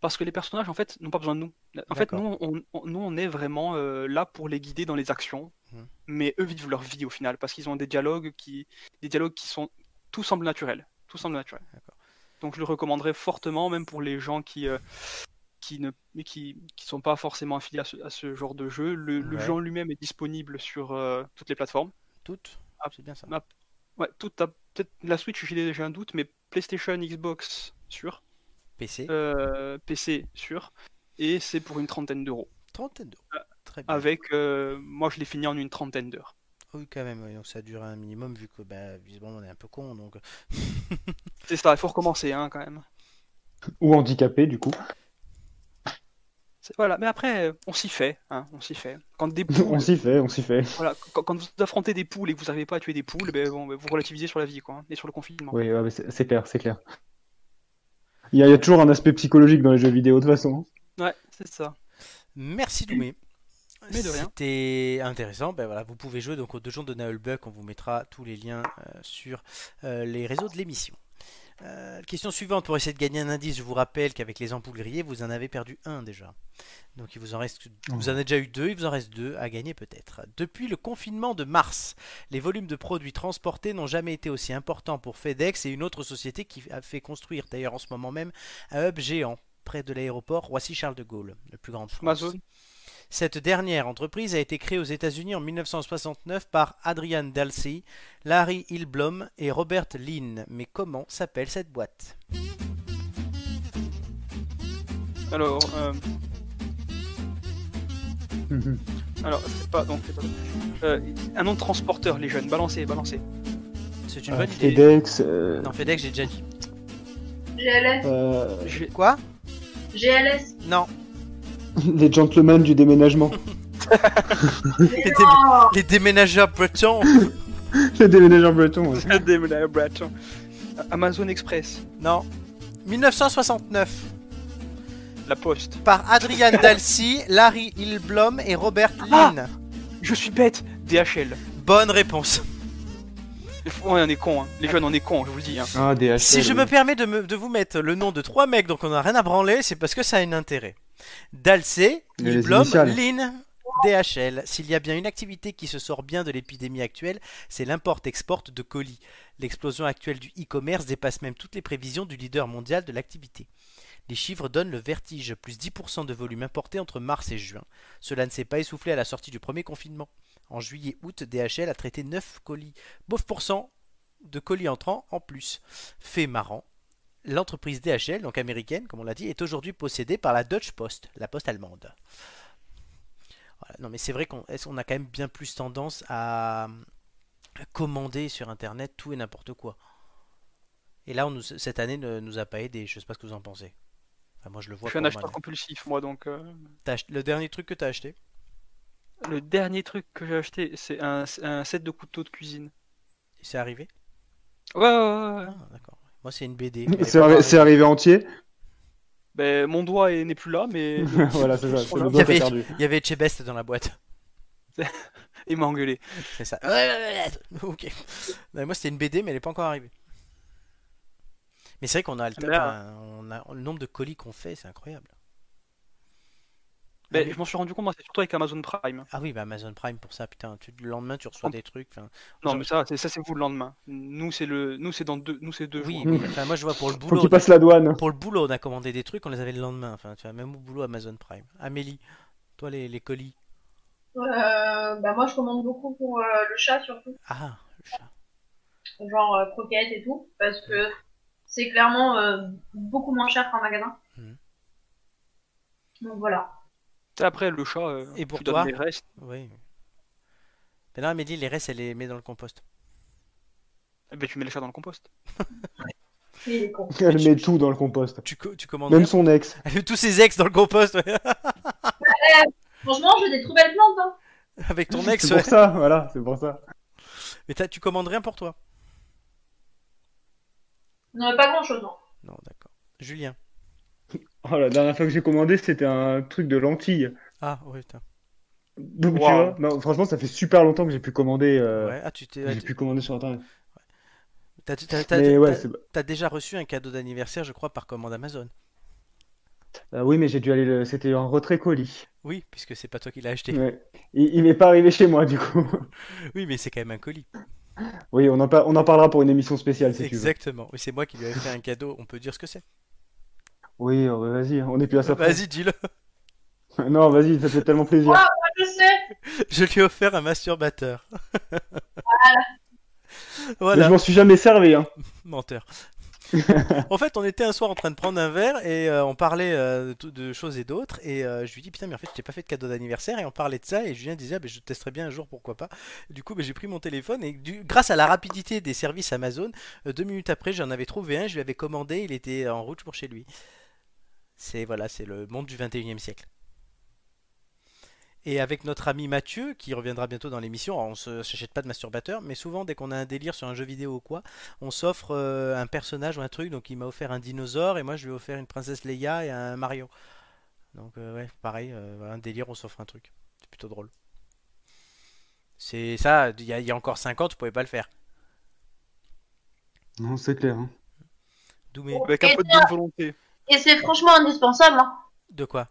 [SPEAKER 2] Parce que les personnages, en fait, n'ont pas besoin de nous. En fait,
[SPEAKER 1] D'accord.
[SPEAKER 2] nous, on, on- nous, on est vraiment euh, là pour les guider dans les actions.
[SPEAKER 1] Mhm.
[SPEAKER 2] Mais eux vivent leur vie au final. Parce qu'ils ont des dialogues qui, des dialogues qui sont. Tout semble naturel. Tout semble naturel.
[SPEAKER 1] D'accord.
[SPEAKER 2] Donc, je le recommanderais fortement, même pour les gens qui. euh, qui ne mais qui, qui sont pas forcément affiliés à ce, à ce genre de jeu. Le, le
[SPEAKER 1] Ouais.
[SPEAKER 2] jeu en lui-même est disponible sur euh, toutes les plateformes.
[SPEAKER 1] Toutes
[SPEAKER 2] Ah.
[SPEAKER 1] C'est bien ça.
[SPEAKER 2] Ouais, tout a- peut-être la Switch, j'ai j'ai un doute, mais PlayStation, Xbox, sûr.
[SPEAKER 1] PC,
[SPEAKER 2] Euh, PC, sûr. Et c'est pour une trentaine d'euros.
[SPEAKER 1] trentaine d'euros. Très bien.
[SPEAKER 2] Avec, euh, moi, je l'ai fini en une trentaine d'heures.
[SPEAKER 1] Oui, quand même, oui, donc ça dure un minimum vu que bah, visiblement on est un peu con donc.
[SPEAKER 2] C'est ça, il faut recommencer, hein, quand même.
[SPEAKER 3] Ou handicapé, du coup.
[SPEAKER 2] C'est- Voilà, mais après, euh, on s'y fait, hein, on s'y fait. Quand des
[SPEAKER 3] on
[SPEAKER 2] poules,
[SPEAKER 3] s'y fait, on s'y fait.
[SPEAKER 2] voilà, quand, quand vous affrontez des poules et que vous n'arrivez pas à tuer des poules, ben, bon, ben, vous relativisez sur la vie, quoi, hein, et sur le confinement.
[SPEAKER 3] Oui, ouais, mais c'est c'est clair, c'est clair. Il y, a, il y a toujours un aspect psychologique dans les jeux vidéo, de toute façon.
[SPEAKER 2] Ouais, c'est ça.
[SPEAKER 1] Merci Doumé.
[SPEAKER 2] Mais de rien.
[SPEAKER 1] C'était intéressant. Ben voilà, vous pouvez jouer donc aux donjons de Naelbeck. On vous mettra tous les liens euh, sur euh, les réseaux de l'émission. Euh, question suivante pour essayer de gagner un indice. Je vous rappelle qu'avec les ampoules grillées, vous en avez perdu un déjà. Donc il vous en reste, vous en avez déjà eu deux. Il vous en reste deux à gagner peut-être. Depuis le confinement de mars, les volumes de produits transportés n'ont jamais été aussi importants pour FedEx et une autre société qui a fait construire d'ailleurs en ce moment même un hub géant près de l'aéroport Roissy-Charles de Gaulle, le plus grand de France.
[SPEAKER 2] Amazon,
[SPEAKER 1] Cette dernière entreprise a été créée aux États-Unis en 1969 par Adrian Dalsey, Larry Hillblom et Robert Lynn. Mais comment s'appelle cette boîte
[SPEAKER 2] alors, euh,
[SPEAKER 3] hein.
[SPEAKER 2] alors, c'est pas, donc, c'est pas- euh, un nom de transporteur, les jeunes, balancez, balancez.
[SPEAKER 1] C'est une
[SPEAKER 3] Euh,
[SPEAKER 1] bonne idée.
[SPEAKER 3] FedEx. euh,
[SPEAKER 1] Non, FedEx, j'ai déjà dit.
[SPEAKER 6] GLS.
[SPEAKER 3] euh,
[SPEAKER 2] J'ai-
[SPEAKER 1] Quoi
[SPEAKER 6] GLS.
[SPEAKER 1] Non,
[SPEAKER 3] les gentlemen du déménagement.
[SPEAKER 1] les, dé- les déménageurs bretons.
[SPEAKER 3] les déménageurs bretons. ouais.
[SPEAKER 2] Déménage, Bratton. Amazon Express,
[SPEAKER 1] Non. 1969
[SPEAKER 2] la poste.
[SPEAKER 1] par Adrian Dalsey, Larry Hillblom et Robert Lynn.
[SPEAKER 2] Je suis bête, DHL.
[SPEAKER 1] Bonne réponse.
[SPEAKER 2] Ouais, on est con, hein. les jeunes, on est con, je vous le dis. Hein.
[SPEAKER 3] Ah, DHL.
[SPEAKER 1] Si je
[SPEAKER 3] oui.
[SPEAKER 1] me permets de, me- de vous mettre le nom de trois mecs donc on n'a rien à branler, c'est parce que ça a un intérêt. Dalsé,
[SPEAKER 3] Les
[SPEAKER 1] Lilblom,
[SPEAKER 3] initiales.
[SPEAKER 1] Lynn, DHL. S'il y a bien une activité qui se sort bien de l'épidémie actuelle, c'est l'import-export de colis. L'explosion actuelle du e-commerce dépasse même toutes les prévisions du leader mondial de l'activité. Les chiffres donnent le vertige, plus 10% de volume importé entre mars et juin. Cela ne s'est pas essoufflé à la sortie du premier confinement. En juillet-août, DHL a traité 9 colis, 9% de colis entrants en plus. Fait marrant, l'entreprise DHL, donc américaine, comme on l'a dit, est aujourd'hui possédée par la Deutsche Post, la poste allemande. Voilà. Non, mais c'est vrai qu'on est-ce qu'on a quand même bien plus tendance à à commander sur Internet tout et n'importe quoi. Et là, on nous- cette année ne nous a pas aidé. Je sais pas ce que vous en pensez. Enfin, moi, je le
[SPEAKER 2] Je
[SPEAKER 1] vois.
[SPEAKER 2] suis un
[SPEAKER 1] pour
[SPEAKER 2] acheteur
[SPEAKER 1] moi-même.
[SPEAKER 2] compulsif, moi, donc. euh,
[SPEAKER 1] T'as ach- Le dernier truc que tu as acheté
[SPEAKER 2] Le dernier truc que j'ai acheté, c'est un, un set de couteaux de cuisine.
[SPEAKER 1] C'est arrivé
[SPEAKER 2] Ouais, ouais, ouais. ouais.
[SPEAKER 1] Ah, d'accord. Moi, c'est une BD.
[SPEAKER 3] C'est arri- c'est arrivé entier.
[SPEAKER 2] Ben, mon doigt est- n'est plus là, mais.
[SPEAKER 3] voilà, c'est ça. C'est le
[SPEAKER 1] Il y
[SPEAKER 3] doigt qui est
[SPEAKER 1] avait-
[SPEAKER 3] perdu.
[SPEAKER 1] Il y avait Chebest dans la boîte.
[SPEAKER 2] Il m'a engueulé.
[SPEAKER 1] C'est ça. Ouais, ouais, ouais, ok. Non, mais moi, c'était une BD, mais elle n'est pas encore arrivée. Mais c'est vrai qu'on a le,
[SPEAKER 2] Ah, mais là-
[SPEAKER 1] enfin, on a le nombre de colis qu'on fait, c'est incroyable.
[SPEAKER 2] Ben,
[SPEAKER 1] Ah oui.
[SPEAKER 2] je m'en suis rendu compte, moi, c'est surtout avec Amazon Prime.
[SPEAKER 1] Ah oui, bah Amazon Prime pour ça, putain. Tu, le lendemain, tu reçois des trucs. enfin,
[SPEAKER 2] Non,
[SPEAKER 1] Genre-
[SPEAKER 2] mais ça, c'est ça, c'est vous le lendemain. Nous, c'est le, nous, c'est dans deux, nous, c'est deux
[SPEAKER 1] Oui,
[SPEAKER 2] jours.
[SPEAKER 1] oui. Enfin, moi, je vois pour le
[SPEAKER 3] Faut
[SPEAKER 1] boulot.
[SPEAKER 3] qu'il passe la douane.
[SPEAKER 1] Pour le boulot, on a commandé des trucs, on les avait le lendemain. Enfin, tu vois, même au boulot Amazon Prime. Amélie, toi, les, les colis.
[SPEAKER 6] Euh, bah moi je commande beaucoup pour euh, le chat surtout,
[SPEAKER 1] Ah, le chat.
[SPEAKER 6] genre euh, croquettes et tout, parce que c'est clairement euh, beaucoup moins cher qu'en magasin.
[SPEAKER 1] Mhm.
[SPEAKER 6] Donc voilà.
[SPEAKER 2] Ça, Après, le chat. euh,
[SPEAKER 1] Et pour
[SPEAKER 2] je lui donne
[SPEAKER 1] toi
[SPEAKER 2] les restes.
[SPEAKER 1] Oui. Mais non, Amélie, les restes, elle les met dans le compost.
[SPEAKER 2] Eh Ben, tu mets le chat dans le compost.
[SPEAKER 6] Et les cons.
[SPEAKER 3] Elle
[SPEAKER 1] tu-
[SPEAKER 3] met tout dans le compost.
[SPEAKER 1] Tu, co- tu commandes
[SPEAKER 3] Même son ex.
[SPEAKER 1] Elle met tous ses ex dans le compost, ouais.
[SPEAKER 6] Franchement, j'ai des trop belles plantes. Hein.
[SPEAKER 1] Avec ton ex,
[SPEAKER 3] C'est
[SPEAKER 1] ouais.
[SPEAKER 3] pour ça, voilà, c'est pour ça.
[SPEAKER 1] Mais t'as- tu commandes rien pour toi
[SPEAKER 6] Non, mais pas hein. grand chose. Non.
[SPEAKER 1] Non, d'accord. Julien.
[SPEAKER 3] Oh, la dernière fois que j'ai commandé, c'était un truc de lentilles.
[SPEAKER 1] Ah, ouais, putain.
[SPEAKER 3] Donc, tu
[SPEAKER 2] Wow.
[SPEAKER 3] vois, non, franchement, ça fait super longtemps que j'ai pu commander. euh,
[SPEAKER 1] Ouais, ah, tu t'es.
[SPEAKER 3] J'ai pu commander sur internet.
[SPEAKER 1] T'as t'as- t'as-
[SPEAKER 3] Mais ouais,
[SPEAKER 1] t'as-
[SPEAKER 3] c'est- bah,
[SPEAKER 1] t'as déjà reçu un cadeau d'anniversaire, je crois, par commande Amazon.
[SPEAKER 3] Ah oui, mais j'ai dû aller. le- C'était un retrait colis.
[SPEAKER 1] Oui, puisque c'est pas toi qui l'as acheté.
[SPEAKER 3] Ouais. Il, il m'est pas arrivé chez moi, du coup.
[SPEAKER 1] Oui, mais c'est quand même un colis.
[SPEAKER 3] Oui, on en, par- on en parlera pour une émission spéciale si tu veux.
[SPEAKER 1] Exactement. Oui, c'est moi qui lui avais fait un cadeau. On peut dire ce que c'est.
[SPEAKER 3] Oui, euh, vas-y, on est plus à ça. près.
[SPEAKER 1] Vas-y, dis-le.
[SPEAKER 3] Non, vas-y, ça te fait tellement plaisir.
[SPEAKER 6] Ah, Je sais.
[SPEAKER 1] Je lui ai offert un masturbateur.
[SPEAKER 3] Mais
[SPEAKER 1] voilà.
[SPEAKER 3] je m'en suis jamais servi. Hein.
[SPEAKER 1] Menteur. en fait, on était un soir en train de prendre un verre et euh, on parlait euh, de, tout- de choses et d'autres. Et euh, je lui dis Putain, mais en fait, je t'ai pas fait de cadeau d'anniversaire. Et on parlait de ça. Et Julien disait ah, ben, Je testerai bien un jour, pourquoi pas. Du coup, ben, j'ai pris mon téléphone. Et du- grâce à la rapidité des services Amazon, euh, deux minutes après, j'en avais trouvé un. Je lui avais commandé. Il était en route pour chez lui. C'est voilà, c'est le monde du 21e siècle. Et avec notre ami Mathieu, qui reviendra bientôt dans l'émission, alors, on ne s'achète pas de masturbateur, mais souvent, dès qu'on a un délire sur un jeu vidéo ou quoi, on s'offre euh, un personnage ou un truc. Donc il m'a offert un dinosaure et moi je lui ai offert une princesse Leia et un Mario. Donc euh, ouais, pareil, euh, voilà, un délire, on s'offre un truc. C'est plutôt drôle. C'est ça, il y, a- il y a encore 5 ans, tu pouvais pas le faire.
[SPEAKER 3] Non, c'est clair. hein.
[SPEAKER 1] Doumé,
[SPEAKER 2] Bah, Avec un peu de bonne volonté.
[SPEAKER 6] Et c'est franchement indispensable. hein.
[SPEAKER 1] de quoi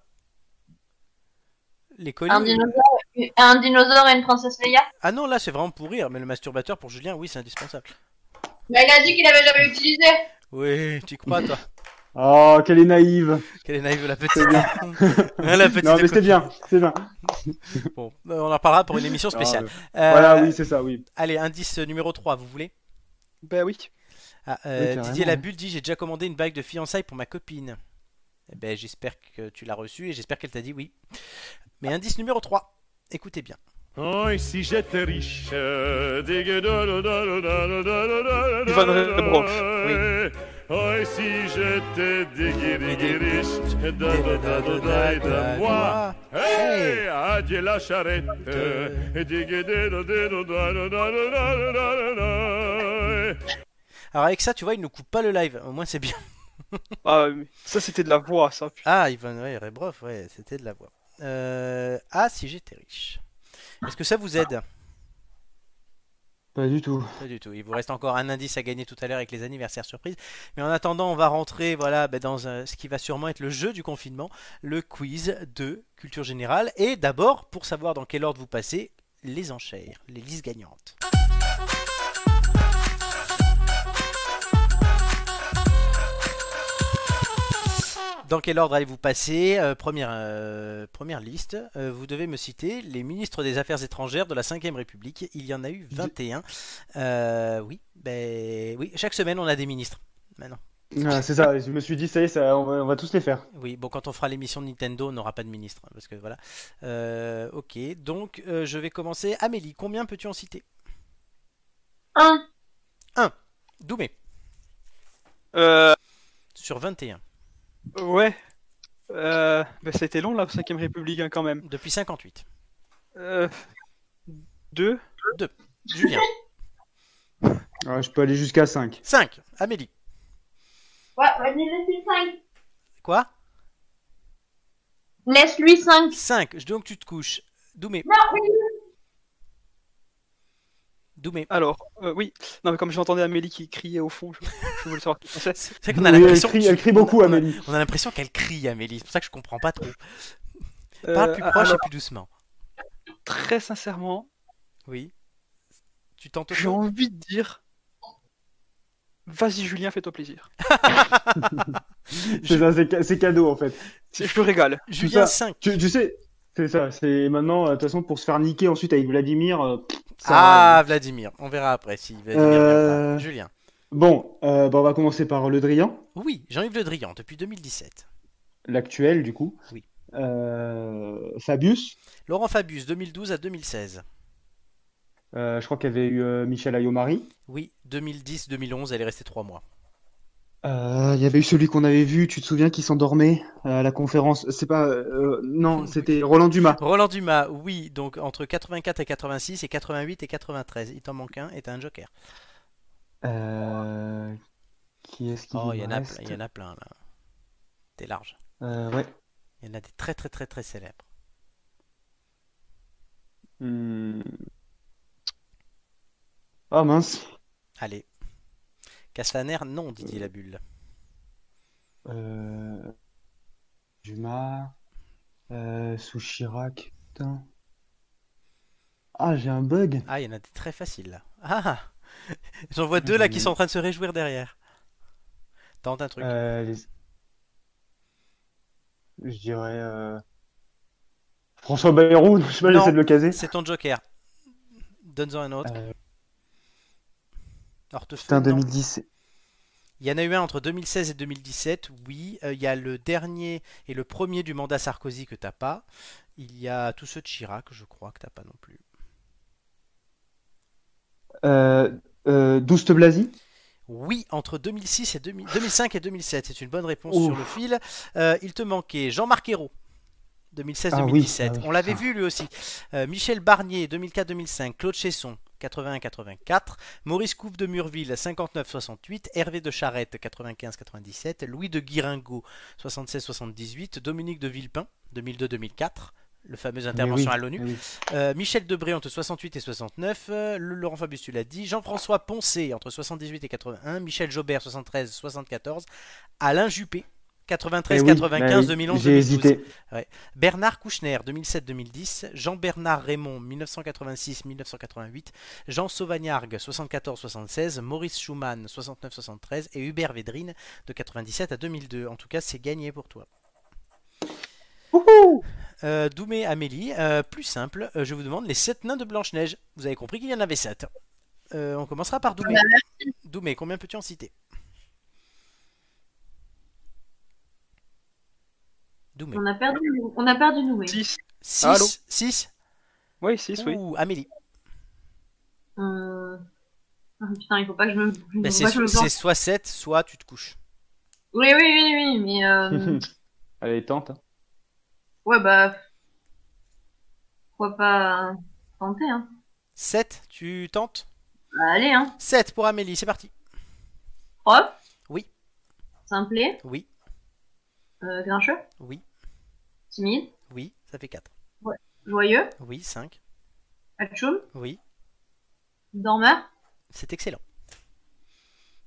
[SPEAKER 1] Les
[SPEAKER 6] Un
[SPEAKER 1] colis
[SPEAKER 6] dinosaure, un dinosaure et une princesse Leia.
[SPEAKER 1] Ah non, là c'est vraiment pour rire, mais le masturbateur pour Julien, oui, c'est indispensable.
[SPEAKER 6] Bah, il a dit qu'il avait jamais utilisé.
[SPEAKER 1] Oui, tu y crois toi
[SPEAKER 3] Oh, qu'elle est naïve.
[SPEAKER 1] Quelle est naïve la petite Hein, La petite
[SPEAKER 3] non, mais
[SPEAKER 1] est
[SPEAKER 3] c'était bien, c'est bien.
[SPEAKER 1] Bon, euh, on en parlera pour une émission spéciale.
[SPEAKER 3] Ah,
[SPEAKER 1] Euh,
[SPEAKER 3] Voilà, oui, c'est ça, oui.
[SPEAKER 1] Allez, indice numéro 3, vous voulez
[SPEAKER 2] Bah oui.
[SPEAKER 1] Ah, euh,
[SPEAKER 3] carrément,
[SPEAKER 1] Didier
[SPEAKER 3] ouais.
[SPEAKER 1] Labulle dit J'ai déjà commandé une bague de fiançailles pour ma copine. Eh ben, j'espère que tu l'as reçue et j'espère qu'elle t'a dit oui. Mais indice numéro 3, écoutez bien.
[SPEAKER 7] Oh, et si j'étais riche
[SPEAKER 2] Van
[SPEAKER 7] Van
[SPEAKER 2] Rebroff,
[SPEAKER 1] oui.
[SPEAKER 7] Oh, et si j'étais déguéri-riche
[SPEAKER 1] Ah,
[SPEAKER 7] Moi
[SPEAKER 1] Moi.
[SPEAKER 7] Hey, adieu la charrette Et
[SPEAKER 1] Alors, avec ça, tu vois, il ne coupe pas le live. Au moins, c'est bien.
[SPEAKER 2] Ah, mais ça c'était de la voix, ça. putain.
[SPEAKER 1] Ah, Ivan ouais, Rebroff, ouais, c'était de la voix. Euh, ah, si j'étais riche. Est-ce que ça vous aide
[SPEAKER 3] Pas du tout.
[SPEAKER 1] Pas du tout. Il vous reste encore un indice à gagner tout à l'heure avec les anniversaires surprises. Mais en attendant, on va rentrer voilà, ben, dans euh, ce qui va sûrement être le jeu du confinement, le quiz de culture générale. Et d'abord, pour savoir dans quel ordre vous passez, les enchères, les listes gagnantes. Dans quel ordre allez-vous passer Euh, première, euh, première liste, euh, vous devez me citer les ministres des Affaires étrangères de la 5ème République. Il y en a eu 21. Euh, oui, ben, oui, chaque semaine on a des ministres. Maintenant.
[SPEAKER 3] Ah, c'est ça, je me suis dit, ça y est, ça, on, va, on va tous les faire.
[SPEAKER 1] Oui, bon, quand on fera l'émission de Nintendo, on n'aura pas de ministre. hein, Parce que voilà. Euh, ok, donc euh, je vais commencer. Amélie, combien peux-tu en citer
[SPEAKER 6] Un.
[SPEAKER 1] Doumé,
[SPEAKER 2] Euh,
[SPEAKER 1] sur 21.
[SPEAKER 2] ouais. Euh, bah, ça a été long la 5ème République hein, quand même.
[SPEAKER 1] Depuis 58.
[SPEAKER 2] Euh, deux.
[SPEAKER 1] Julien,
[SPEAKER 3] Ah, je peux aller jusqu'à 5.
[SPEAKER 1] 5. Amélie,
[SPEAKER 6] Ouais, vas-y, laisse-lui 5.
[SPEAKER 1] quoi
[SPEAKER 6] Laisse-lui 5.
[SPEAKER 1] 5. Donc tu te couches. Doumé. Doumé.
[SPEAKER 2] Alors, euh, oui. Non, mais comme j'entendais Amélie qui criait au fond, je, je voulais savoir qui pensait.
[SPEAKER 1] C'est vrai qu'on a
[SPEAKER 3] Elle
[SPEAKER 1] l'impression.
[SPEAKER 3] crie, elle crie beaucoup,
[SPEAKER 1] on a-
[SPEAKER 3] Amélie.
[SPEAKER 1] On a l'impression qu'elle crie, Amélie. C'est pour ça que je comprends pas trop.
[SPEAKER 2] Euh,
[SPEAKER 1] Parle plus proche
[SPEAKER 2] alors,
[SPEAKER 1] et plus doucement.
[SPEAKER 2] très sincèrement,
[SPEAKER 1] Oui. Tu t'entends
[SPEAKER 2] j'ai envie de dire. Vas-y Julien, fais-toi plaisir.
[SPEAKER 3] C'est ça, c'est ca- c'est cadeau en fait.
[SPEAKER 2] C'est- Je te régale.
[SPEAKER 1] Julien
[SPEAKER 3] ça.
[SPEAKER 1] 5.
[SPEAKER 3] Tu, tu sais, c'est ça, c'est maintenant, euh, de toute façon, pour se faire niquer ensuite avec Vladimir. euh, pff, ça-
[SPEAKER 1] Ah, Vladimir. On verra après si Vladimir vient
[SPEAKER 3] Euh,
[SPEAKER 1] pas. Julien.
[SPEAKER 3] Bon, euh, bah, on va commencer par Le Drian,
[SPEAKER 1] Oui, Jean-Yves Le Drian, depuis 2017.
[SPEAKER 3] l'actuel du coup.
[SPEAKER 1] Oui.
[SPEAKER 3] Euh, Fabius,
[SPEAKER 1] Laurent Fabius, 2012 à 2016.
[SPEAKER 3] euh, je crois qu'il y avait eu euh, Michel Ayomari.
[SPEAKER 1] Oui, 2010-2011, elle est restée 3 mois.
[SPEAKER 3] Euh, Il y avait eu celui qu'on avait vu, tu te souviens, qui s'endormait à la conférence. C'est pas. euh, non, c'était Roland Dumas.
[SPEAKER 1] Roland Dumas, oui, donc entre 84 et 86 et 88 et 93. Il t'en manque un et t'as un joker.
[SPEAKER 3] Euh, qui est-ce qui
[SPEAKER 1] Oh,
[SPEAKER 3] nous
[SPEAKER 1] il y, en a
[SPEAKER 3] reste
[SPEAKER 1] plein, il y en a plein là. T'es large.
[SPEAKER 3] Euh, ouais.
[SPEAKER 1] Il y en a des très très très très célèbres.
[SPEAKER 3] Hmm. Ah mince.
[SPEAKER 1] Allez. Castaner, non, Didier Labulle.
[SPEAKER 3] Euh... Dumas. Euh... Souchirac. Putain. Ah, j'ai un bug.
[SPEAKER 1] Ah, il y en a des très faciles là. Ah J'en vois deux là qui sont en train de se réjouir derrière. Tente un truc.
[SPEAKER 3] Mmh. Euh, les- Je dirais. euh, François Bayrou, je sais pas,
[SPEAKER 1] Non.
[SPEAKER 3] j'essaie de le caser.
[SPEAKER 1] C'est ton joker. Donne-en un autre.
[SPEAKER 3] Euh,
[SPEAKER 1] Hortefeux,
[SPEAKER 3] Putain,
[SPEAKER 1] non.
[SPEAKER 3] 2010.
[SPEAKER 1] Il y en a eu un entre 2016 et 2017, oui. Euh, il y a le dernier et le premier du mandat Sarkozy que t'as pas. Il y a tous ceux de Chirac, je crois, que t'as pas non plus.
[SPEAKER 3] Euh... Euh... Douste Blasi
[SPEAKER 1] Oui, entre 2006 et 2000 2005 et 2007, c'est une bonne réponse
[SPEAKER 3] Ouf.
[SPEAKER 1] sur le fil. Euh, il te manquait Jean-Marc Ayrault, 2016-2017.
[SPEAKER 3] Ah oui, ah oui,
[SPEAKER 1] On l'avait
[SPEAKER 3] putain.
[SPEAKER 1] vu lui aussi. Euh, Michel Barnier, 2004-2005. Claude Chesson, 81-84. Maurice Couve de Murville, 59-68. Hervé de Charette, 95-97. Louis de Guiringaud, 76-78. Dominique de Villepin, 2002-2004. Le fameux intervention à
[SPEAKER 2] Eh
[SPEAKER 1] l'ONU. Euh, Michel Debré entre 68 et 69, euh, le- Laurent Fabius tu l'as dit, Jean-François Poncé entre 78 et 81, Michel Jobert 73 74, Alain Juppé
[SPEAKER 2] Eh
[SPEAKER 3] Eh
[SPEAKER 1] 93 95 2011
[SPEAKER 3] Bah J'ai
[SPEAKER 1] 2012,
[SPEAKER 3] hésité.
[SPEAKER 1] Bernard Kouchner 2007 2010, Jean-Bernard Raymond 1986 1988, Jean Sauvagnargues 74 76, Maurice Schumann 69 73 et Hubert Védrine de 97 à 2002. En tout cas, c'est gagné pour toi. Euh, Doumé, Amélie, euh, plus simple, euh, je vous demande les 7 nains de Blanche-Neige. Vous avez compris qu'il y en avait 7. on commencera par Doumé.
[SPEAKER 6] Bah,
[SPEAKER 1] Doumé, combien peux-tu en citer Doumé.
[SPEAKER 6] On a perdu, on a perdu nous.
[SPEAKER 2] 6.
[SPEAKER 1] 6
[SPEAKER 2] Allô
[SPEAKER 1] 6
[SPEAKER 2] Oui, 6, oui.
[SPEAKER 1] Ouh, Amélie.
[SPEAKER 6] Euh... ah, Putain, il faut pas que je me. il faut
[SPEAKER 1] Bah,
[SPEAKER 6] pas
[SPEAKER 1] c'est
[SPEAKER 6] que je me
[SPEAKER 1] so-
[SPEAKER 6] plante.
[SPEAKER 1] c'est soit 7, soit tu te couches.
[SPEAKER 6] Oui, oui, oui, oui, mais. Euh...
[SPEAKER 3] Allez, tente. hein.
[SPEAKER 6] ouais, bah. Pourquoi pas tenter, hein.
[SPEAKER 1] 7, tu tentes
[SPEAKER 6] Bah, allez, hein.
[SPEAKER 1] 7 pour Amélie, c'est parti.
[SPEAKER 6] Prof.
[SPEAKER 1] Oui.
[SPEAKER 6] Simplé.
[SPEAKER 1] Oui,
[SPEAKER 6] Euh, grincheux.
[SPEAKER 1] oui,
[SPEAKER 6] Timide.
[SPEAKER 1] oui, ça fait 4.
[SPEAKER 6] Joyeux.
[SPEAKER 1] Oui, 5.
[SPEAKER 6] Atchoum.
[SPEAKER 1] Oui,
[SPEAKER 6] Dormeur.
[SPEAKER 1] c'est excellent.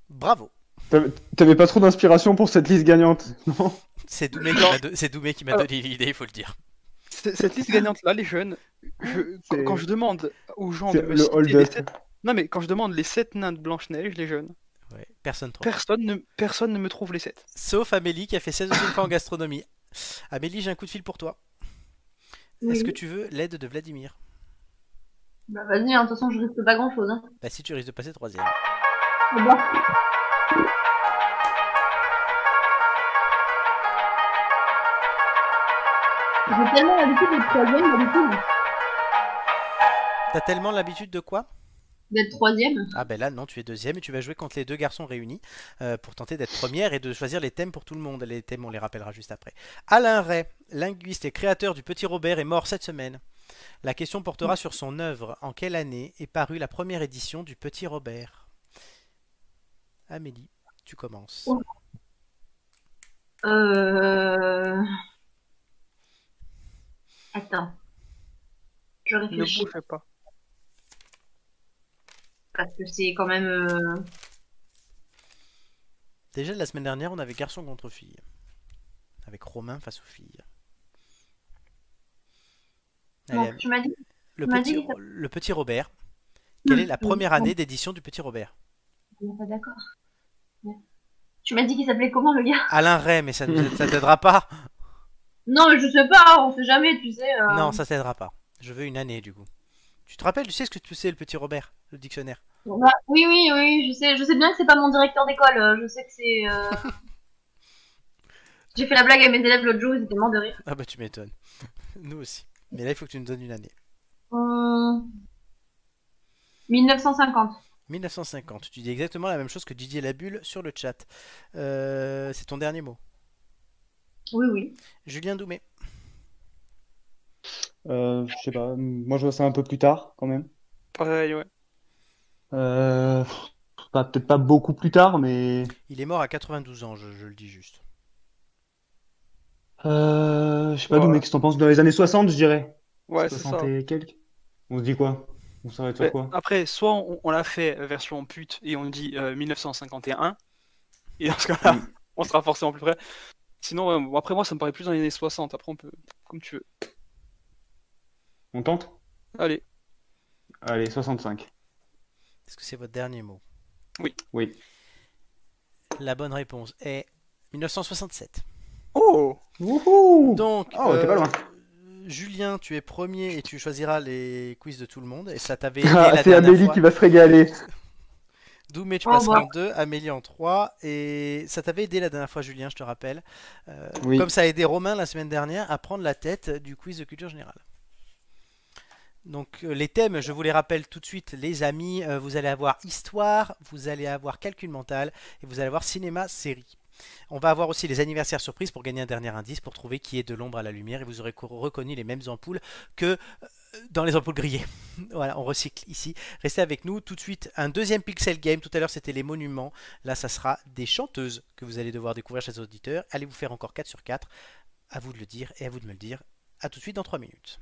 [SPEAKER 1] Bravo.
[SPEAKER 3] T'avais- T'avais pas trop d'inspiration pour cette liste gagnante, non
[SPEAKER 1] C'est Doumé qui m'a do- c'est Doumé qui m'a
[SPEAKER 2] Alors-
[SPEAKER 1] donné l'idée, il faut le dire.
[SPEAKER 2] C- Cette liste gagnante-là, les jeunes, je- quand,
[SPEAKER 3] C'est-
[SPEAKER 2] quand je demande aux gens de
[SPEAKER 3] C'est
[SPEAKER 2] me
[SPEAKER 3] le
[SPEAKER 2] citer les
[SPEAKER 3] hold-up.
[SPEAKER 2] sept- Non, mais quand je demande les 7 nains de Blanche-Neige, les jeunes,
[SPEAKER 1] Ouais, personne trop.
[SPEAKER 2] personne ne, personne ne me trouve les 7.
[SPEAKER 1] Sauf Amélie qui a fait 16 ou 5 ans en gastronomie. Amélie, j'ai un coup de fil pour toi. Est-ce que tu veux l'aide de Vladimir
[SPEAKER 6] Bah, vas-y, hein, de toute façon, je risque pas grand chose, hein.
[SPEAKER 1] Bah si tu risques de passer troisième.
[SPEAKER 6] Au revoir. J'ai tellement l'habitude d'être troisième, d'habitude.
[SPEAKER 1] T'as tellement l'habitude de quoi
[SPEAKER 6] D'être troisième.
[SPEAKER 1] Ah ben là non, tu es deuxième et tu vas jouer contre les deux garçons réunis euh, pour tenter d'être première et de choisir les thèmes pour tout le monde. Les thèmes, on les rappellera juste après. Alain Ray, linguiste et créateur du Petit Robert, est mort cette semaine. La question portera sur son œuvre. En quelle année est parue la première édition du Petit Robert Amélie, tu commences.
[SPEAKER 6] Euh... Attends. Je
[SPEAKER 2] Ne
[SPEAKER 6] réfléchis
[SPEAKER 2] bougez pas.
[SPEAKER 6] parce que c'est quand même. euh,
[SPEAKER 1] Déjà la semaine dernière, on avait garçon contre fille. Avec Romain face aux filles. Allez,
[SPEAKER 6] Bon,
[SPEAKER 1] Am-
[SPEAKER 6] tu m'as dit.
[SPEAKER 1] le,
[SPEAKER 6] tu m'as
[SPEAKER 1] petit,
[SPEAKER 6] dit-
[SPEAKER 1] Ro- le petit Robert. Quelle est la
[SPEAKER 6] Oui,
[SPEAKER 1] première
[SPEAKER 6] oui.
[SPEAKER 1] année d'édition du Petit Robert
[SPEAKER 6] On est pas d'accord. Ouais. Tu m'as dit qu'il s'appelait comment le gars
[SPEAKER 1] Alain Ray, mais ça ne ça t'aidera pas.
[SPEAKER 6] Non, mais je sais pas, on sait jamais, tu sais. euh,
[SPEAKER 1] Non, ça t'aidera pas. Je veux une année du coup. Tu te rappelles, tu sais ce que tu sais, le Petit Robert, le dictionnaire
[SPEAKER 6] bah, oui, oui, oui, je sais, je sais bien que c'est pas mon directeur d'école, euh, je sais que c'est. euh, J'ai fait la blague à mes élèves l'autre jour, ils étaient morts de rire.
[SPEAKER 1] Ah bah tu m'étonnes. Nous aussi. Mais là, il faut que tu nous donnes une année.
[SPEAKER 6] Hum, 1950.
[SPEAKER 1] 1950. Tu dis exactement la même chose que Didier Labulle sur le chat. Euh, C'est ton dernier mot.
[SPEAKER 6] Oui, oui.
[SPEAKER 1] Julien Doumé.
[SPEAKER 3] euh, Je sais pas, moi je vois ça un peu plus tard quand même.
[SPEAKER 2] Pareil, ouais.
[SPEAKER 3] Euh, pas- peut-être pas beaucoup plus tard, mais.
[SPEAKER 1] Il est mort à 92 ans, je, je le dis juste.
[SPEAKER 3] Euh, je sais pas,
[SPEAKER 2] Voilà.
[SPEAKER 3] euh, Doumé, qu'est-ce que t'en penses? Dans les années 60, je dirais.
[SPEAKER 2] Ouais, c'est
[SPEAKER 3] 60
[SPEAKER 2] ça.
[SPEAKER 3] et quelques. On se dit quoi? On s'arrête sur
[SPEAKER 2] Ouais,
[SPEAKER 3] quoi
[SPEAKER 2] Après, soit on, on la fait euh, version pute et on dit euh, 1951, et dans ce cas-là,
[SPEAKER 3] Mm.
[SPEAKER 2] on sera forcément plus près. Sinon, ouais, bon, après moi, ça me paraît plus dans les années 60. Après, on peut. Comme tu veux.
[SPEAKER 3] On tente
[SPEAKER 2] Allez,
[SPEAKER 3] Allez, 65.
[SPEAKER 1] Est-ce que c'est votre dernier mot
[SPEAKER 3] Oui.
[SPEAKER 1] La bonne réponse est 1967.
[SPEAKER 2] Oh
[SPEAKER 3] Wouhou
[SPEAKER 1] Donc,
[SPEAKER 3] Oh, t'es
[SPEAKER 1] euh,
[SPEAKER 3] pas loin.
[SPEAKER 1] Julien, tu es premier et tu choisiras les quiz de tout le monde. Et ça t'avait aidé
[SPEAKER 3] Ah,
[SPEAKER 1] la
[SPEAKER 3] c'est
[SPEAKER 1] dernière
[SPEAKER 3] Amélie
[SPEAKER 1] fois.
[SPEAKER 3] qui va se régaler.
[SPEAKER 1] Doumé, tu
[SPEAKER 6] Oh,
[SPEAKER 1] passeras
[SPEAKER 6] bah.
[SPEAKER 1] en 2, Amélie en 3. Et ça t'avait aidé la dernière fois, Julien, je te rappelle. Euh,
[SPEAKER 3] Oui.
[SPEAKER 1] Comme ça a aidé Romain la semaine dernière à prendre la tête du quiz de culture générale. Donc euh, les thèmes, je vous les rappelle tout de suite, les amis. Euh, vous allez avoir histoire, vous allez avoir calcul mental et vous allez avoir cinéma, série. On va avoir aussi les anniversaires surprises pour gagner un dernier indice pour trouver qui est de l'ombre à la lumière et vous aurez co- reconnu les mêmes ampoules que euh, dans les ampoules grillées. voilà, on recycle ici. Restez avec nous tout de suite. Un deuxième Pixel Game. Tout à l'heure, c'était les monuments. Là, ça sera des chanteuses que vous allez devoir découvrir chez les auditeurs. Allez vous faire encore 4 sur 4. À vous de le dire et à vous de me le dire. À tout de suite dans 3 minutes.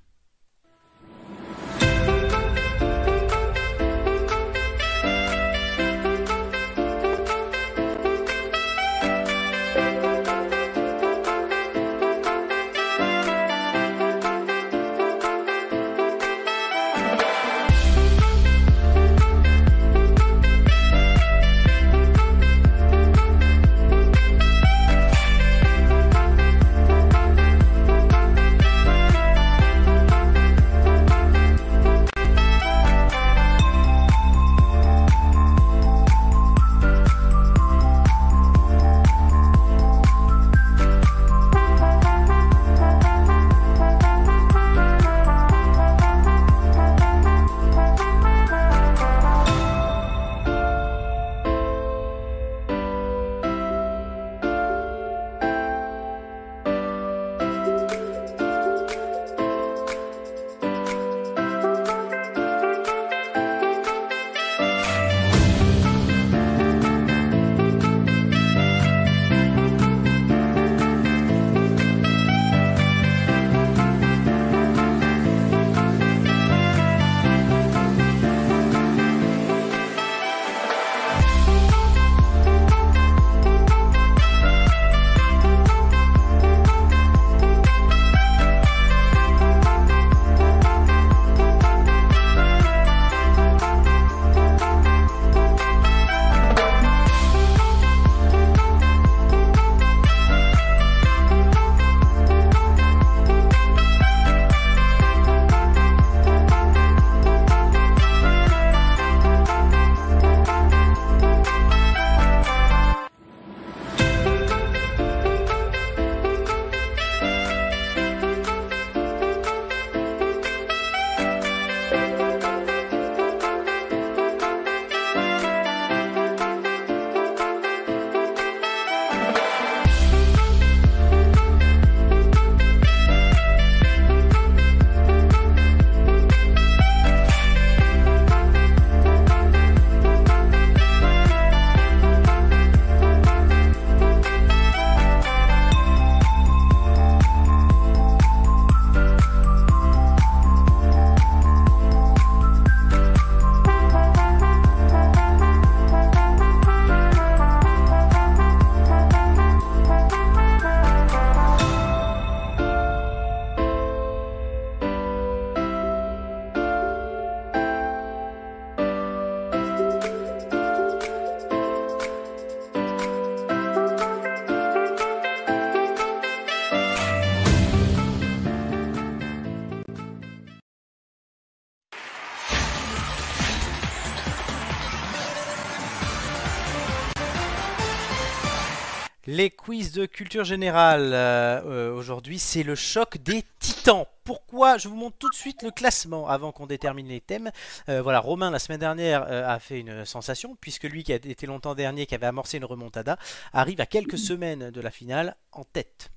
[SPEAKER 1] Les quiz de culture générale. euh, euh, Aujourd'hui, c'est le choc des titans. Pourquoi Je vous montre tout de suite le classement avant qu'on détermine les thèmes. Euh, voilà, Romain, la semaine dernière, euh, a fait une sensation, puisque lui, qui a été longtemps dernier, qui avait amorcé une remontada, arrive à quelques semaines de la finale en tête.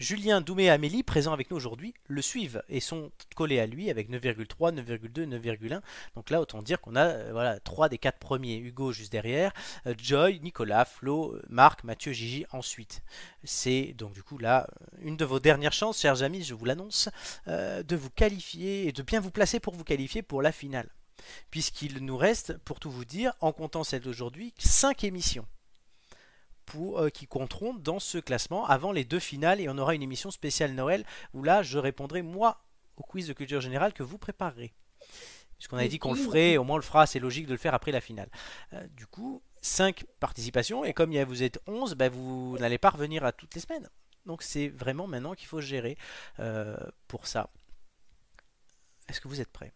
[SPEAKER 1] Julien, Doumé et Amélie, présents avec nous aujourd'hui, le suivent et sont collés à lui avec 9,3, 9,2, 9,1. Donc là, autant dire qu'on a euh, voilà, 3 des 4 premiers. Hugo juste derrière. Euh, Joy, Nicolas, Flo, euh, Marc, Mathieu, Gigi ensuite. C'est donc du coup là euh, une de vos dernières chances, chers amis, je vous l'annonce, euh, de vous qualifier et de bien vous placer pour vous qualifier pour la finale. puisqu'il nous reste, pour tout vous dire, en comptant celle d'aujourd'hui, 5 émissions pour, euh, qui compteront dans ce classement avant les deux finales et on aura une émission spéciale Noël où là je répondrai moi au quiz de culture générale que vous préparerez. Puisqu'on avait dit qu'on le ferait, au moins on le fera, c'est logique de le faire après la finale. Euh, du coup, 5 participations et comme il y a- vous êtes 11, bah, vous n'allez pas revenir à toutes les semaines. Donc c'est vraiment maintenant qu'il faut gérer euh, pour ça. Est-ce que vous êtes prêts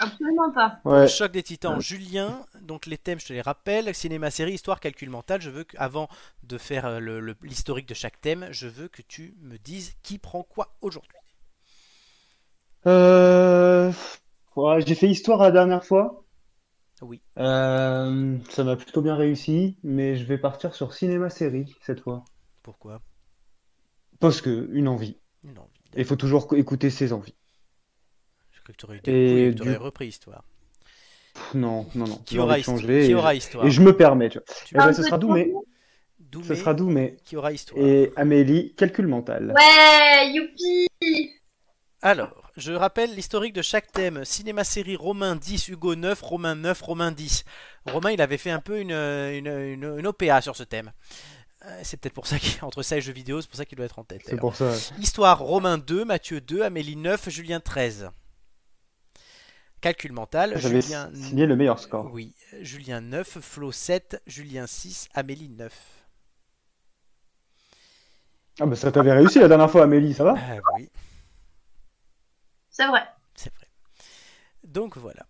[SPEAKER 6] Absolument pas.
[SPEAKER 3] Ouais.
[SPEAKER 1] Choc des Titans,
[SPEAKER 3] Ouais.
[SPEAKER 1] Julien. Donc les thèmes, je te les rappelle cinéma, série, histoire, calcul mental. Je veux que, avant de faire euh, le- le- l'historique de chaque thème, je veux que tu me dises qui prend quoi aujourd'hui.
[SPEAKER 3] Euh... ouais, j'ai fait histoire la dernière fois.
[SPEAKER 1] Oui.
[SPEAKER 3] Euh, ça m'a plutôt bien réussi, mais je vais partir sur cinéma-série cette fois.
[SPEAKER 1] Pourquoi
[SPEAKER 3] Parce que une envie.
[SPEAKER 1] Une envie.
[SPEAKER 3] Il faut toujours écouter ses envies.
[SPEAKER 1] Je crois que tu aurais,
[SPEAKER 3] Et du-
[SPEAKER 1] repris histoire.
[SPEAKER 3] Pff, Non, non, non.
[SPEAKER 1] Qui
[SPEAKER 3] j'ai
[SPEAKER 1] aura,
[SPEAKER 3] envie de
[SPEAKER 1] hist-
[SPEAKER 3] changer
[SPEAKER 1] qui
[SPEAKER 3] et,
[SPEAKER 1] aura histoire
[SPEAKER 3] et je me permets. Tu vois.
[SPEAKER 1] Tu
[SPEAKER 3] Eh ben,
[SPEAKER 6] parles
[SPEAKER 3] ce
[SPEAKER 6] de
[SPEAKER 3] sera
[SPEAKER 6] toi
[SPEAKER 3] Doumé.
[SPEAKER 1] Doumé,
[SPEAKER 3] Ce sera Doumé.
[SPEAKER 1] Qui aura histoire
[SPEAKER 3] Et Amélie, calcul mental.
[SPEAKER 6] Ouais, youpi
[SPEAKER 1] Alors, je rappelle l'historique de chaque thème. Cinéma série Romain 10, Hugo 9, Romain 9, Romain 10. Romain, il avait fait un peu une, une, une- une OPA sur ce thème. Euh, C'est peut-être pour ça qu'entre ça et jeux vidéo, c'est pour ça qu'il doit être en tête.
[SPEAKER 3] C'est
[SPEAKER 1] d'ailleurs.
[SPEAKER 3] pour ça.
[SPEAKER 1] Histoire Romain 2, Mathieu 2, Amélie 9, Julien 13. Calcul mental,
[SPEAKER 3] J'avais
[SPEAKER 1] Julien
[SPEAKER 3] signé le meilleur score.
[SPEAKER 1] Oui, Julien 9, Flo 7, Julien 6, Amélie 9.
[SPEAKER 3] Ah bah ça t'avait réussi la dernière fois, Amélie, ça va?
[SPEAKER 1] Ah oui,
[SPEAKER 6] C'est vrai.
[SPEAKER 1] c'est vrai. Donc voilà.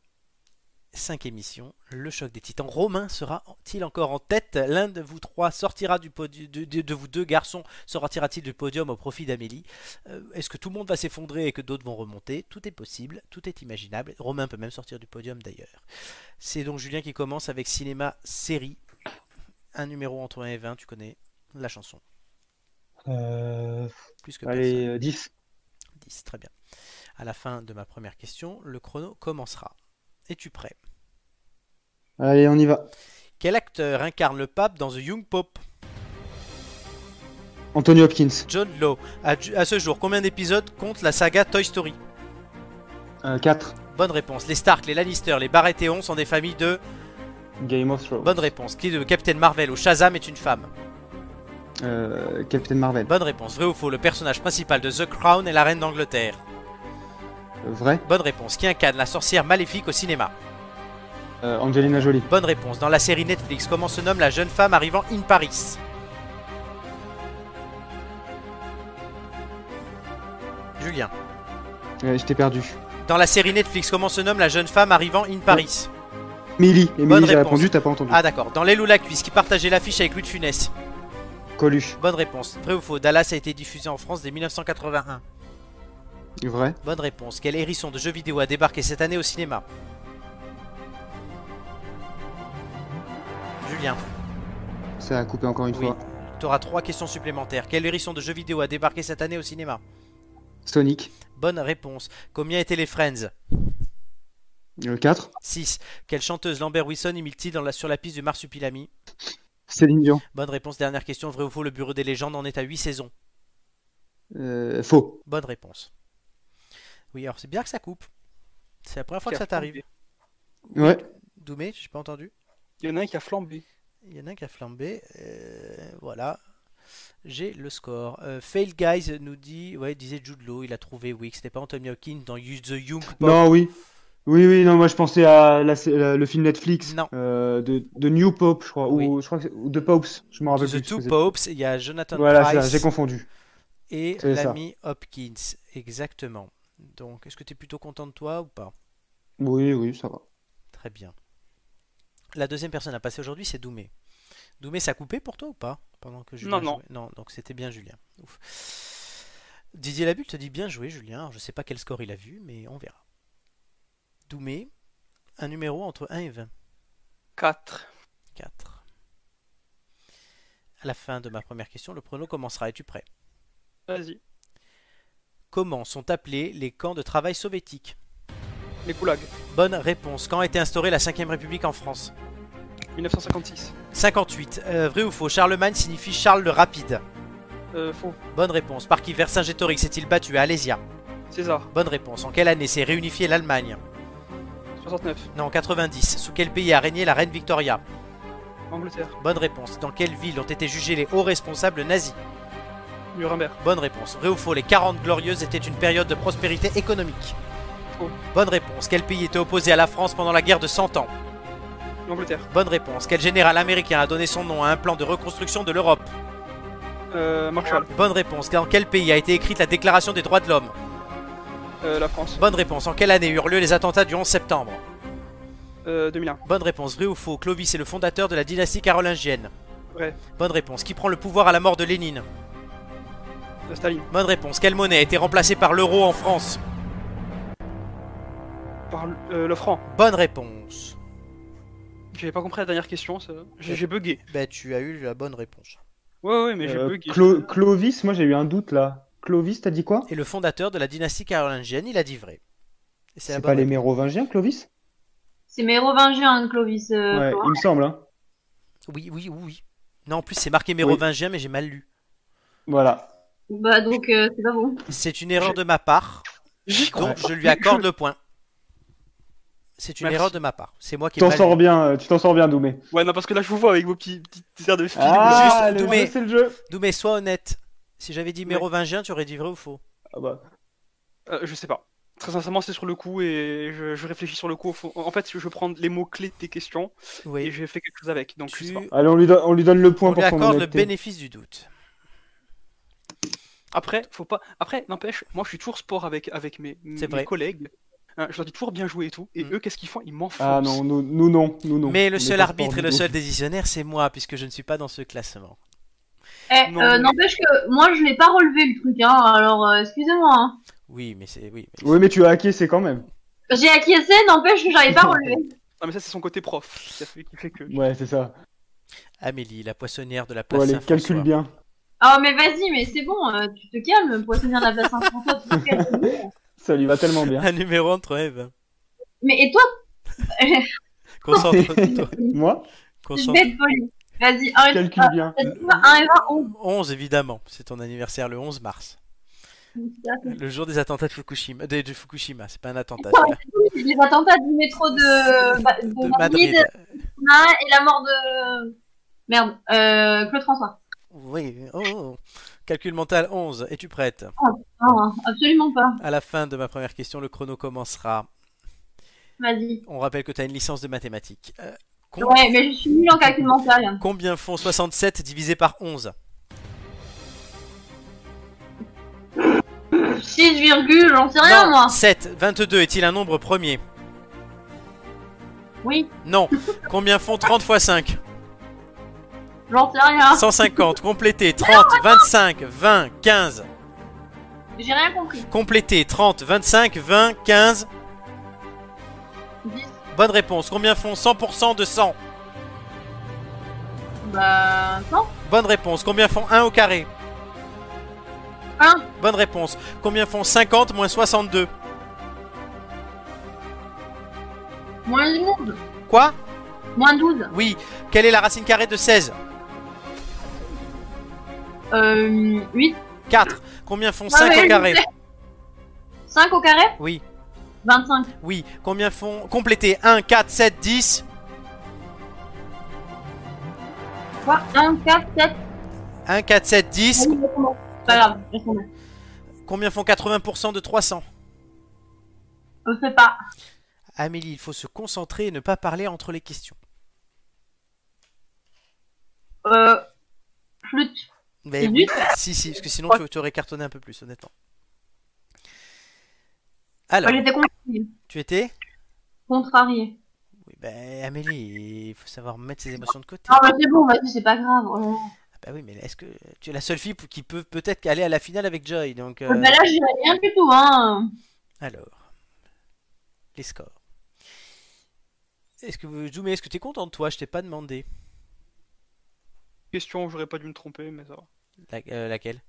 [SPEAKER 1] 5 émissions, le choc des titans. Romain sera-t-il encore en tête L'un de vous trois sortira du podium, de, de- de vous deux garçons sortira-t-il du podium au profit d'Amélie Euh, Est-ce que tout le monde va s'effondrer et que d'autres vont remonter Tout est possible, tout est imaginable. Romain peut même sortir du podium d'ailleurs. C'est donc Julien qui commence avec cinéma série. Un numéro entre 1 et 20, tu connais la chanson.
[SPEAKER 3] Euh,
[SPEAKER 1] Plus que personne.
[SPEAKER 3] allez, euh, 10.
[SPEAKER 1] 10, très bien. À la fin de ma première question, le chrono commencera. Es-tu prêt
[SPEAKER 3] Allez, on y va.
[SPEAKER 1] Quel acteur incarne le pape dans The Young Pope
[SPEAKER 3] Anthony Hopkins,
[SPEAKER 1] John Law. À, ju- à ce jour, combien d'épisodes compte la saga Toy Story
[SPEAKER 3] 4.
[SPEAKER 1] Bonne réponse. Les Stark, les Lannister, les Baratheon sont des familles de.
[SPEAKER 3] Game of Thrones.
[SPEAKER 1] Bonne réponse. Qui est de Captain Marvel ou Shazam est une femme
[SPEAKER 3] Euh, Captain Marvel.
[SPEAKER 1] Bonne réponse. Vrai ou faux Le personnage principal de The Crown est la reine d'Angleterre.
[SPEAKER 3] Euh, Vrai.
[SPEAKER 1] Bonne réponse. Qui incarne la sorcière maléfique au cinéma
[SPEAKER 3] Euh, Angelina Jolie.
[SPEAKER 1] Bonne réponse. Dans la série Netflix, comment se nomme la jeune femme arrivant in Paris Julien.
[SPEAKER 3] Euh, je t'ai perdu.
[SPEAKER 1] Dans la série Netflix, comment se nomme la jeune femme arrivant in Paris
[SPEAKER 3] Millie. Émilie,
[SPEAKER 1] Bonne
[SPEAKER 3] j'ai
[SPEAKER 1] réponse.
[SPEAKER 3] répondu, t'as pas entendu.
[SPEAKER 1] Ah d'accord. Dans L'aile ou la cuisse, qui partageait l'affiche avec Louis de Funès
[SPEAKER 3] Coluche.
[SPEAKER 1] Bonne réponse. Vrai ou faux Dallas a été diffusé en France dès 1981.
[SPEAKER 3] Vrai.
[SPEAKER 1] Bonne réponse. Quel hérisson de jeu vidéo a débarqué cette année au cinéma Julien.
[SPEAKER 3] Ça a coupé encore une
[SPEAKER 1] Oui.
[SPEAKER 3] fois.
[SPEAKER 1] T'auras trois questions supplémentaires. Quel hérisson de jeu vidéo a débarqué cette année au cinéma
[SPEAKER 3] Sonic.
[SPEAKER 1] Bonne réponse. Combien étaient les Friends
[SPEAKER 3] 4.
[SPEAKER 1] 6. Quelle chanteuse Lambert Wilson imite-t-il dans la- sur la piste du Marsupilami
[SPEAKER 3] Céline Dion.
[SPEAKER 1] Bonne réponse. Dernière question. Vrai ou faux Le Bureau des légendes en est à 8 saisons.
[SPEAKER 3] Euh, faux.
[SPEAKER 1] Bonne réponse. Oui, alors c'est bien que ça coupe. C'est la première fois que
[SPEAKER 2] Qui a
[SPEAKER 1] ça t'arrive.
[SPEAKER 3] Ouais.
[SPEAKER 1] Doumé, j'ai pas entendu.
[SPEAKER 2] Il y en a un qui a flambé.
[SPEAKER 1] Il y en a un qui a flambé. Euh, voilà. J'ai le score. Euh, Fail Guys nous dit, ouais, disait Jude Law, il a trouvé, oui, que c'était pas Anthony Hopkins dans You- The Young Pope.
[SPEAKER 3] Non, oui. Oui, oui, non, moi je pensais à la- la- le film Netflix
[SPEAKER 1] Non.
[SPEAKER 3] euh, de, de New Pope, je crois, ou,
[SPEAKER 1] Oui.
[SPEAKER 3] je crois que c'est- ou de Popes, je me rappelle
[SPEAKER 1] The
[SPEAKER 3] plus ce que
[SPEAKER 1] Two
[SPEAKER 3] c'est.
[SPEAKER 1] Popes, il y a Jonathan
[SPEAKER 3] Voilà, c'est ça,
[SPEAKER 1] Price.
[SPEAKER 3] j'ai confondu.
[SPEAKER 1] et
[SPEAKER 3] C'est ça.
[SPEAKER 1] l'ami Hopkins, exactement. Donc, est-ce que tu es plutôt content de toi ou pas
[SPEAKER 3] Oui, oui, ça va.
[SPEAKER 1] Très bien. La deuxième personne à passer aujourd'hui, c'est Doumé. Doumé, ça a coupé pour toi ou pas Pendant que Julien
[SPEAKER 2] Non, non.
[SPEAKER 1] jouait Non, donc c'était bien Julien. Ouf. Didier Labulle te dit bien joué, Julien. Alors, je sais pas quel score il a vu, mais on verra. Doumé, un numéro entre 1 et 20.
[SPEAKER 2] 4.
[SPEAKER 1] 4. À la fin de ma première question, le prono commencera. Es-tu prêt
[SPEAKER 2] Vas-y.
[SPEAKER 1] Comment sont appelés les camps de travail soviétiques
[SPEAKER 2] Les goulags.
[SPEAKER 1] Bonne réponse. Quand a été instaurée la 5ème République en France
[SPEAKER 2] 1956.
[SPEAKER 1] 58. Euh, vrai ou faux Charlemagne signifie Charles le Rapide.
[SPEAKER 2] Euh, faux.
[SPEAKER 1] Bonne réponse. Par qui Vercingétorix s'est-il battu à Alésia
[SPEAKER 2] César.
[SPEAKER 1] Bonne réponse. En quelle année s'est réunifiée l'Allemagne
[SPEAKER 2] 69,
[SPEAKER 1] Non, 90. Sous quel pays a régné la reine Victoria
[SPEAKER 2] Angleterre,
[SPEAKER 1] Bonne réponse. Dans quelle ville ont été jugés les hauts responsables nazis
[SPEAKER 2] Nuremberg,
[SPEAKER 1] Bonne réponse. Vrai ou faux, les 40 Glorieuses étaient une période de prospérité économique
[SPEAKER 2] Faux.
[SPEAKER 1] Bonne réponse. Quel pays était opposé à la France pendant la guerre de 100 ans
[SPEAKER 2] Angleterre,
[SPEAKER 1] Bonne réponse. Quel général américain a donné son nom à un plan de reconstruction de l'Europe
[SPEAKER 2] euh, Marshall,
[SPEAKER 1] Bonne réponse. Dans quel pays a été écrite la Déclaration des droits de l'homme
[SPEAKER 2] euh, la France,
[SPEAKER 1] Bonne réponse. En quelle année eurent lieu les attentats du 11 septembre
[SPEAKER 2] euh, 2001,
[SPEAKER 1] Bonne réponse. Vrai ou faux, Clovis est le fondateur de la dynastie carolingienne
[SPEAKER 2] Vrai.
[SPEAKER 1] Bonne réponse. Qui prend le pouvoir à la mort de Lénine
[SPEAKER 2] euh, Staline,
[SPEAKER 1] Bonne réponse. Quelle monnaie a été remplacée par l'euro en France
[SPEAKER 2] par le- euh, le franc.
[SPEAKER 1] Bonne réponse.
[SPEAKER 2] J'avais pas compris la dernière question, ça- j'ai j'ai bugué.
[SPEAKER 1] Ben, tu as eu la bonne réponse.
[SPEAKER 2] Ouais, ouais, mais j'ai
[SPEAKER 3] Euh,
[SPEAKER 2] bugué.
[SPEAKER 3] Clo- Clovis, moi j'ai eu un doute là. Clovis, t'as dit quoi
[SPEAKER 1] Et le fondateur de la dynastie carolingienne, il a dit vrai. Et
[SPEAKER 3] C'est
[SPEAKER 1] la
[SPEAKER 3] pas
[SPEAKER 1] bonne
[SPEAKER 3] les
[SPEAKER 1] réponse.
[SPEAKER 3] Mérovingiens, Clovis
[SPEAKER 6] C'est mérovingien, Clovis. euh,
[SPEAKER 3] Ouais,
[SPEAKER 6] Florent.
[SPEAKER 3] il me semble. hein.
[SPEAKER 1] Oui, oui, oui, oui. Non, en plus, c'est marqué mérovingien, mais j'ai mal lu.
[SPEAKER 3] Voilà.
[SPEAKER 6] Bah, donc, euh, c'est pas bon.
[SPEAKER 1] C'est une erreur de ma part.
[SPEAKER 2] J'y crois.
[SPEAKER 1] Donc,
[SPEAKER 2] pas.
[SPEAKER 1] je lui accorde le point. C'est une
[SPEAKER 2] Merci.
[SPEAKER 1] erreur de ma part. C'est moi qui
[SPEAKER 3] Tu
[SPEAKER 1] ai
[SPEAKER 3] t'en
[SPEAKER 1] mal
[SPEAKER 3] sors
[SPEAKER 1] lu.
[SPEAKER 3] bien, euh, tu t'en sors bien, Doumé.
[SPEAKER 2] Ouais, non, parce que là, je vous vois avec vos petits, petits airs de filou.
[SPEAKER 3] Ah,
[SPEAKER 1] juste,
[SPEAKER 3] le
[SPEAKER 1] Doumé.
[SPEAKER 3] jeu, c'est le jeu.
[SPEAKER 1] Doumé, sois honnête. Si j'avais dit mérovingien, tu aurais dit vrai ou faux.
[SPEAKER 3] Ah bah,
[SPEAKER 2] Euh, je sais pas. Très sincèrement, c'est sur le coup et je, je réfléchis sur le coup. au fond. En fait, je prends les mots-clés de tes questions et
[SPEAKER 1] Oui.
[SPEAKER 2] j'ai fait quelque chose avec. Donc, je
[SPEAKER 1] Tu...
[SPEAKER 2] sais pas.
[SPEAKER 3] Allez, on lui, donne- on lui donne le point
[SPEAKER 1] On lui
[SPEAKER 3] pour son
[SPEAKER 1] accorde le
[SPEAKER 3] honnêteté.
[SPEAKER 1] bénéfice du doute.
[SPEAKER 2] Après, faut pas. Après, n'empêche, moi, je suis toujours sport avec, avec mes,
[SPEAKER 1] C'est
[SPEAKER 2] mes
[SPEAKER 1] vrai.
[SPEAKER 2] collègues. Hein, je leur dis toujours bien joué et tout. Et
[SPEAKER 1] Mm.
[SPEAKER 2] eux, qu'est-ce qu'ils font Ils m'enfoncent.
[SPEAKER 3] Ah non, nous, nous non, nous non.
[SPEAKER 1] Mais le
[SPEAKER 3] On
[SPEAKER 1] seul
[SPEAKER 3] est pas
[SPEAKER 1] arbitre
[SPEAKER 3] sport
[SPEAKER 1] et
[SPEAKER 3] du
[SPEAKER 1] le
[SPEAKER 3] tout.
[SPEAKER 1] seul décisionnaire, c'est moi, puisque je ne suis pas dans ce classement.
[SPEAKER 6] Eh,
[SPEAKER 2] Non,
[SPEAKER 6] euh,
[SPEAKER 2] mais-
[SPEAKER 6] n'empêche que moi, je l'ai pas relevé le truc, hein, alors euh, excusez-moi. hein.
[SPEAKER 1] Oui, mais c'est. Oui, mais-
[SPEAKER 3] Oui, mais tu as hacké, c'est quand même.
[SPEAKER 6] J'ai acquiescé, n'empêche que j'avais pas relevé.
[SPEAKER 2] Ah, mais ça, c'est son côté prof qui a fait, qui fait que.
[SPEAKER 1] Mm.
[SPEAKER 3] Ouais, c'est ça.
[SPEAKER 1] Amélie, la poissonnière de la
[SPEAKER 3] Bon,
[SPEAKER 1] place
[SPEAKER 3] allez,
[SPEAKER 1] Saint-François.
[SPEAKER 3] calcule bien.
[SPEAKER 6] Oh, mais vas-y, mais c'est bon, euh, tu te calmes, poissonnière de la hein. place Saint-François, tu te calmes.
[SPEAKER 3] Ça lui va tellement bien.
[SPEAKER 1] Un numéro entre eux, ben.
[SPEAKER 6] Mais et toi,
[SPEAKER 1] Concentre-toi.
[SPEAKER 3] Moi,
[SPEAKER 6] je
[SPEAKER 1] Concentre-
[SPEAKER 6] vais être poli. Vas-y, arrête.
[SPEAKER 3] calcule bien.
[SPEAKER 6] 1 et 20, 11.
[SPEAKER 1] 11, évidemment. C'est ton anniversaire le 11 mars. Le jour des attentats de Fukushima. De, de Fukushima, c'est pas un attentat. c'est la-
[SPEAKER 6] Les attentats du métro de, bah, de,
[SPEAKER 1] De
[SPEAKER 6] Madrid,
[SPEAKER 1] Madrid.
[SPEAKER 6] hein, et la mort de. Merde, euh, Claude François.
[SPEAKER 1] Oui, oh, oh. Calcul mental 11. Es-tu prête
[SPEAKER 6] Ah, Non, absolument pas.
[SPEAKER 1] À la fin de ma première question, le chrono commencera.
[SPEAKER 6] Vas-y.
[SPEAKER 1] On rappelle que tu as une licence de mathématiques. Euh, com-
[SPEAKER 6] Ouais, mais je suis nulle en calcul mental. hein.
[SPEAKER 1] Combien font 67 divisé par 11
[SPEAKER 6] 6, virgule, j'en sais rien,
[SPEAKER 1] Non,
[SPEAKER 6] moi.
[SPEAKER 1] 7. 22 est-il un nombre premier
[SPEAKER 6] Oui,
[SPEAKER 1] Non. Combien font 30 x 5
[SPEAKER 6] j'en sais rien.
[SPEAKER 1] 150. Complétez 30, 25, 20, 15.
[SPEAKER 6] J'ai rien compris.
[SPEAKER 1] Complétez 30, 25, 20, 15.
[SPEAKER 6] 10,
[SPEAKER 1] Bonne réponse. Combien font 100% de 100
[SPEAKER 6] bah. 100.
[SPEAKER 1] Bonne réponse. Combien font 1 au carré
[SPEAKER 6] 1,
[SPEAKER 1] Bonne réponse. Combien font 50 moins 62
[SPEAKER 6] moins 11,
[SPEAKER 1] Quoi
[SPEAKER 6] moins 12.
[SPEAKER 1] Oui. Quelle est la racine carrée de 16
[SPEAKER 6] Euh, 8,
[SPEAKER 1] 4. Combien font
[SPEAKER 6] Ah
[SPEAKER 1] 5
[SPEAKER 6] ouais,
[SPEAKER 1] au
[SPEAKER 6] je
[SPEAKER 1] carré
[SPEAKER 6] 5 au carré,
[SPEAKER 1] Oui.
[SPEAKER 6] 25.
[SPEAKER 1] Oui. Combien font Complétez 1, 4, 7, 10.
[SPEAKER 6] Quoi 1, 4, 7.
[SPEAKER 1] 1, 4, 7, 10.
[SPEAKER 6] Pas grave, je sais
[SPEAKER 1] Combien font 80% de 300
[SPEAKER 6] Je sais pas.
[SPEAKER 1] Amélie, il faut se concentrer et ne pas parler entre les questions.
[SPEAKER 6] Euh. Flûte.
[SPEAKER 1] Mais
[SPEAKER 6] C'est
[SPEAKER 1] oui,
[SPEAKER 6] nul.
[SPEAKER 1] si, si, parce que sinon tu tu aurais cartonné un peu plus, honnêtement. Alors,
[SPEAKER 6] Moi, J'étais con-
[SPEAKER 1] tu étais
[SPEAKER 6] contrariée.
[SPEAKER 1] Oui, ben Amélie, il faut savoir mettre ses émotions de côté.
[SPEAKER 6] Non, mais c'est bon, vas-y, c'est pas grave. oh là là.
[SPEAKER 1] Bah oui, mais est-ce que tu es la seule fille pour- qui peut peut-être aller à la finale avec Joy Donc, euh,
[SPEAKER 6] Bah là, j'ai rien du tout, hein.
[SPEAKER 1] alors, les scores. Est-ce que vous Zoomé, est-ce que tu es content de toi Je t'ai pas demandé
[SPEAKER 2] Question, j'aurais pas dû me tromper, mais ça va.
[SPEAKER 1] La- euh, laquelle.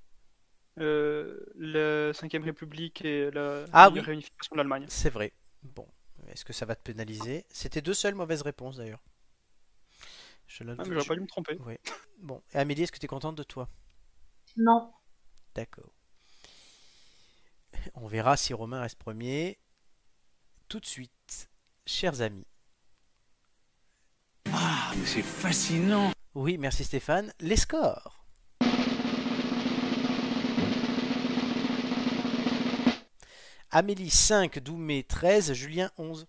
[SPEAKER 2] Euh, la 5ème République et la,
[SPEAKER 1] Ah
[SPEAKER 2] la
[SPEAKER 1] oui.
[SPEAKER 2] réunification de l'Allemagne.
[SPEAKER 1] C'est vrai. Bon, est-ce que ça va te pénaliser C'était deux seules mauvaises réponses d'ailleurs. Je note-
[SPEAKER 2] Ah, mais
[SPEAKER 1] je-
[SPEAKER 2] j'aurais pas dû me tromper.
[SPEAKER 1] Bon, et Amélie, est-ce que tu es contente de toi
[SPEAKER 6] Non.
[SPEAKER 1] D'accord. On verra si Romain reste premier. Tout de suite, chers amis.
[SPEAKER 8] Ah, mais c'est fascinant
[SPEAKER 1] Oui, merci Stéphane. Les scores. Amélie 5, Doumé 13, Julien 11.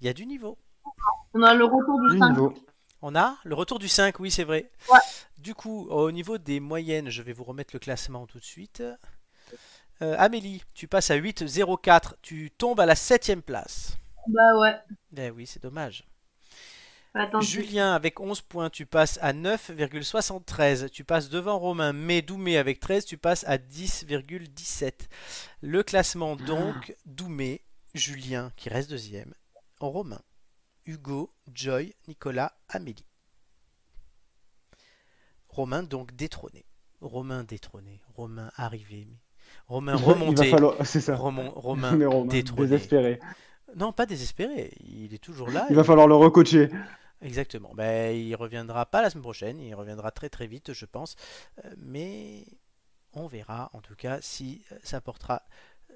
[SPEAKER 1] Il y a du niveau.
[SPEAKER 6] On a le retour du
[SPEAKER 3] Du
[SPEAKER 6] 5.
[SPEAKER 3] niveau.
[SPEAKER 1] On a le retour du 5, oui, c'est vrai.
[SPEAKER 6] Ouais.
[SPEAKER 1] Du coup, au niveau des moyennes, je vais vous remettre le classement tout de suite. Euh, Amélie, tu passes à 8,04. Tu tombes à la 7 place.
[SPEAKER 6] Bah ouais.
[SPEAKER 1] Eh oui, c'est dommage.
[SPEAKER 6] Attends.
[SPEAKER 1] Julien, avec 11 points, tu passes à 9,73. Tu passes devant Romain. Mais Doumé, avec 13, tu passes à 10,17. Le classement,
[SPEAKER 3] Ah.
[SPEAKER 1] donc, Doumé, Julien, qui reste deuxième, Romain, Hugo, Joy, Nicolas, Amélie. Romain, donc, détrôné. Romain détrôné. Romain arrivé. mais- Romain
[SPEAKER 3] Il va
[SPEAKER 1] remonté.
[SPEAKER 3] falloir, c'est ça.
[SPEAKER 1] Romon- Romain
[SPEAKER 3] Mais Romain,
[SPEAKER 1] détrôné.
[SPEAKER 3] désespéré.
[SPEAKER 1] Non, pas désespéré. Il est toujours là.
[SPEAKER 3] Il va falloir le recoacher.
[SPEAKER 1] Exactement. Ben, il reviendra pas la semaine prochaine, il reviendra très très vite, je pense. Euh, Mais on verra en tout cas si euh, ça portera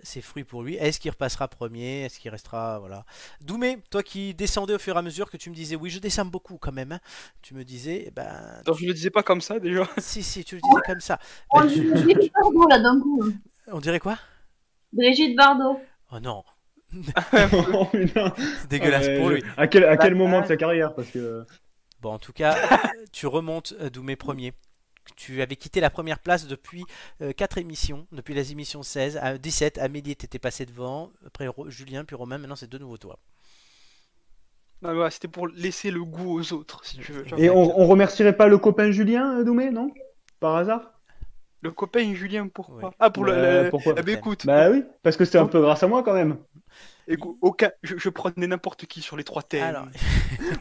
[SPEAKER 1] ses fruits pour lui. Est-ce qu'il repassera premier Est-ce qu'il restera voilà. Doumé, toi qui descendais au fur et à mesure que tu me disais oui, je descends beaucoup quand même. hein. Tu me disais eh ben
[SPEAKER 2] Donc je le disais pas comme ça déjà.
[SPEAKER 1] si si, tu le disais comme ça.
[SPEAKER 6] On
[SPEAKER 1] Ben, tu-
[SPEAKER 6] dit Brigitte Bardot là d'un coup.
[SPEAKER 1] on dirait quoi
[SPEAKER 6] Brigitte Bardot.
[SPEAKER 1] Oh non,
[SPEAKER 3] Oh, putain.
[SPEAKER 1] c'est dégueulasse
[SPEAKER 3] Ah,
[SPEAKER 1] pour
[SPEAKER 3] ouais,
[SPEAKER 1] lui.
[SPEAKER 3] À quel, à quel moment de sa carrière Parce que
[SPEAKER 1] Bon, en tout cas, tu remontes euh, Doumé premier. Tu avais quitté la première place depuis 4 émissions, depuis les émissions 16 à 17. Amélie t'étais passé devant, après Ro- Julien, puis Romain, maintenant c'est de nouveau toi.
[SPEAKER 2] Non, mais voilà, c'était pour laisser le goût aux autres, si tu veux. tu vois.
[SPEAKER 3] Et on, on remercierait pas le copain Julien euh, Doumé, non Par hasard
[SPEAKER 2] Le copain Julien, pourquoi
[SPEAKER 1] Ouais.
[SPEAKER 2] Ah, pour le.
[SPEAKER 3] Euh,
[SPEAKER 2] le-
[SPEAKER 3] pourquoi
[SPEAKER 2] Ah, bah écoute,
[SPEAKER 3] Bah oui, parce que c'était un peu grâce à moi quand même.
[SPEAKER 2] écoute, aucun... je, je prenais n'importe qui sur les trois thèmes.
[SPEAKER 1] Alors,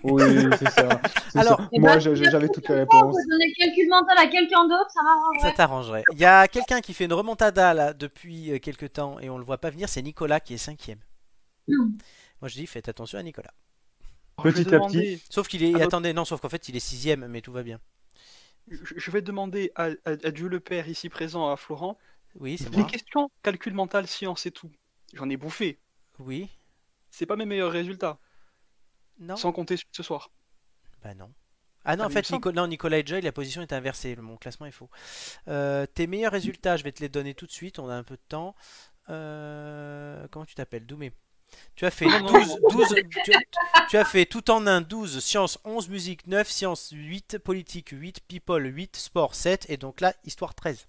[SPEAKER 3] Oui, c'est ça. c'est
[SPEAKER 1] Alors-
[SPEAKER 3] ça.
[SPEAKER 6] Eh
[SPEAKER 3] moi
[SPEAKER 6] ben,
[SPEAKER 3] je- je- j'avais toutes les
[SPEAKER 6] On
[SPEAKER 3] réponses.
[SPEAKER 6] peut donner le calcul mental à quelqu'un d'autre, ça
[SPEAKER 1] ça
[SPEAKER 6] m'arrangerait.
[SPEAKER 1] t'arrangerait. Il y a quelqu'un qui fait une remontada là depuis euh, quelques temps et on le voit pas venir, c'est Nicolas qui est cinquième.
[SPEAKER 6] Non.
[SPEAKER 1] Moi je dis faites attention à Nicolas.
[SPEAKER 2] Je vais
[SPEAKER 3] Petit à
[SPEAKER 2] demander-
[SPEAKER 1] Sauf qu'il est.
[SPEAKER 2] Ah, non.
[SPEAKER 1] Attendez, non, sauf qu'en fait il est sixième, mais tout va bien.
[SPEAKER 2] Je je vais demander à, à- à Dieu le Père ici présent, à Florent,
[SPEAKER 1] Oui, c'est
[SPEAKER 2] les
[SPEAKER 1] moi.
[SPEAKER 2] questions calcul mental, science et tout. J'en ai bouffé.
[SPEAKER 1] Oui.
[SPEAKER 2] C'est pas mes meilleurs résultats,
[SPEAKER 1] Non.
[SPEAKER 2] sans compter celui de ce soir.
[SPEAKER 1] Bah non. Ah non,
[SPEAKER 2] Ah,
[SPEAKER 1] en
[SPEAKER 2] mais
[SPEAKER 1] fait,
[SPEAKER 2] il me
[SPEAKER 1] Nico- non, Nicolas et Joy, la position est inversée. Mon classement est faux. Euh, tes meilleurs résultats, je vais te les donner tout de suite. On a un peu de temps. Euh, comment tu t'appelles Doumé. Tu as fait 12, 12 tu, as- tu as fait tout en un 12, sciences 11, musique 9, sciences 8, politique 8, people 8, sport 7, et donc là, histoire 13.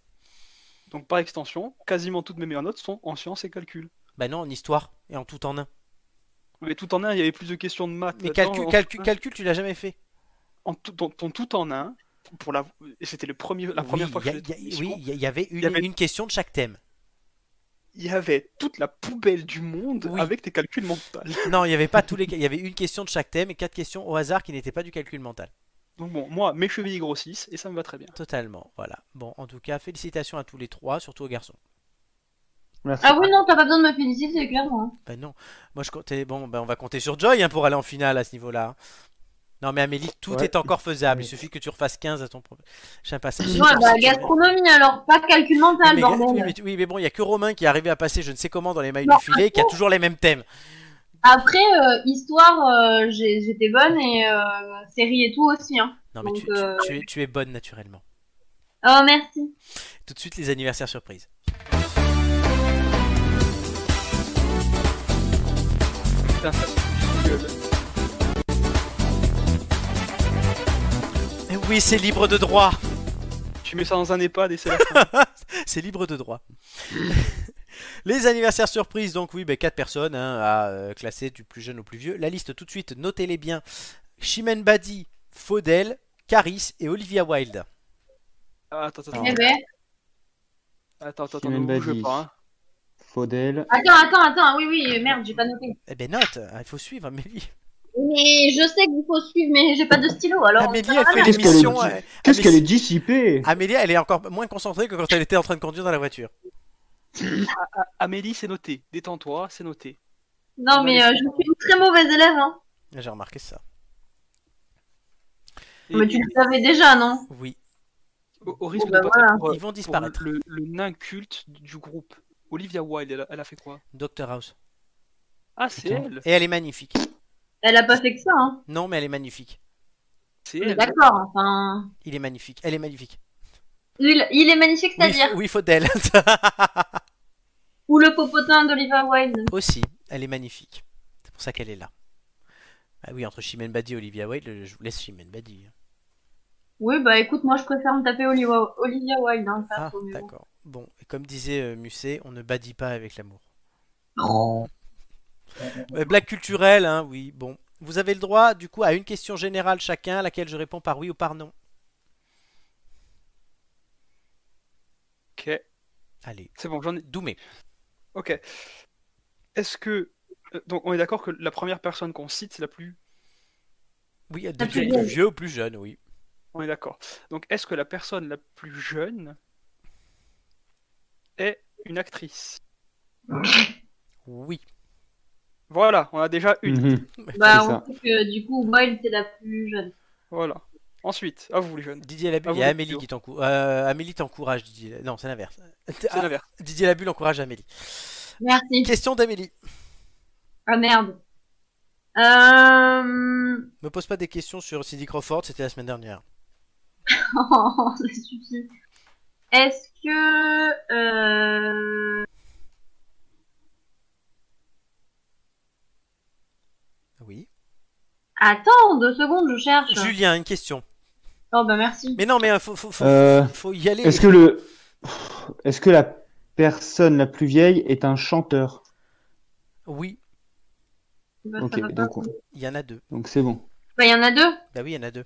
[SPEAKER 2] Donc par extension, quasiment toutes mes meilleures notes sont en science et calcul.
[SPEAKER 1] Bah non, en histoire, et en tout en un.
[SPEAKER 2] Mais tout en un, il y avait plus de questions de maths.
[SPEAKER 1] Mais
[SPEAKER 2] là-dedans,
[SPEAKER 1] calcul,
[SPEAKER 2] en-
[SPEAKER 1] calcul, calcul, tu l'as jamais fait.
[SPEAKER 2] En tout, dans- dans tout en un, pour la, et c'était le premier, la première
[SPEAKER 1] Oui,
[SPEAKER 2] fois que
[SPEAKER 1] il
[SPEAKER 2] je
[SPEAKER 1] y a-
[SPEAKER 2] faisais
[SPEAKER 1] il y a-
[SPEAKER 2] cette
[SPEAKER 1] oui,
[SPEAKER 2] émission,
[SPEAKER 1] il y avait une,
[SPEAKER 2] y avait-
[SPEAKER 1] une question de chaque thème.
[SPEAKER 2] il y avait toute la poubelle du monde
[SPEAKER 1] Oui.
[SPEAKER 2] avec tes calculs mentaux.
[SPEAKER 1] Non, il n'y avait pas tous les. Il y avait une question de chaque thème et quatre questions au hasard qui n'étaient pas du calcul mental.
[SPEAKER 2] Donc bon, moi, mes chevilles grossissent et ça me va très bien.
[SPEAKER 1] Totalement. Voilà. Bon, en tout cas, félicitations à tous les trois, surtout aux garçons.
[SPEAKER 3] Merci.
[SPEAKER 6] Ah oui, non, t'as pas besoin de me féliciter, clairement.
[SPEAKER 1] Ben non. Moi, je comptais. Bon, ben on va compter sur Joy hein, pour aller en finale à ce niveau-là. hein. Non, mais Amélie, tout
[SPEAKER 3] Ouais.
[SPEAKER 1] est encore faisable. Il
[SPEAKER 3] Oui.
[SPEAKER 1] suffit que tu refasses 15 à ton problème. Je sais pas ça.
[SPEAKER 6] Ouais, bah, gastronomie alors, pas calcul mental,
[SPEAKER 1] mais,
[SPEAKER 6] bordel.
[SPEAKER 1] oui, mais- oui, mais bon, il y a que Romain qui est arrivé à passer je ne sais comment dans les mailles
[SPEAKER 6] Non,
[SPEAKER 1] du filet et qui a toujours les mêmes thèmes.
[SPEAKER 6] Après, euh, histoire, euh, j'ai- j'étais bonne et euh, série et tout aussi. Hein.
[SPEAKER 1] Non, mais
[SPEAKER 6] Donc,
[SPEAKER 1] tu, tu-
[SPEAKER 6] euh,
[SPEAKER 1] tu es, tu es bonne naturellement.
[SPEAKER 6] Oh, merci.
[SPEAKER 1] Tout de suite, les anniversaires surprises.
[SPEAKER 2] Putain, ça, c'est une gueule.
[SPEAKER 1] Eh Oui, c'est libre de droit.
[SPEAKER 2] Tu mets ça dans un EHPAD et c'est la fin.
[SPEAKER 1] C'est libre de droit. Les anniversaires surprises, donc oui, ben, 4 personnes hein, à euh, classer du plus jeune au plus vieux. La liste tout de suite, notez-les bien. Chimène Badi, Faudel, Caris et Olivia Wilde.
[SPEAKER 2] Ah, Attends, attends,
[SPEAKER 6] Eh
[SPEAKER 2] attends.
[SPEAKER 6] ben,
[SPEAKER 2] Attends, attends,
[SPEAKER 3] Simone
[SPEAKER 2] ne bouge
[SPEAKER 3] Badi.
[SPEAKER 2] pas. hein.
[SPEAKER 3] Faudel.
[SPEAKER 6] attends, attends, attends. Oui, oui, merde, j'ai pas noté.
[SPEAKER 1] Eh ben note, hein, il faut suivre Amélie.
[SPEAKER 6] Mais je sais qu'il faut suivre, mais j'ai pas de stylo. Alors,
[SPEAKER 1] Amélie, elle fait
[SPEAKER 3] Qu'est-ce qu'elle
[SPEAKER 1] l'émission.
[SPEAKER 3] est-
[SPEAKER 1] euh,
[SPEAKER 3] Qu'est-ce
[SPEAKER 1] Amélie-
[SPEAKER 3] qu'elle est dissipée
[SPEAKER 1] Amélie, elle est encore moins concentrée que quand elle était en train de conduire dans la voiture.
[SPEAKER 2] Amélie, c'est noté. Détends-toi, c'est noté.
[SPEAKER 6] non, mais euh, je suis une très mauvaise élève. Hein.
[SPEAKER 1] J'ai remarqué ça.
[SPEAKER 2] Et-
[SPEAKER 6] Mais tu le savais déjà, non
[SPEAKER 1] Oui,
[SPEAKER 2] au, au risque
[SPEAKER 6] Bon, bah
[SPEAKER 2] de
[SPEAKER 6] voilà.
[SPEAKER 2] pour, euh,
[SPEAKER 1] ils vont
[SPEAKER 2] pour le-
[SPEAKER 1] disparaître.
[SPEAKER 2] le, le nain culte du groupe. Olivia Wilde, elle, a- elle a fait quoi
[SPEAKER 1] Dr House.
[SPEAKER 2] Ah, c'est elle
[SPEAKER 1] Et elle est magnifique.
[SPEAKER 6] Elle a pas fait que ça, hein.
[SPEAKER 1] Non, mais elle est magnifique.
[SPEAKER 2] C'est
[SPEAKER 6] Mais
[SPEAKER 2] elle
[SPEAKER 6] D'accord, enfin.
[SPEAKER 1] Il est magnifique. Elle est magnifique.
[SPEAKER 6] Il, il est magnifique,
[SPEAKER 1] Oui,
[SPEAKER 6] c'est-à-dire.
[SPEAKER 1] fa- oui faut d'elle.
[SPEAKER 6] Ou le popotin d'Oliver Wilde.
[SPEAKER 1] Aussi, elle est magnifique. C'est pour ça qu'elle est là. Ah oui, entre Chimène Badi et Olivia Wilde, le- je vous laisse Chimène Badi. hein.
[SPEAKER 6] Oui, bah écoute, moi je préfère me taper Olivia, Olivia Wilde. Hein, ça,
[SPEAKER 1] Ah,
[SPEAKER 6] faut mieux.
[SPEAKER 1] d'accord. Bon, et comme disait euh, Musset, on ne badit pas avec l'amour. Euh, blague culturelle, hein, oui, bon. Vous avez le droit, du coup, à une question générale chacun, à laquelle je réponds par oui ou par non.
[SPEAKER 2] Ok,
[SPEAKER 1] Allez,
[SPEAKER 2] c'est bon, j'en ai.
[SPEAKER 1] Doumé.
[SPEAKER 2] Ok. Est-ce que. euh, Donc, on est d'accord que la première personne qu'on cite, c'est la plus.
[SPEAKER 1] Oui, de,
[SPEAKER 6] La plus
[SPEAKER 1] de
[SPEAKER 6] vieille.
[SPEAKER 1] vieux ou plus jeune, oui.
[SPEAKER 2] On est d'accord. Donc, est-ce que la personne la plus jeune est une actrice
[SPEAKER 1] Oui.
[SPEAKER 2] Voilà, on a déjà une.
[SPEAKER 3] Mhm.
[SPEAKER 6] Bah,
[SPEAKER 3] C'est
[SPEAKER 6] on
[SPEAKER 3] ça.
[SPEAKER 6] sait que du coup, Wilde c'est la plus jeune.
[SPEAKER 2] Voilà. Ensuite, à vous les jeunes.
[SPEAKER 1] Didier Labulle,
[SPEAKER 2] Ah,
[SPEAKER 1] il
[SPEAKER 2] vous,
[SPEAKER 1] y a
[SPEAKER 2] le
[SPEAKER 1] Amélie
[SPEAKER 2] duo.
[SPEAKER 1] qui t'encourage. Euh, Amélie t'encourage, Didier. Non, c'est l'inverse.
[SPEAKER 3] Ah,
[SPEAKER 2] C'est l'inverse.
[SPEAKER 1] Didier Labulle encourage Amélie.
[SPEAKER 6] Merci.
[SPEAKER 1] Question d'Amélie.
[SPEAKER 6] Ah merde. Euh...
[SPEAKER 1] Me pose pas des questions sur Cindy Crawford, c'était la semaine dernière.
[SPEAKER 6] Oh, ça suffit. Est-ce que. Euh...
[SPEAKER 1] Oui.
[SPEAKER 6] Attends, deux secondes, je cherche.
[SPEAKER 1] Julien, une question.
[SPEAKER 6] Oh bah merci.
[SPEAKER 1] Mais non, mais euh, faut, faut, faut,
[SPEAKER 3] Euh,
[SPEAKER 1] faut y aller.
[SPEAKER 3] Est-ce que le, est-ce que la personne la plus vieille est un chanteur
[SPEAKER 1] Oui,
[SPEAKER 6] Bah, ça
[SPEAKER 3] Ok,
[SPEAKER 6] va pas.
[SPEAKER 3] donc on-
[SPEAKER 1] il y en a deux.
[SPEAKER 3] donc c'est bon.
[SPEAKER 6] Bah, il y en a deux.
[SPEAKER 1] Bah oui, il y en a deux.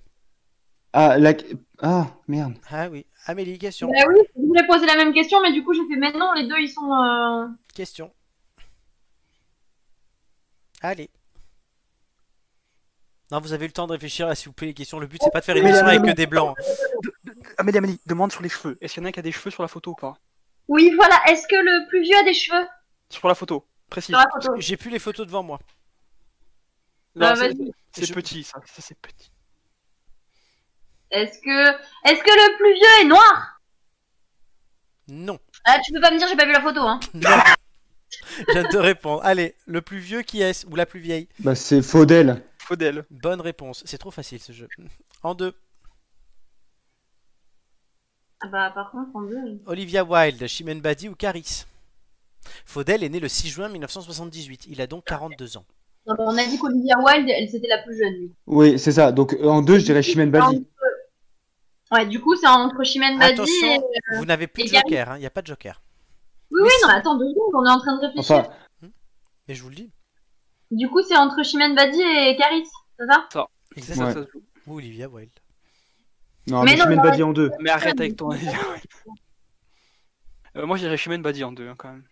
[SPEAKER 3] Ah la, ah merde.
[SPEAKER 1] Ah oui. Amélie, question.
[SPEAKER 6] Bah oui, je voulais poser la même question, mais du coup j'ai fait mais non, les deux ils sont. euh,
[SPEAKER 1] Question. Allez. Non, vous avez eu le temps de réfléchir à s'il vous plaît les questions. Le but c'est pas de faire une émission avec que des blancs.
[SPEAKER 2] Amélie, Amélie, demande sur les cheveux. Est-ce qu'il y en a un qui a des cheveux sur la photo ou pas
[SPEAKER 6] Oui, voilà. Est-ce que le plus vieux a des cheveux
[SPEAKER 2] Sur la photo, précis.
[SPEAKER 6] sur la photo
[SPEAKER 1] J'ai plus les photos devant moi.
[SPEAKER 2] Non,
[SPEAKER 6] Ah,
[SPEAKER 2] c'est-
[SPEAKER 6] vas-y.
[SPEAKER 2] c'est
[SPEAKER 1] Je-
[SPEAKER 2] petit, ça. Ça, c'est petit.
[SPEAKER 6] Est-ce que est-ce que le plus vieux est noir
[SPEAKER 1] Non.
[SPEAKER 6] Ah, tu peux pas me dire j'ai pas vu la photo hein.
[SPEAKER 1] Non. Je viens de te répondre. Allez, le plus vieux qui est ou la plus vieille
[SPEAKER 3] Bah c'est Faudel.
[SPEAKER 2] Faut d'elle.
[SPEAKER 1] Bonne réponse. C'est trop facile ce jeu. En deux.
[SPEAKER 6] Ah bah par contre en deux.
[SPEAKER 1] Olivia Wilde, Chimène Badi ou Caris Faudel est né le 6 juin 1978. Il a donc 42 ans.
[SPEAKER 6] Non, mais on a dit qu'Olivia Wilde, elle c'était la plus jeune. lui.
[SPEAKER 3] Oui c'est ça. Donc en deux je dirais Chimène Badi.
[SPEAKER 6] Ouais, du coup c'est entre Chimène Badi et.
[SPEAKER 1] Attention, vous n'avez plus de
[SPEAKER 6] et Caris.
[SPEAKER 1] joker. hein. Il n'y a pas de joker.
[SPEAKER 6] Oui, oui, non, mais attends deux secondes, on est en train de réfléchir.
[SPEAKER 3] Enfin
[SPEAKER 1] Mais je vous le dis.
[SPEAKER 6] Du coup, c'est entre Chimène Badi et Caris, c'est ça
[SPEAKER 2] C'est
[SPEAKER 1] Exactement.
[SPEAKER 2] ça,
[SPEAKER 3] Ouais.
[SPEAKER 2] ça se joue.
[SPEAKER 1] Ou Olivia Wilde.
[SPEAKER 3] non
[SPEAKER 6] Mais
[SPEAKER 3] mais,
[SPEAKER 6] non,
[SPEAKER 3] Chimène
[SPEAKER 6] non,
[SPEAKER 3] Badi en deux.
[SPEAKER 2] Mais arrête avec
[SPEAKER 6] Ah,
[SPEAKER 2] ton. Euh, moi, j'irais Chimène Badi en deux, hein, quand même.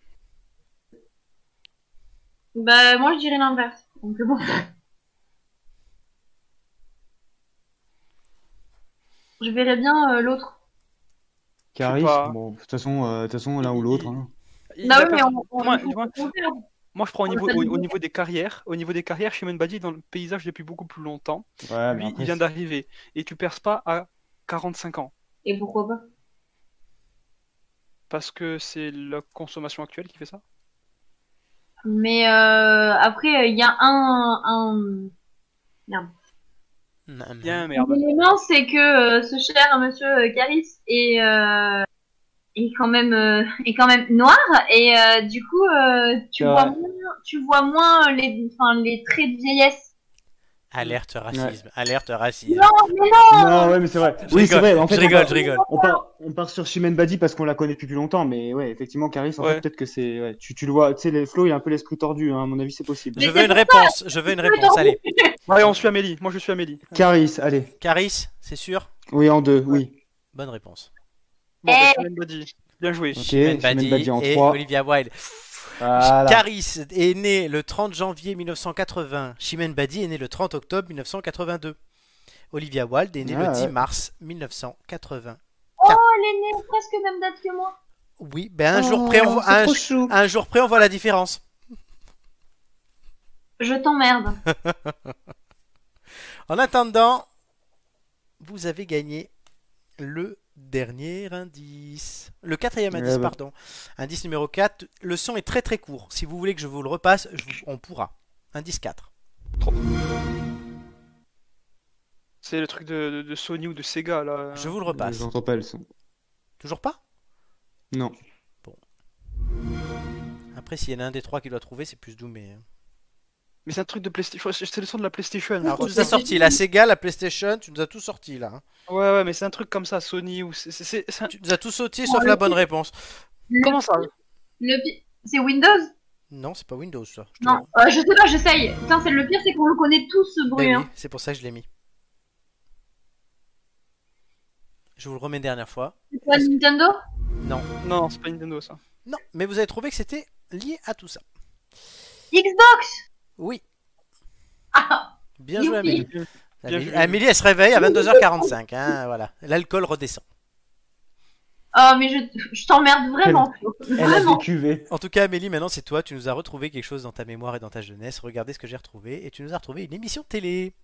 [SPEAKER 6] Bah, moi, je dirais l'inverse. Donc, bon. Je verrais bien euh, l'autre.
[SPEAKER 3] Caris.
[SPEAKER 2] pas.
[SPEAKER 3] Bon de toute façon euh, de toute façon l'un ou l'autre. hein.
[SPEAKER 2] Il
[SPEAKER 6] Bah
[SPEAKER 2] a
[SPEAKER 6] oui,
[SPEAKER 2] pas-
[SPEAKER 6] mais on, on-
[SPEAKER 2] Moi,
[SPEAKER 6] on-
[SPEAKER 2] moi-
[SPEAKER 6] on perd.
[SPEAKER 2] moi, je prends au
[SPEAKER 6] on
[SPEAKER 2] niveau,
[SPEAKER 6] le
[SPEAKER 2] au,
[SPEAKER 6] fait
[SPEAKER 2] au niveau des carrières. Au niveau des carrières, Chimène Badi est dans le paysage depuis beaucoup plus longtemps.
[SPEAKER 3] Ouais, Ah, mais
[SPEAKER 2] Lui,
[SPEAKER 3] après,
[SPEAKER 2] il vient d'arriver. Et tu perces pas à 45 ans.
[SPEAKER 6] Et pourquoi pas
[SPEAKER 2] Parce que c'est la consommation actuelle qui fait ça.
[SPEAKER 6] Mais euh, après, il y a un, un...
[SPEAKER 1] Non, non.
[SPEAKER 2] Bien, merde.
[SPEAKER 6] élément, c'est que euh, ce cher monsieur euh, Caris est, euh, est quand même euh, est quand même noir et euh, du coup, euh, tu
[SPEAKER 3] Ouais.
[SPEAKER 6] vois moins, tu vois moins les, enfin, les traits de vieillesse.
[SPEAKER 1] Alerte racisme. Alerte racisme.
[SPEAKER 3] Non ouais mais c'est vrai.
[SPEAKER 1] Je
[SPEAKER 3] Oui c'est
[SPEAKER 1] rigole,
[SPEAKER 3] vrai. En fait,
[SPEAKER 1] je
[SPEAKER 3] on
[SPEAKER 1] rigole,
[SPEAKER 3] part-
[SPEAKER 1] je rigole.
[SPEAKER 3] On
[SPEAKER 2] Ah,
[SPEAKER 3] part, on part sur Chimène Badi parce qu'on la connaît depuis plus longtemps, mais ouais, effectivement, Caris, en
[SPEAKER 2] Ouais.
[SPEAKER 3] fait, peut-être que c'est. ouais, tu, tu le vois, tu sais, les- Flo, il a un peu l'esprit tordu, hein, à mon avis, c'est possible.
[SPEAKER 1] Je
[SPEAKER 6] Mais
[SPEAKER 1] veux
[SPEAKER 6] c'est
[SPEAKER 1] une réponse. Je veux une réponse. Allez.
[SPEAKER 2] Allez, on suit Amélie. Moi, je suis Amélie.
[SPEAKER 3] Caris, allez.
[SPEAKER 1] Caris, c'est sûr
[SPEAKER 3] Oui, en deux, oui.
[SPEAKER 1] Bonne réponse.
[SPEAKER 2] Bon, bah,
[SPEAKER 6] Eh.
[SPEAKER 2] Chimène Badi. Bien joué.
[SPEAKER 3] Ok,
[SPEAKER 1] Chimène
[SPEAKER 3] Chimène
[SPEAKER 1] Badi
[SPEAKER 3] Badi en
[SPEAKER 1] et
[SPEAKER 3] 3.
[SPEAKER 1] Olivia Wilde.
[SPEAKER 3] Voilà.
[SPEAKER 1] Caris est né le 30 janvier 1980. Chimène Badi est né le 30 octobre 1982. Olivia Wilde est née
[SPEAKER 3] Ah,
[SPEAKER 1] le 10
[SPEAKER 3] ouais.
[SPEAKER 1] mars 1980.
[SPEAKER 6] Oh, Elle est née presque même date que moi.
[SPEAKER 1] Oui, ben
[SPEAKER 3] Oh,
[SPEAKER 1] un jour près, on voit, un, un jour près, on voit la différence.
[SPEAKER 6] Je t'emmerde.
[SPEAKER 1] En attendant, vous avez gagné le Dernier indice. Le quatrième indice,
[SPEAKER 3] Ouais, bah.
[SPEAKER 1] pardon. Indice numéro 4. Le son est très très court. Si vous voulez que je vous le repasse, je vous- on pourra. Indice 4.
[SPEAKER 2] C'est le truc de, de- de Sony ou de Sega là.
[SPEAKER 1] Je vous
[SPEAKER 3] Ah,
[SPEAKER 1] le repasse.
[SPEAKER 3] J'entends pas le son.
[SPEAKER 1] Toujours pas
[SPEAKER 3] Non.
[SPEAKER 1] Après, s'il y en a un des trois qui doit trouver, c'est plus Doumé. hein.
[SPEAKER 2] Mais c'est un truc de PlayStation. C'est le son de la PlayStation. je
[SPEAKER 1] Alors, tu
[SPEAKER 2] crois.
[SPEAKER 1] nous as sorti la Sega, la PlayStation, tu nous as tout sorti là. hein.
[SPEAKER 2] Ouais, ouais, mais c'est un truc comme ça, Sony ou. c'est- c'est- c'est- c'est un-
[SPEAKER 1] Tu nous as tout sauté sauf la bonne réponse.
[SPEAKER 6] Le-
[SPEAKER 2] Comment ça
[SPEAKER 6] le pi- C'est Windows
[SPEAKER 1] Non, c'est pas Windows ça. Je te le-
[SPEAKER 6] Non, euh, je sais pas, j'essaye. Putain, c'est le pire, c'est qu'on le connaît tous ce
[SPEAKER 1] Ben
[SPEAKER 6] bruit.
[SPEAKER 1] oui,
[SPEAKER 6] Hein.
[SPEAKER 1] c'est pour ça que je l'ai mis. Je vous le remets une dernière fois.
[SPEAKER 6] C'est pas Nintendo
[SPEAKER 1] Non.
[SPEAKER 2] Non, c'est pas Nintendo ça.
[SPEAKER 1] Non, mais vous avez trouvé que c'était lié à tout ça.
[SPEAKER 6] Xbox
[SPEAKER 1] Oui,
[SPEAKER 6] Ah
[SPEAKER 1] bien joué Amélie.
[SPEAKER 2] Bien
[SPEAKER 1] Amélie,
[SPEAKER 2] joué.
[SPEAKER 1] Amélie, elle se réveille à 22h45. hein, voilà. L'alcool redescend.
[SPEAKER 6] Oh, mais je, je t'emmerde vraiment. Flo.
[SPEAKER 3] Elle a
[SPEAKER 6] Vraiment.
[SPEAKER 3] décuvé.
[SPEAKER 1] En tout cas, Amélie, maintenant c'est toi. Tu nous as retrouvé quelque chose dans ta mémoire et dans ta jeunesse. Regardez ce que j'ai retrouvé. Et tu nous as retrouvé une émission télé.